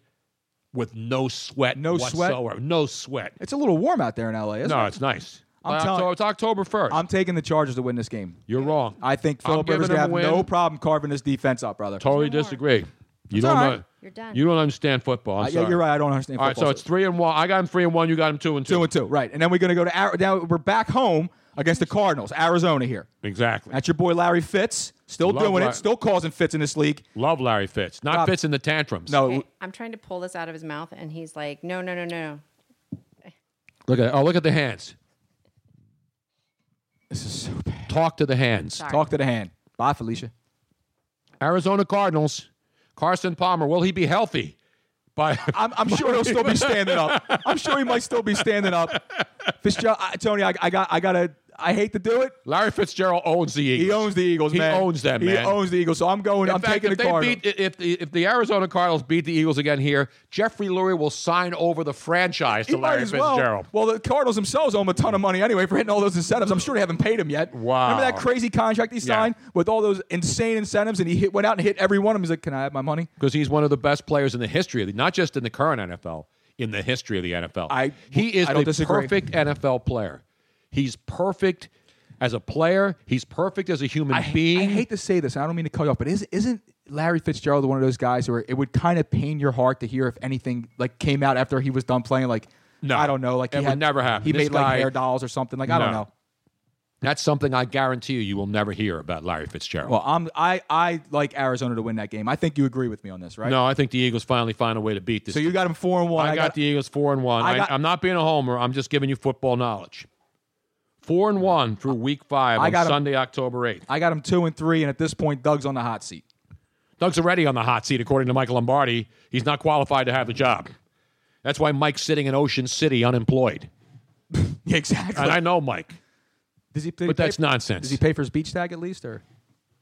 with no sweat
No sweat?
whatsoever. No sweat.
It's a little warm out there in LA, isn't
no,
it?
it's nice.
I'm
Uh,
telling-
so it's October 1st.
I'm taking the Chargers to win this game.
You're wrong.
I think
I'm
Philip
giving
Rivers going to
them
have
a win.
no problem carving this defense up, brother.
totally disagree. You
It's
don't
all
know.
right.
You're done.
You don't understand football. I'm
Uh, yeah,
sorry.
you're right. I don't understand
All right,
football,
so
so-
it's three and one. I got him three and one. You got him two and two.
Two and two, right? And then we're going to go to Ar- now we're back home against the Cardinals, Arizona here.
Exactly.
That's your boy Larry Fitz, still
Love
doing
Larry.
it, still causing fits in this league.
Love Larry Fitz. Not
Rob-
Fitz in the tantrums.
No,
Okay, I'm trying to pull this out of his mouth, and he's like, "No, no, no, no."
Look at oh, look at the hands. This is so bad. Talk to the hands.
Sorry.
talk to the hand. Bye, Felicia.
Arizona Cardinals. Carson Palmer. Will he be healthy? by.
I'm, I'm sure he'll still be standing up. I'm sure he might still be standing up. Fitzgerald, I, Tony, I, I got, I gotta, I hate to do it.
Larry Fitzgerald owns the Eagles.
He owns the Eagles.
He
man.
owns them,
He
man.
owns the Eagles. So I'm going.
In
I'm
fact,
taking
if
the
they
Cardinals.
beat if the if the Arizona Cardinals beat the Eagles again here, Jeffrey Lurie will sign over the franchise to
He might
Larry
as well.
Fitzgerald.
Well, the Cardinals themselves owe him a ton of money anyway for hitting all those incentives. I'm sure they haven't paid him yet.
Wow.
Remember that crazy contract he signed with all those insane incentives, and he hit, went out and hit every one of them. He's like, "Can I have my money?"
because he's one of the best players in the history of the, not just in the current NFL, in the history of the NFL. I, he is
I don't
the
disagree.
perfect NFL player. He's perfect as a player. He's perfect as a human being.
I hate to say this. and I don't mean to cut you off, but is, isn't Larry Fitzgerald one of those guys where it would kind of pain your heart to hear if anything like came out after he was done playing? Like,
No.
I don't know. Like, he
It would
had,
never happen.
He
This
made like
guy-
hair dolls or something. Like, I don't
No.
know.
That's something I guarantee you you will never hear about Larry Fitzgerald.
Well, I'm I I like Arizona to win that game. I think you agree with me on this, right?
No, I think the Eagles finally find a way to beat this.
So you got him four and one.
I, got, the Eagles four and one.
I
I
got-
am not being a homer. I'm just giving you football knowledge. Four and one through week five
I
on
got 'em.
Sunday, October eighth.
I got him two and three, and at this point, Doug's on the hot seat.
Doug's already on the hot seat, according to Michael Lombardi. He's not qualified to have the job. That's why Mike's sitting in Ocean City unemployed.
exactly.
And I know Mike.
Does he?
But that's nonsense.
Does he pay for his beach tag at least, or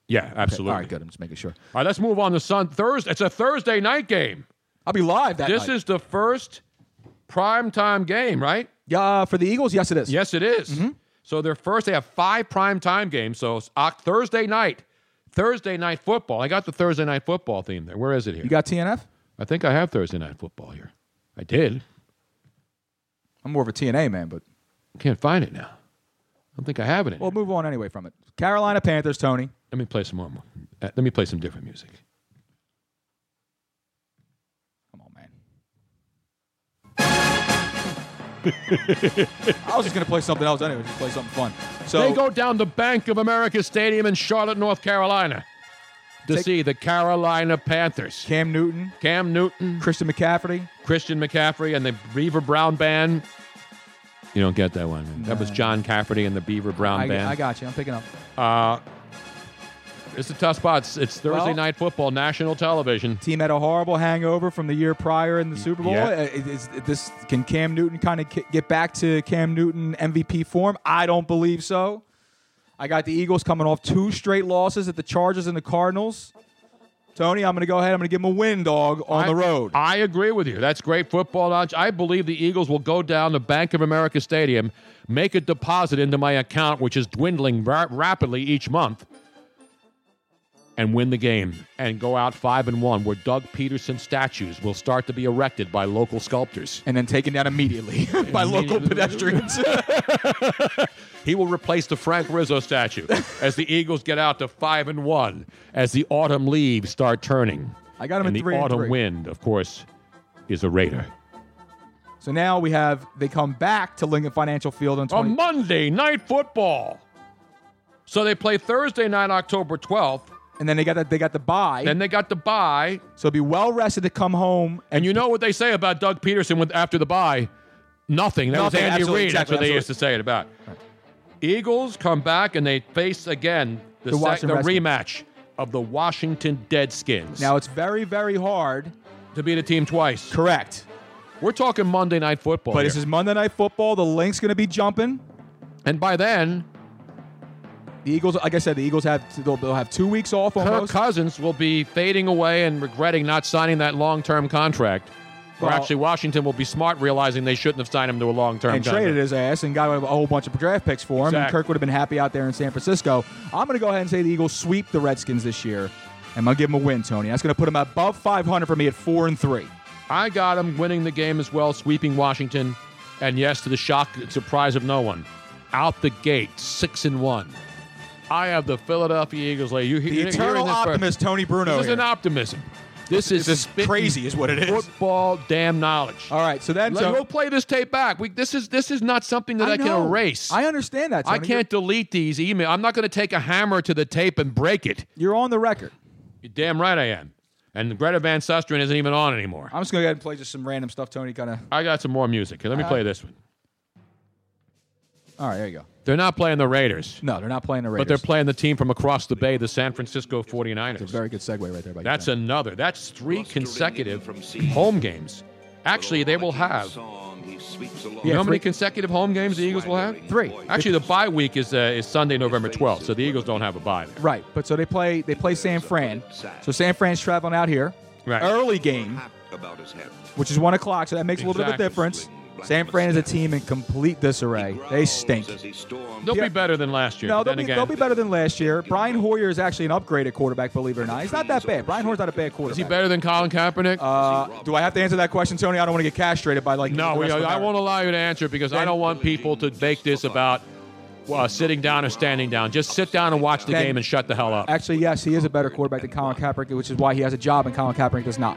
Yeah, absolutely.
all right, good. I'm just making sure.
All right, let's move on to Sun Thursday. It's a Thursday night game.
I'll be live that
This
night.
is the first primetime game, right?
Yeah, uh, for the Eagles, yes, it is. Mm-hmm.
Yes, it is. So their first, they have five primetime games. So it's Oc- Thursday night, Thursday night football. I got the Thursday night football theme there. Where is it here?
You got TNF?
I think I have Thursday night football here. I did.
I'm more of a TNA man, but
can't find it now. I don't think I have it. Anymore.
We'll move on anyway from it. Carolina Panthers, Tony.
Let me play some more. uh, Let me play some different music.
I was just gonna play something else anyway. Just play something fun. So
they go down to Bank of America Stadium in Charlotte, North Carolina, to
Take-
see the Carolina Panthers.
Cam Newton,
Cam Newton,
Christian McCaffrey,
Christian McCaffrey, and the Beaver Brown Band. You don't get that one. man. That was John Cafferty and the Beaver Brown
I,
Band.
I got you. I'm picking up.
Uh, it's a tough spot. It's, it's Thursday
Well-
night football, national television.
Team had a horrible hangover from the year prior in the Super Bowl.
Yeah.
Uh, it- it's- it- this can Cam Newton kind of get back to Cam Newton MVP form? I don't believe so. I got the Eagles coming off two straight losses at the Chargers and the Cardinals. Tony, I'm going to go ahead. I'm going to give them a win, dog, on the
I-
road.
I agree with you. That's great football knowledge. I believe the Eagles will go down to Bank of America Stadium, make a deposit into my account, which is dwindling ra- rapidly each month, and win the game and go out five and one, where Doug Peterson statues will start to be erected by local sculptors.
And then taken down immediately by local pedestrians.
He will replace the Frank Rizzo statue as the Eagles get out to five and one, as the autumn leaves start turning.
I got 'em
and
at
the
three and
autumn
three.
wind, of course, is a Raider.
so now we have they come back to Lincoln Financial Field on 20.
on Monday night football. So they play Thursday night, October 12th.
and then they got that they got the bye.
Then they got the bye.
so be well rested to come home.
And you know what they say about Doug Peterson with, after the bye? Nothing. That
Nothing,
was Andy
absolutely,
Reid. That's
exactly,
what they used to say it about. Eagles come back and they face again the,
The
sec-
Washington
the
Redskins.
rematch of the Washington Deadskins.
Now it's very very hard.
to beat a team twice.
Correct.
We're talking Monday night football.
But
here.
this is Monday Night Football. The link's going to be jumping.
And by then,
the Eagles, like I said, the Eagles have they'll, they'll have two weeks off
Kirk
almost.
Cousins will be fading away and regretting not signing that long term contract. or
Well-
actually, Washington will be smart realizing they shouldn't have signed him to a long term
and
contract.
traded his ass and got a whole bunch of draft picks for him. And
Exactly.
Kirk would have been happy out there in San Francisco. I'm going to go ahead and say the Eagles sweep the Redskins this year. I'm going to give them a win, Tony. That's going to put them above 500 for me at four and three.
I got him winning the game as well, sweeping Washington. And yes, to the shock and surprise of no one, out the gate, six and one. I have the Philadelphia Eagles. Like you,
The eternal optimist, Tony Bruno.
This is
here.
an optimism. This is
This is
spitting
crazy is what it is.
Football, damn knowledge.
All right, so then
Let-
so,
we'll play this tape back. We, this is this is not something that I, can
know.
erase.
I understand that. Tony.
I can't delete these emails. I'm not going to take a hammer to the tape and break it.
You're on the record.
You're damn right I am. And Greta Van Susteren isn't even on anymore.
I'm just going to go ahead and play just some random stuff, Tony. Kind of.
I got some more music. Let me
Uh,
play this one.
All right, there you go.
They're not playing the Raiders.
No, they're not playing the
But they're
Raiders.
playing the team from across the bay, the San Francisco 49ers.
very good segue right there. By
That's another. That's three consecutive home games. Actually, they will have.
Yeah,
you know how many
three-
consecutive home games the Eagles will have? Three. Actually, the bye week is uh, is Sunday, November 12th, so the Eagles don't have a bye. There.
Right, but so they play they play San Fran. So San Fran's traveling out here.
Right.
Early game, which is one o'clock, so that makes a little bit of a difference. San Fran is a team in complete disarray. They stink.
They'll be better than last year.
No,
but
they'll
then
be,
again,
they'll be better than last year. Brian Hoyer is actually an upgraded quarterback, believe it or not. He's not that bad. Brian Hoyer's not a bad quarterback. Is he
better than Colin Kaepernick?
Uh, do I have to answer that question, Tony? I don't want to get castrated by like.
No,
the
we,
rest of
I
America.
won't allow you to answer because I don't want people to make this about uh, sitting down or standing down. Just sit down and watch the
Then-
game and shut the hell up.
Actually, yes, he is a better quarterback than Colin Kaepernick, which is why he has a job and Colin Kaepernick does not.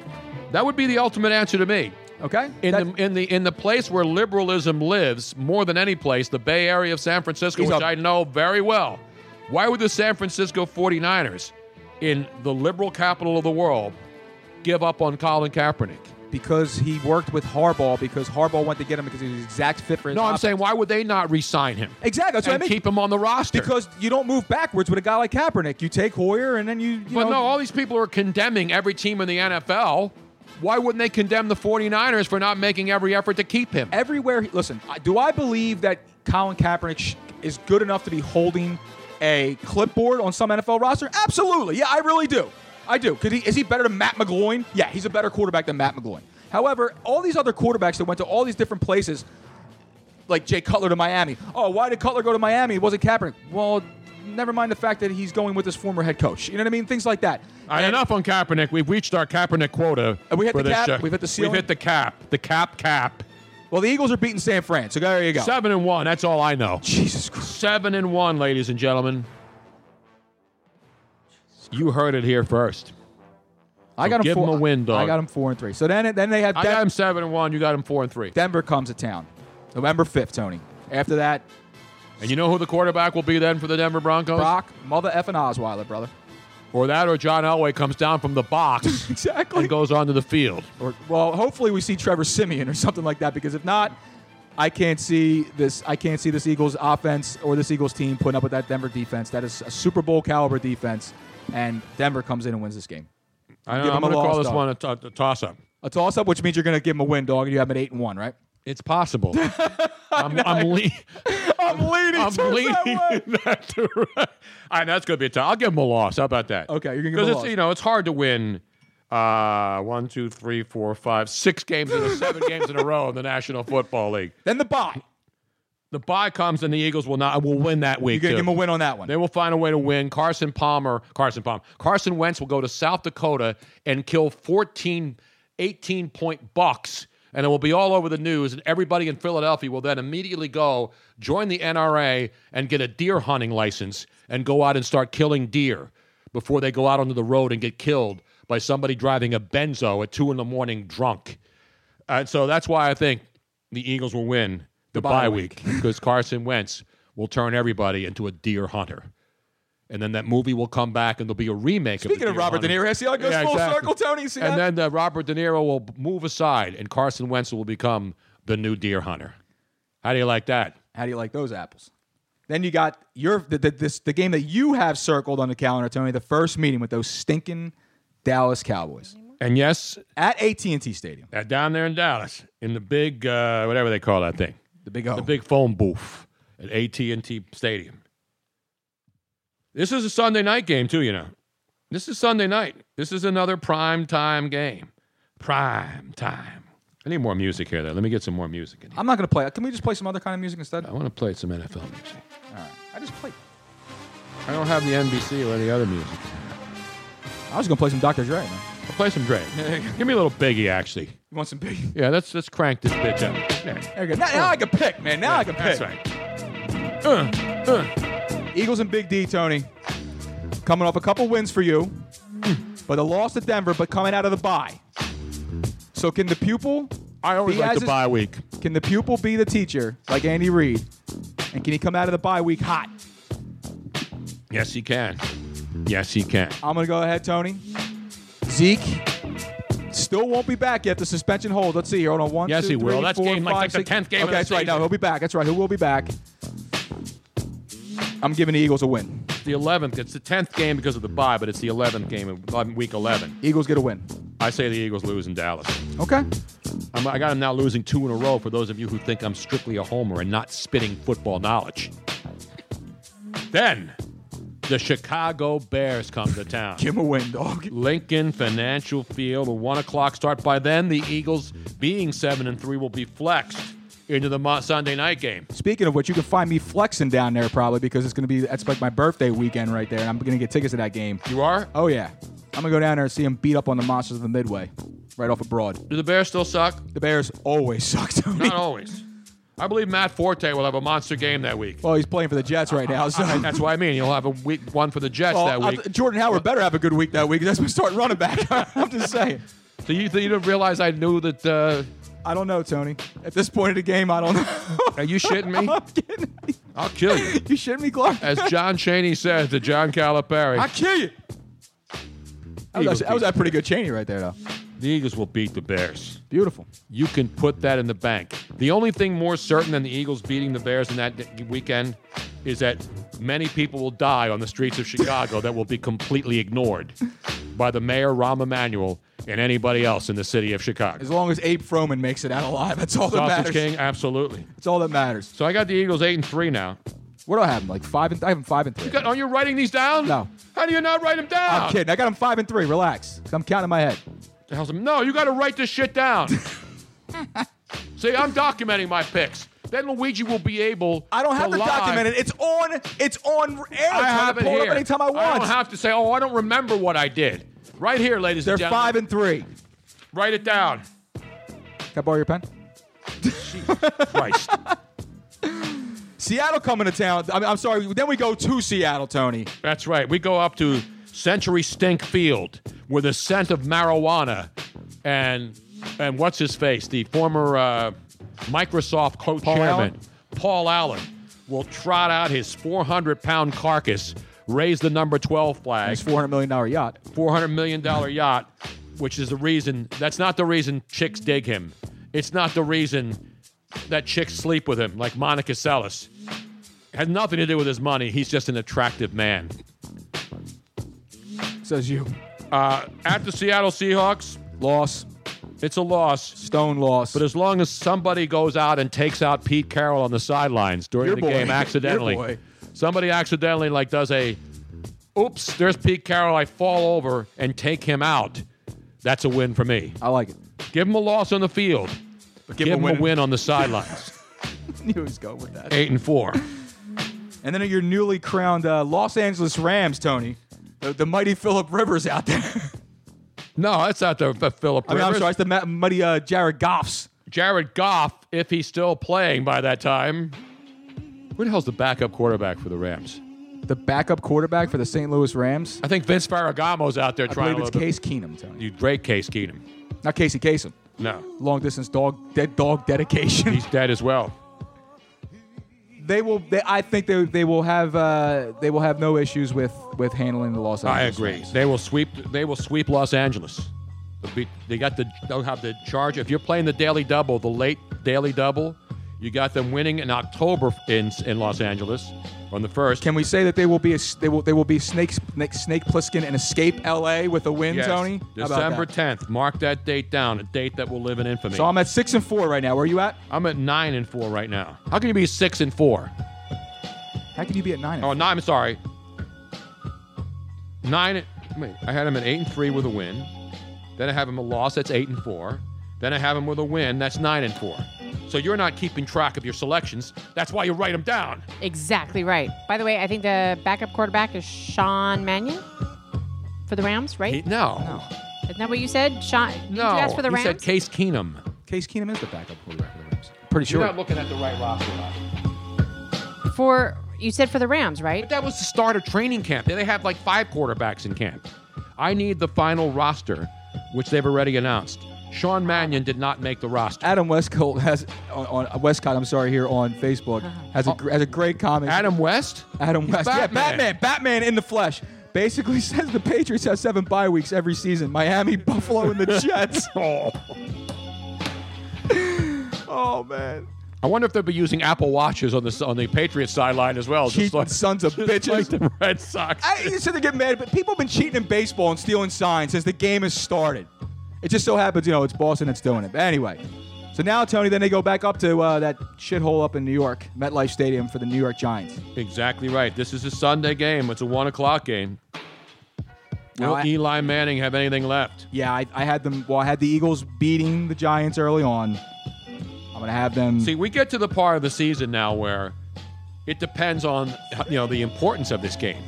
That would be the ultimate answer to me.
Okay.
In the in the in the place where liberalism lives more than any place, the Bay Area of San Francisco,
He's
which
a-
I know very well. Why would the San Francisco 49ers in the liberal capital of the world give up on Colin Kaepernick?
Because he worked with Harbaugh, because Harbaugh wanted to get him because he was the exact fit for his
No, I'm
offense.
saying why would they not re-sign him?
Exactly. That's what I
And
mean.
keep him on the roster.
Because you don't move backwards with a guy like Kaepernick. You take Hoyer and then you. you
But
know,
no, all these people are condemning every team in the NFL. Why wouldn't they condemn the 49ers for not making every effort to keep him?
Everywhere. Listen, I- do I believe that Colin Kaepernick sh- is good enough to be holding a clipboard on some NFL roster? Absolutely. Yeah, I really do. I do. Could he, is he better than Matt McGloin? Yeah, he's a better quarterback than Matt McGloin. However, all these other quarterbacks that went to all these different places, like Jay Cutler to Miami. Oh, why did Cutler go to Miami? It wasn't Kaepernick. Well, never mind the fact that he's going with his former head coach. You know what I mean? Things like that.
All right, enough on Kaepernick. We've reached our Kaepernick quota.
And we hit
for
the
this
cap.
show.
We've hit the ceiling.
We've hit the cap. The cap cap.
Well, the Eagles are beating San Fran, so there you go.
Seven and one. That's all I know.
Jesus Christ.
Seven and one, ladies and gentlemen. You heard it here first.
I got him
give
four,
them a win, dog.
I got him four and three. So then, then they have.
I got him seven and one. You got him four and three.
Denver comes to town, November fifth, Tony. After that,
And you know who the quarterback will be then for the Denver Broncos?
Brock, mother effing Osweiler, brother.
Or that, or John Elway comes down from the box
exactly.
and goes onto the field.
Or well, hopefully we see Trevor Simeon or something like that. Because if not, I can't see this. I can't see this Eagles offense or this Eagles team putting up with that Denver defense. That is a Super Bowl caliber defense, and Denver comes in and wins this game.
I
Give
know,
him
I'm
a
going to
loss,
call this
dog.
one a to- a toss up.
A toss up, which means you're going to give him a win, dog, and you have him at eight and one, right?
It's possible. I'm, I'm, le-
I'm leaning.
I'm leaning in that direction. And that's going to be a tie. I'll give him a loss. How about that?
Okay, you're gonna give him
because
a
it's
loss.
you know it's hard to win uh, one, two, three, four, five, six games in a seven games in a row in the National Football League.
Then the bye.
The bye comes and the Eagles will not will win that week.
You're going
too.
to give him a win on that one.
They will find a way to win. Carson Palmer, Carson Palmer, Carson Wentz will go to South Dakota and kill 14, 18 point bucks. And it will be all over the news, and everybody in Philadelphia will then immediately go join the NRA and get a deer hunting license and go out and start killing deer before they go out onto the road and get killed by somebody driving a benzo at two in the morning drunk. And Uh, so that's why I think the Eagles will win the, bye week because Carson Wentz will turn everybody into a deer hunter. And then that movie will come back and there'll be a remake
Speaking
of,
of
the Deer
Robert De
Hunter.
Niro, see how it goes
Yeah,
full
exactly.
circle, Tony? See
and
that?
then uh, Robert De Niro will move aside and Carson Wentz will become the new deer hunter. How do you like that?
How do you like those apples? Then you got your the, the, this the game that you have circled on the calendar, Tony. The first meeting with those stinking Dallas Cowboys
And yes,
at AT and T Stadium.
uh, down there in Dallas, in the big uh, whatever they call that thing,
the big O.
the big phone booth at AT and T Stadium. This is a Sunday night game too, you know. This is Sunday night. This is another prime time game. Prime time. I need more music here, though. Let me get some more music. In.
I'm not gonna play. Can we just play some other kind of music instead?
I want to play some NFL music.
All right. I just played.
I don't have the NBC or any other music.
I was gonna play some Dr. Dre. Man.
I'll play some Drake. Give me a little Biggie, actually.
You want some big?
Yeah, let's let's crank this bitch up. There.
There you go. Now, now I can pick, man. Now I can pick.
That's right. Uh,
Eagles and Big D, Tony, coming off a couple wins for you, but a loss to Denver, but coming out of the bye. So can the pupil?
I always like the bye week.
Can the pupil be the teacher, like Andy Reid, and can he come out of the bye week hot?
Yes, he can. Yes, he can.
I'm gonna go ahead, Tony. Zeke still won't be back yet. The suspension hold. Let's see here. Hold on. One.
Yes,
two,
he will.
three,
That's
four,
game- like-
five,
like the
six.
10th game
Okay,
of the
that's right. No,
season.
he'll be back. That's right. He will be back. I'm giving the Eagles a win.
The 11th. It's the 10th game because of the bye, but it's the 11th game of um, week 11.
Eagles get a win.
I say the Eagles lose in Dallas.
Okay.
I'm, I got them now losing two in a row for those of you who think I'm strictly a homer and not spitting football knowledge. Then the Chicago Bears come to town.
Give 'em a win, dog.
Lincoln Financial Field, a one o'clock start. By then, the Eagles, being seven and three, will be flexed into the Mo- Sunday night game.
Speaking of which, you can find me flexing down there probably because it's going to be that's like my birthday weekend right there, and I'm going to get tickets to that game.
You are?
Oh yeah, I'm going to go down there and see them beat up on the monsters of the Midway, right off abroad.
Do the Bears still suck?
The Bears always suck. Tony.
Not always. I believe Matt Forte will have a monster game that week.
Well, he's playing for the Jets right now, so
I- that's what I mean. He'll have a week one for the Jets
Well,
that
I-
week.
Jordan Howard better have a good week that week. 'cause That's my starting running back. I'm just saying.
So you, you didn't realize I knew that? Uh,
I don't know, Tony. At this point of the game, I don't know.
Are you shitting me? I'll kill you.
You shitting me, Clark?
As John Cheney says to John Calipari,
I kill you. That was,
Eagles
actually- that was
beat-
a pretty good Cheney right there, though.
the Eagles will beat the Bears.
Beautiful.
You can put that in the bank. The only thing more certain than the Eagles beating the Bears in that d- weekend is that many people will die on the streets of Chicago that will be completely ignored by the mayor, Rahm Emanuel, and anybody else in the city of Chicago.
As long as Abe Froman makes it out alive, that's all that
Sausage
matters.
King, absolutely.
It's all that matters.
So I got the Eagles eight and three now.
What do I have? 'em, Like five and I have 'em five and three.
You got, are you writing these down?
No.
How do you not write them down?
I'm kidding. I got them five and three. Relax. I'm counting in my head.
The hell's- no, you got to write this shit down. See, I'm documenting my picks. Then Luigi will be able.
I don't have to
lie.
document it. It's on. It's on air.
I have it
pull it
here.
up anytime I want.
don't have to say, oh, I don't remember what I did. Right here, ladies
They're
and gentlemen.
five and three.
Write it down.
Can I borrow your pen?
Christ.
Seattle coming to town. I'm, I'm sorry. Then we go to Seattle, Tony.
That's right. We go up to Century Stink Field where the scent of marijuana and and what's his face, the former uh, Microsoft co-chairman
Allen?
Paul Allen, will trot out his 400-pound carcass, raise the number 12 flag,
It's four hundred million dollar yacht.
four hundred million dollar yacht, which is the reason. That's not the reason chicks dig him. It's not the reason that chicks sleep with him, like Monica Seles. Had nothing to do with his money. He's just an attractive man.
Says you.
Uh, at the Seattle Seahawks,
Loss.
it's a loss.
Stone loss.
But as long as somebody goes out and takes out Pete Carroll on the sidelines during
Your
the
boy.
game
Your
accidentally,
boy.
somebody accidentally like does a, oops, there's Pete Carroll. I fall over and take him out. That's a win for me.
I like it.
Give him a loss on the field.
But
Give, him a win on the sidelines.
You always go with that.
Eight and four.
And then your newly crowned uh, Los Angeles Rams, Tony. The, the mighty Philip Rivers out there.
No, that's not the the Philip
I mean,
Rivers.
I'm sorry. It's the ma- mighty uh, Jared Goffs.
Jared Goff, if he's still playing by that time. Who the hell's the backup quarterback for the Rams?
The backup quarterback for the St. Louis Rams.
I think Vince Ferragamo's out there
I
trying
believe it's
to
Case Keenum, Tony.
You break Case Keenum.
Not Casey Kasem.
No,
Long distance dog, dead dog dedication.
he's dead as well.
they will. They, I think they, they will have uh, they will have no issues with with handling the Los
I
Angeles.
agree.
Rams.
They will sweep. They will sweep Los Angeles. They'll be- They got the. They'll have the charge. If you're playing the daily double, the late daily double, you got them winning in October in in Los Angeles on the first.
Can we say that they will be a, s- they will they will be snake snake, snake Plissken and escape L.A. with a win,
Yes.
Tony? How about
December
that?
10th. Mark that date down. A date that will live in infamy.
So I'm at six and four right now. Where are you at?
I'm at nine and four right now. How can you be six and four?
How can you be at nine? and
Oh, no, I'm sorry. Nine. Wait, I had him at eight and three with a win. Then I have him a loss. That's eight and four. Then I have him with a win. That's nine and four. So you're not keeping track of your selections. That's why you write them down.
Exactly right. By the way, I think the backup quarterback is Sean Mannion for the Rams, right?
He- no.
Isn't that what you said? Sean, did you ask for the
he
Rams?
said Case Keenum.
Case Keenum is the backup quarterback for the Rams. Pretty
You're
sure.
not looking at the right roster. Roger.
for you said for the Rams, right?
But that was the start of training camp. They have like five quarterbacks in camp. I need the final roster, which they've already announced. Sean Mannion did not make the roster.
Adam Westcott has on, on Westcott. I'm sorry, here on Facebook has a gr- has a great comment.
Adam West?
Adam
Uh-huh. He's
West, yeah,
Batman.
Batman, Batman in the flesh. Basically says the Patriots have seven bye weeks every season. Miami, Oh. Buffalo, and the Jets.
Oh.
oh man.
I wonder if they'll be using Apple Watches on the on the Patriots sideline as well. Just like,
sons of bitches.
like the Red Sox.
I used to get mad, but people have been cheating in baseball and stealing signs since the game has started. It just so happens, you know, it's Boston that's doing it. But anyway, so now Tony, then they go back up to uh, that shithole up in New York, MetLife Stadium for the New York Giants.
Exactly right. This is a Sunday game. It's a one o'clock game.
Now
Will
I-
Eli Manning have anything left?
Yeah, I, I had them. Well, I had the Eagles beating the Giants early on. I'm gonna have them.
See, we get to the part of the season now where it depends on you know the importance of this game.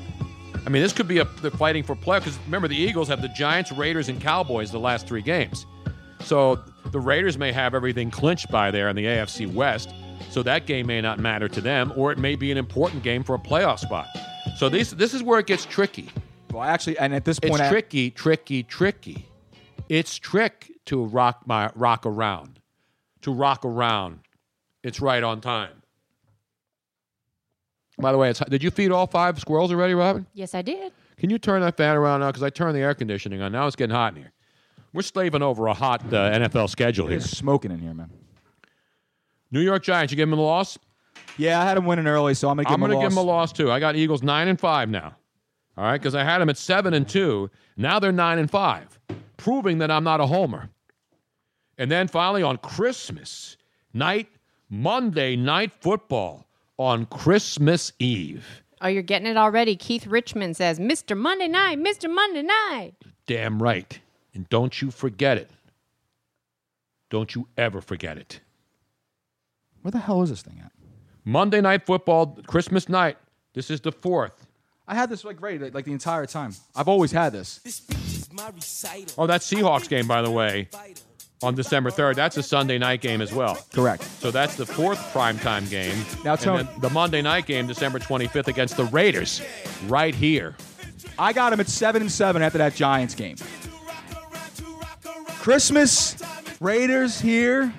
I mean, this could be a they're fighting for playoff because remember the Eagles have the Giants, Raiders, and Cowboys the last three games. So the Raiders may have everything clinched by there in the AFC West, so that game may not matter to them, or it may be an important game for a playoff spot. So these this is where it gets tricky.
Well, actually, and at this point,
It's
I-
tricky, tricky, tricky. It's trick to rock my rock around, to rock around. It's right on time. By the way, it's, did you feed all five squirrels already, Robin?
Yes, I did.
Can you turn that fan around now? Because I turned the air conditioning on. Now it's getting hot in here. We're slaving over a hot uh, NFL schedule here.
It's smoking in here, man.
New York Giants, you give them a loss.
Yeah, I had them winning early, so I'm gonna give
I'm
them
going
a
to
loss.
give them a loss too. I got Eagles nine and five now. All right, because I had them at seven and two. Now they're nine and five, proving that I'm not a homer. And then finally on Christmas night, Monday night football on Christmas Eve.
Oh, you're getting it already. Keith Richmond says, Mr. Monday night, Mr. Monday night.
Damn right. And don't you forget it. Don't you ever forget it.
Where the hell is this thing at?
Monday night football, Christmas night. This is the fourth.
I had this like great, like, like the entire time. I've always had this.
Oh, that Seahawks game, by the way, on December 3rd. That's a Sunday night game as well.
Correct.
So that's the fourth primetime game.
Now,
And
Tony-
then the Monday night game, December 25th, against the Raiders, right here.
I got him at seven and seven after that Giants game. Christmas Raiders here.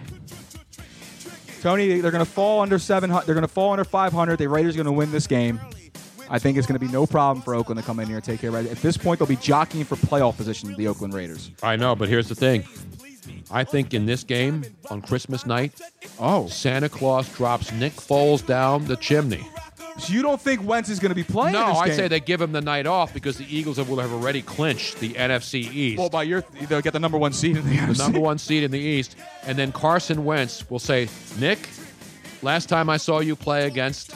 Tony, they're going to fall under seven. hun- They're going to fall under five hundred. The Raiders are going to win this game. I think it's going to be no problem for Oakland to come in here and take care of it. At this point, they'll be jockeying for playoff position. The Oakland Raiders.
I know, but here's the thing. I think in this game on Christmas night,
oh,
Santa Claus drops Nick Foles down the chimney.
So you don't think Wentz is going to be playing?
No,
this
I
game?
say they give him the night off because the Eagles have- will have already clinched the NFC East.
Well, by your they'll get the number one seed in the
the number one seed in the East, and then Carson Wentz will say, "Nick, last time I saw you play against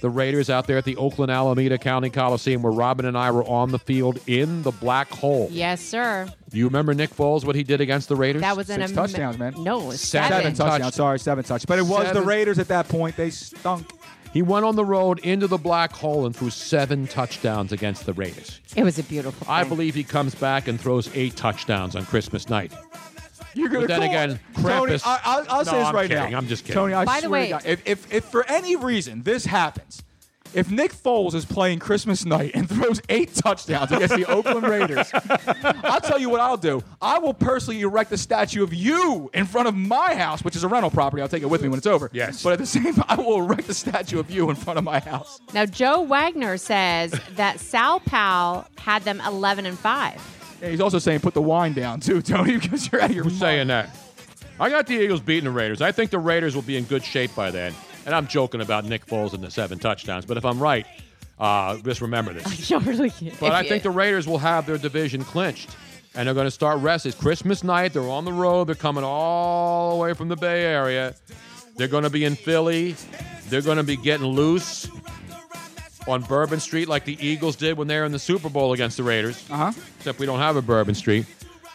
the Raiders out there at the Oakland Alameda County Coliseum, where Robin and I were on the field in the black hole.
Yes, sir.
You remember Nick Foles what he did against the Raiders?
That was an
Six
ama-
touchdowns, man.
No, it was
Seven
seven.
touchdowns. Sorry, seven touchdowns. But it was
Seven-
the Raiders at that point. They stunk.
He went on the road into the black hole and threw seven touchdowns against the Raiders.
It was a beautiful.
I
thing.
believe he comes back and throws eight touchdowns on Christmas night.
You're
But then
call-
again,
Tony,
Krampus-
I, I'll, I'll
No,
say this
I'm
right
kidding.
now.
I'm just kidding.
Tony, I
By the
swear
way-
to God, if, if, if for any reason this happens, if Nick Foles is playing Christmas night and throws eight touchdowns against the Oakland Raiders, I'll tell you what I'll do. I will personally erect a statue of you in front of my house, which is a rental property. I'll take it with me when it's over. Yes. But at the same time, I will erect a statue of you in front of my house.
Now, Joe Wagner says that Sal Powell had them 11 and 5.
Yeah, he's also saying put the wine down too, Tony, because you're out of your
Who's saying that? I got the Eagles beating the Raiders. I think the Raiders will be in good shape by then. And I'm joking about Nick Foles and the seven touchdowns, but if I'm right, uh, just remember this. But I think the Raiders will have their division clinched, and they're going to start rest. It's Christmas night. They're on the road. They're coming all the way from the Bay Area. They're going to be in Philly. They're going to be getting loose on Bourbon Street like the Eagles did when they were in the Super Bowl against the Raiders.
Uh huh.
Except we don't have a Bourbon Street.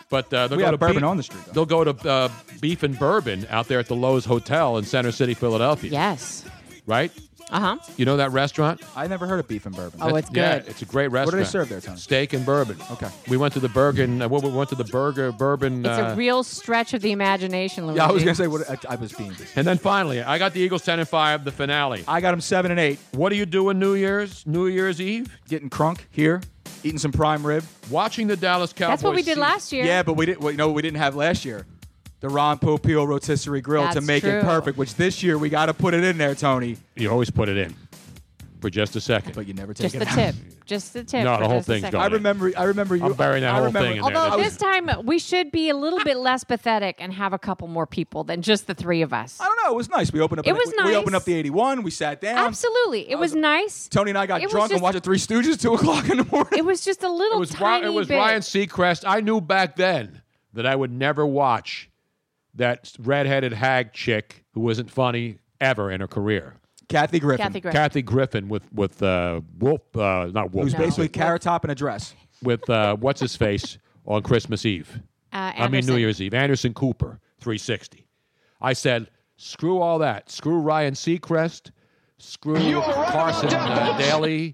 But uh, they'll
We
go
have
to
bourbon
beef-
on the street,
They'll go to uh, beef and bourbon out there at the Lowe's Hotel in Center City, Philadelphia.
Yes.
Right.
Uh
Uh-huh.
huh.
You know that restaurant?
I never heard of beef and bourbon.
Oh, it's good.
Yeah, it's a great
What do
restaurant.
they serve there, Tony?
Steak and bourbon.
Okay.
We went to the burger. Uh, well, we went to the burger bourbon.
It's
uh,
a real stretch of the imagination, Luigi.
Yeah, I was gonna say what I, I was being.
and then finally, I got the Eagles ten and five. The finale.
I got them seven and eight.
What do you do in New Year's? New Year's Eve?
Getting crunk here, eating some prime rib,
watching the Dallas Cowboys.
That's what we did last year.
Yeah, but we didn't. Well, you know, what we didn't have last year the Ron Popeil rotisserie grill to
That's
make
true.
it perfect. Which this year we got to put it in there, Tony.
You always put it in. for just a second.
But you never
Just the tip. Just the tip.
No, the
for
whole
just a
thing's
second.
gone.
I remember. I remember you.
I'm burying that
I
whole
remember-
thing in there.
Although
That
this time we should be a little bit less pathetic and have a couple more people than just the three of us.
I don't know. It was nice. We opened up.
It
an-
was
we- We opened
nice.
up the eighty-one. We sat down.
Absolutely, it was nice.
Tony and I got
It was
drunk and
just-
watched the Three Stooges two o'clock in the morning.
It was just a little
It was, Ri-
tiny
it was
bit.
Ryan Seacrest. I knew back then that I would never watch that redheaded hag chick who wasn't funny ever in her career.
Kathy Griffin.
Kathy Griffin.
Kathy Griffin with with uh, Wolf, uh, not Wolf.
Who's basically carrot top in a dress.
with uh, what's his face on Christmas Eve.
Uh,
I mean New
Anderson.
Year's Eve. Anderson Cooper, 360. I said, screw all that. Screw Ryan Seacrest. Screw Carson uh, Daly.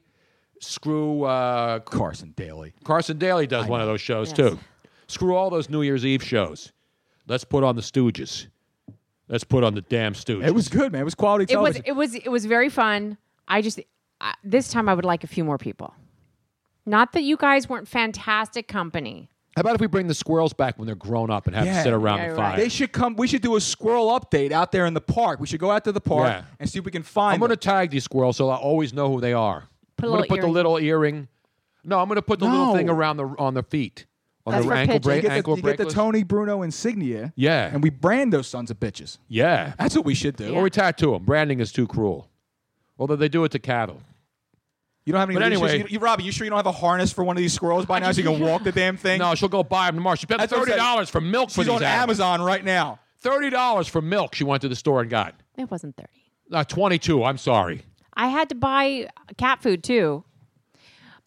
Screw uh,
Carson Daly.
Carson Daly does one of those shows too. Screw all those New Year's Eve shows. Let's put on the Stooges. Let's put on the damn Stooges.
It was good, man. It was quality
It was.
television.
It was. It was very fun. I just I, this time I would like a few more people. Not that you guys weren't fantastic company.
How about if we bring the squirrels back when they're grown up and have
Eh,
them sit around the fire?
They should come. We should do a squirrel update out there in the park. We should go out to the park
Yeah.
and see if we can find.
I'm going to tag these squirrels so I always know who they are.
Put a
I'm going
little
to put the
earring.
little earring. No, I'm going to put the little
No.
thing around the on the feet on
That's
the
for
ankle
pigeons.
you
break.
get,
ankle
the, you get the
bracelets.
Tony Bruno insignia.
Yeah.
and we brand those sons of bitches.
Yeah,
That's what we should do.
or we tattoo them. Branding is too cruel. Although they do it to cattle.
You don't have any.
But
leashes?
anyway-
You- you, Robbie, you sure you don't have a harness for one of these squirrels by now so you can walk the damn thing?
No, she'll go buy them tomorrow. She spent
That's what I'm
thirty
saying.
dollars for milk for
She's
these
on
animals.
Amazon right now.
Thirty dollars for milk. She went to the store and got.
It wasn't thirty.
Uh, Twenty-two. I'm sorry.
I had to buy cat food too.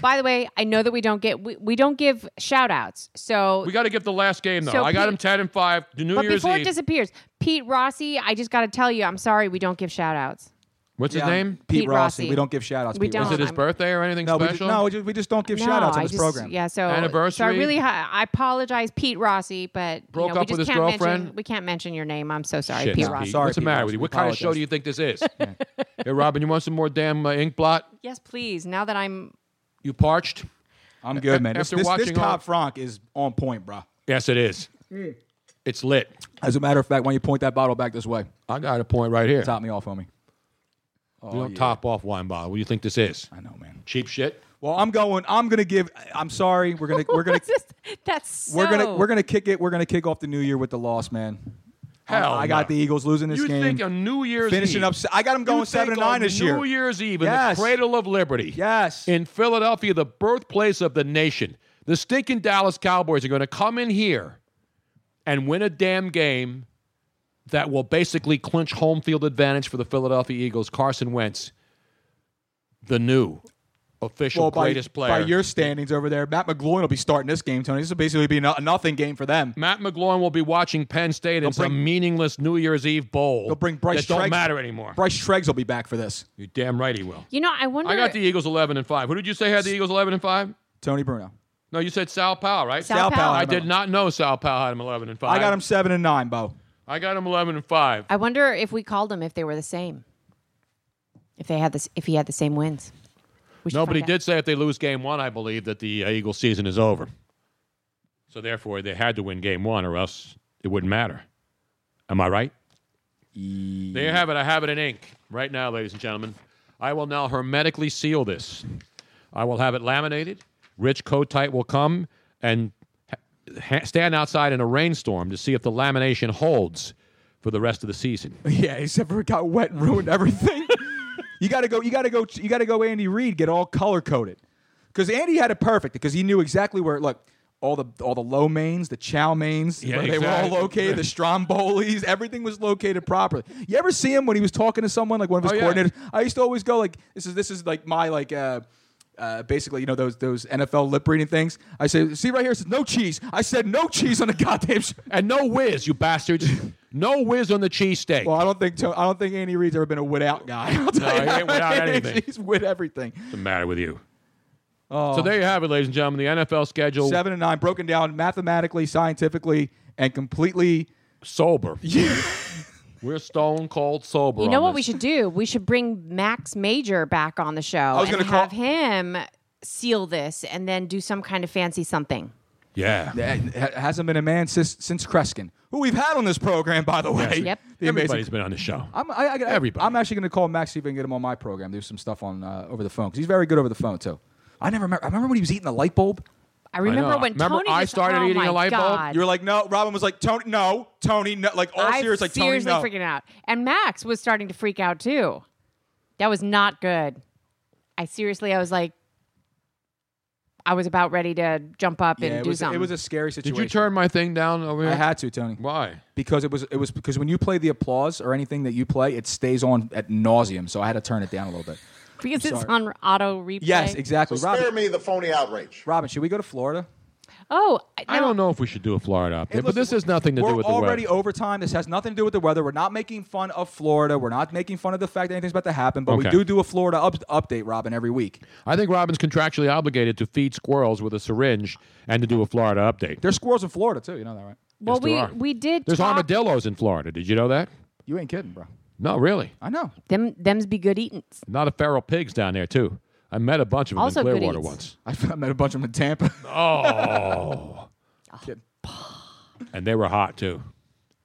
By the way, I know that we don't get we, we don't give shout outs. So
We got to give the last game though.
So
I got
Pete-
them ten and five. The New
but
Year's
before
Eve.
it disappears, Pete Rossi, I just got to tell you, I'm sorry we don't give shout outs.
What's his
Yeah,
name?
Pete,
Pete
Rossi.
Rossi.
We don't give shout outs.
We
Pete
don't.
Is
Rossi.
it his
I'm-
birthday or anything
No, we, ju-
special?
no we, just, we just don't give
No,
shout outs on
I
this
just-
program.
Yeah, so So I
Anniversary?
really ha- I apologize, Pete Rossi, but
Broke
you know, we
up
just
with his
can't Mention,
girlfriend?
we can't mention your name. I'm so sorry,
Shit,
Pete
no,
Rossi.
Sorry,
What's the
Pete
matter
Ross,
with you?
we
What kind of
apologize.
show do you think this is? Hey, Robin, you want some more damn uh, ink blot?
Yes, please. Now that I'm
You parched?
I'm good, man. This,
After
this, this
watching all-
Cobb Franc is on point, bro.
Yes, it is. It's lit.
As a matter of fact, why don't you point that bottle back this way?
I got a point right here.
Top me off, homie. Oh,
you don't top off wine bottle. What do you think this is?
I know, man.
Cheap shit?
Well, I'm going. I'm gonna give. I'm sorry. We're gonna. We're gonna.
What's this? that's so
We're gonna. We're gonna kick it. We're gonna kick off the new year with the loss, man.
Hell,
I, I got
no.
the Eagles losing this
you
game.
think on New Year's
finishing
Eve,
up. se- I got them
you
going seven
think
and nine
on
this
New
year.
Year's Eve in
Yes.
the cradle of liberty.
Yes.
In Philadelphia, the birthplace of the nation, the stinking Dallas Cowboys are going to come in here and win a damn game that will basically clinch home field advantage for the Philadelphia Eagles. Carson Wentz, the new official
well, by,
greatest player.
by your standings over there, Matt McGloin will be starting this game, Tony. This will basically be no- a nothing game for them.
Matt McGloin will be watching Penn State in some meaningless New Year's Eve bowl.
They'll bring Bryce.
That don't
Treggs-
matter anymore.
Bryce Treggs will be back for this.
You're damn right he will.
You know, I wonder.
I got the Eagles 11 and 5. Who did you say had the Eagles 11 and 5?
Tony Bruno.
No, you said Sal Powell, right?
Sal Sal Powell. Powell.
I did not know Sal Powell had him 11 and 5.
I got him seven and nine, Bo.
I got him 11 and 5.
I wonder if we called them if they were the same. If they had this, if he had the same wins. We should
Nobody
find out.
did say if they lose game 1, I believe that the uh, Eagles season is over. So therefore, they had to win game 1 or else it wouldn't matter. Am I right? There you have it. I have it in ink right now, ladies and gentlemen. I will now hermetically seal this. I will have it laminated. Rich Kotite will come and ha- ha- stand outside in a rainstorm to see if the lamination holds for the rest of the season.
Yeah, except for it got wet and ruined everything. you gotta go. You gotta go. You gotta go. Andy Reid get all color coded because Andy had it perfect because he knew exactly where. Look, all the all the low mains, the chow mains,
Yeah,
where they were
exactly.
all located. The Strombolis, everything was located properly. You ever see him when he was talking to someone like one of his
Oh, yeah.
coordinators? I used to always go like, this is this is like my like. uh uh, basically, you know those those NFL lip reading things. I say, see right here, it says no cheese. I said no cheese on the goddamn. Sh-.
And no whiz, you bastards. No whiz on the cheesesteak.
Well, I don't think I don't think Andy Reid's ever been a without guy. I'll tell
No,
you
he
that.
ain't without anything.
He's with everything. Oh.
What's the matter with you? So there you have it, ladies and gentlemen. The NFL schedule
Seven and nine, broken down mathematically, scientifically, and completely.
sober. We're stone cold sober.
You know
on
what
this.
we should do? We should bring Max Major back on the show
was
and
gonna call-
have him seal this and then do some kind of fancy something.
Yeah.
Ha- hasn't been a man since since Kreskin. who we've had on this program, by the way.
Yes. Yep.
The amazing-
Everybody's been on the show.
I'm, I, I, Everybody. I'm actually going to call Max see if I can get him on my program. Do some stuff on uh, over the phone because he's very good over the phone too. I never remember. I remember when he was eating the light bulb.
I remember
know.
when
remember
Tony
I
was-
started
oh
eating
my
a light bulb.
God.
You were like, no. Robin was like, Tony, no. Tony, no. Like all
I'm
serious, like Tony,
seriously
no.
freaking out. And Max was starting to freak out too. That was not good. I seriously, I was like, I was about ready to jump up and
Yeah, it
do
was,
something.
it was a scary situation.
Did you turn my thing down over here?
I had to, Tony.
Why?
Because it was it was because when you play the applause or anything that you play, it stays on at nauseum. So I had to turn it down a little bit.
because
I'm
it's
sorry.
on auto replay.
Yes, exactly.
So
Robin,
spare me the phony outrage.
Robin, should we go to Florida?
Oh,
I don't know if we should do a Florida update,
Hey,
but
listen,
this has nothing to
we're
do with the
already
weather.
overtime. This has nothing to do with the weather. We're not making fun of Florida. We're not making fun of the fact that anything's about to happen. But we
Okay.
do do a Florida up- update, Robin, every week.
I think Robin's contractually obligated to feed squirrels with a syringe and to do a Florida update.
There's squirrels in Florida too. You know that, right?
Well,
Yes, there are.
we we did.
There's
talk-
armadillos in Florida. Did you know that?
You ain't kidding, bro.
No, really.
I know.
Them them's be good eating.
Not a feral pigs down there too. I met a bunch of them
Also
in
good
Clearwater
eats.
once.
I met a bunch of them in Tampa.
Oh. and they were hot too.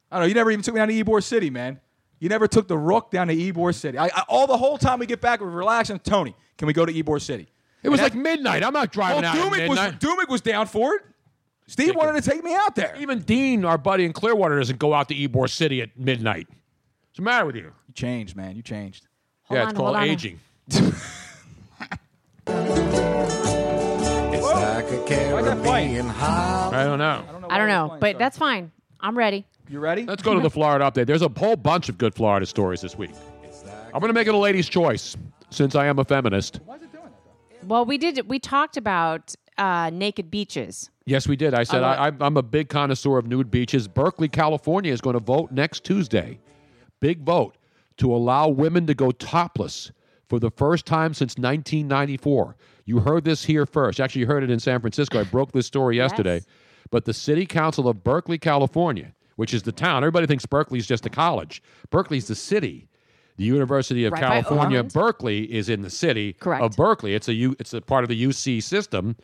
I don't know. You never even took me down to Ybor City, man. You never took the rook down to Ybor City. I, I, all the whole time we get back, we're relaxing. Tony, can we go to Ybor City?
It was like midnight. I'm not driving
well,
out at
Dumick
midnight.
Was, Dumick was down for it. Steve wanted to take me out there.
Even Dean, our buddy in Clearwater, doesn't go out to Ybor City at midnight. What's the matter with you?
You changed, man. You changed.
yeah, it's called aging.
It's like a Caribbean high.
I don't know.
I don't know, but that's fine. I'm ready.
You ready?
Let's go to the Florida update. There's a whole bunch of good Florida stories this week. I'm going to make it a lady's choice since I am a feminist.
Well, we did. We talked about uh, naked beaches.
Yes, we did. I said
I
I, I'm, I'm a big connoisseur of nude beaches. Berkeley, California is going to vote next Tuesday. Big vote to allow women to go topless for the first time since 1994. You heard this here first. Actually, you heard it in San Francisco. I broke this story yesterday. But the city council of Berkeley, California, which is the town, everybody thinks Berkeley's just a college. Berkeley's the city. The University of
Right by
California,
Oakland.
Berkeley is in the city of Berkeley. It's a U, it's a part of the UC system,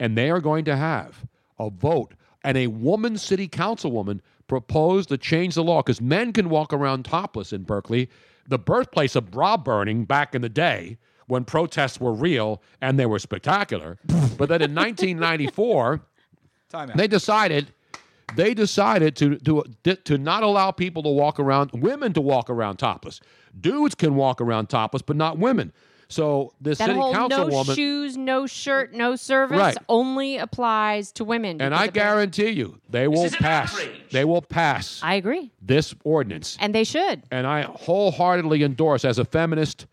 and they are going to have a vote. And a woman city councilwoman proposed to change the law because men can walk around topless in Berkeley, the birthplace of bra burning back in the day when protests were real and they were spectacular. but then in 1994,
Time
they decided they decided to to to not allow people to walk around women to walk around topless. Dudes can walk around topless, but not women. So the
That
city
whole no
councilwoman
shoes, no shirt, no service
Right.
only applies to women.
and
because
I
apparently-
guarantee you they will pass. They will pass.
I agree.
This ordinance.
And they should.
And I wholeheartedly endorse as a feminist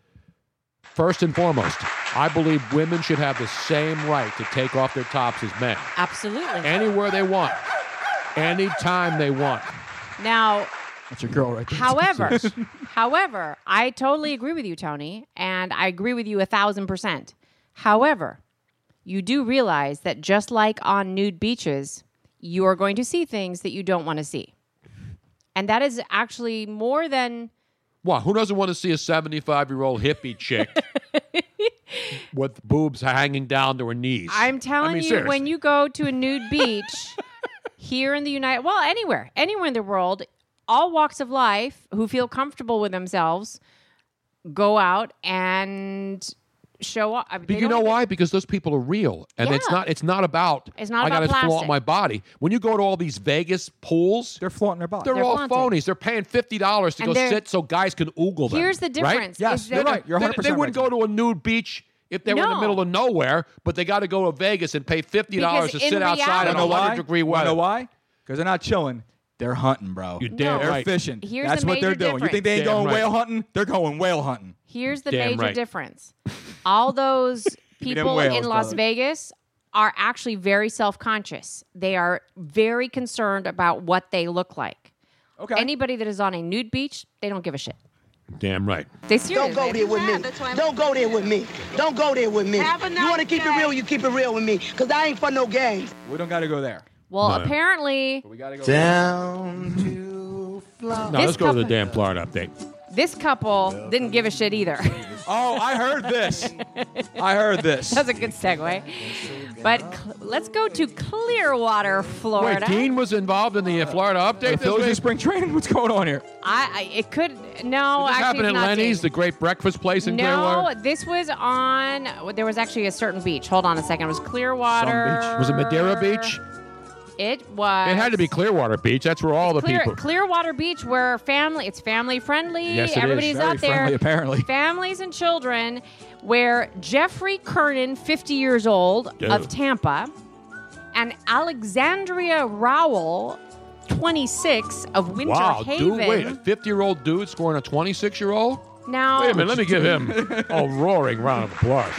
first and foremost. I believe women should have the same right to take off their tops as men.
Absolutely.
Anywhere they want. Anytime they want.
Now,
That's your girl right there.
however, however, I totally agree with you, Tony, and I agree with you a thousand percent. However, you do realize that just like on nude beaches, you are going to see things that you don't want to see, and that is actually more than
Why? Who doesn't want to see a 75 year old hippie chick with boobs hanging down to her knees?
I'm telling
I mean,
you,
seriously.
when you go to a nude beach here in the United, well, anywhere, anywhere in the world, all walks of life who feel comfortable with themselves go out and show up. I mean,
But
they
you
don't
know
even-
why? Because those people are real, and it's
Yeah.
not. It's not about.
It's not
I
about
gotta flaunt
plastic.
my body. When you go to all these Vegas pools,
they're flaunting their body.
They're,
They're
all
flaunting.
phonies. They're paying fifty dollars to
And
go
they're-
sit so guys can oogle them.
Here's the
right?
difference, Yes, is
They
you're
don't-
right. You're
they- They,
100%
wouldn't
right.
go to a nude beach. If they were in
No.
the middle of nowhere, but they got to go to Vegas and pay fifty dollars to
Because in
sit
reality-
outside in a
You know why?
hundred degree
You
weather.
know why? Because they're not chilling. They're hunting, bro.
You're damn
They're
right.
fishing.
Here's
That's
the
what they're
major
doing. You think they ain't
difference.
going
Damn right.
whale hunting? They're going whale hunting.
Here's the
Damn
major
right.
difference. All those
me them
people
whales,
in Las
dog.
Vegas are actually very self conscious. They are very concerned about what they look like.
Okay.
Anybody that is on a nude beach, they don't give a shit.
Damn right.
They serious,
Don't go
baby.
there with me. Don't go there with me. Don't go there with me.
Have a
you
nice
want to keep it real, you keep it real with me. Because I ain't for no games.
We don't got to go there.
Well,
No.
apparently,
Down
No,
This
let's go to the
couple-
damn Florida update.
this couple didn't give a shit either.
oh, I heard this. I heard this.
That's a good segue. But cl- let's go to Clearwater, Florida.
Wait, Dean was involved in the uh, Florida update.
Phillies in spring training. What's going on here?
I, I it could no
This
actually
happened
it's
at
not
Lenny's,
Dean.
the great breakfast place in Clearwater.
No, this was on. well, There was actually a certain beach. Hold on a second. It was Clearwater.
Was it Madeira Beach?
It was.
It had to be Clearwater Beach. That's where all the
Clear,
people.
Clearwater Beach, where family, it's family friendly.
Yes, it is.
Everybody's
Very
out there.
friendly, apparently.
Families and children, where Jeffrey Kernan, 50 years old,
Yeah.
of Tampa, and Alexandria Rowell, 26, of Winter
wow,
Haven.
dude, wait, a 50 year old dude scoring a 26 year old?
Now,
Wait a minute, let me give him a roaring round of applause.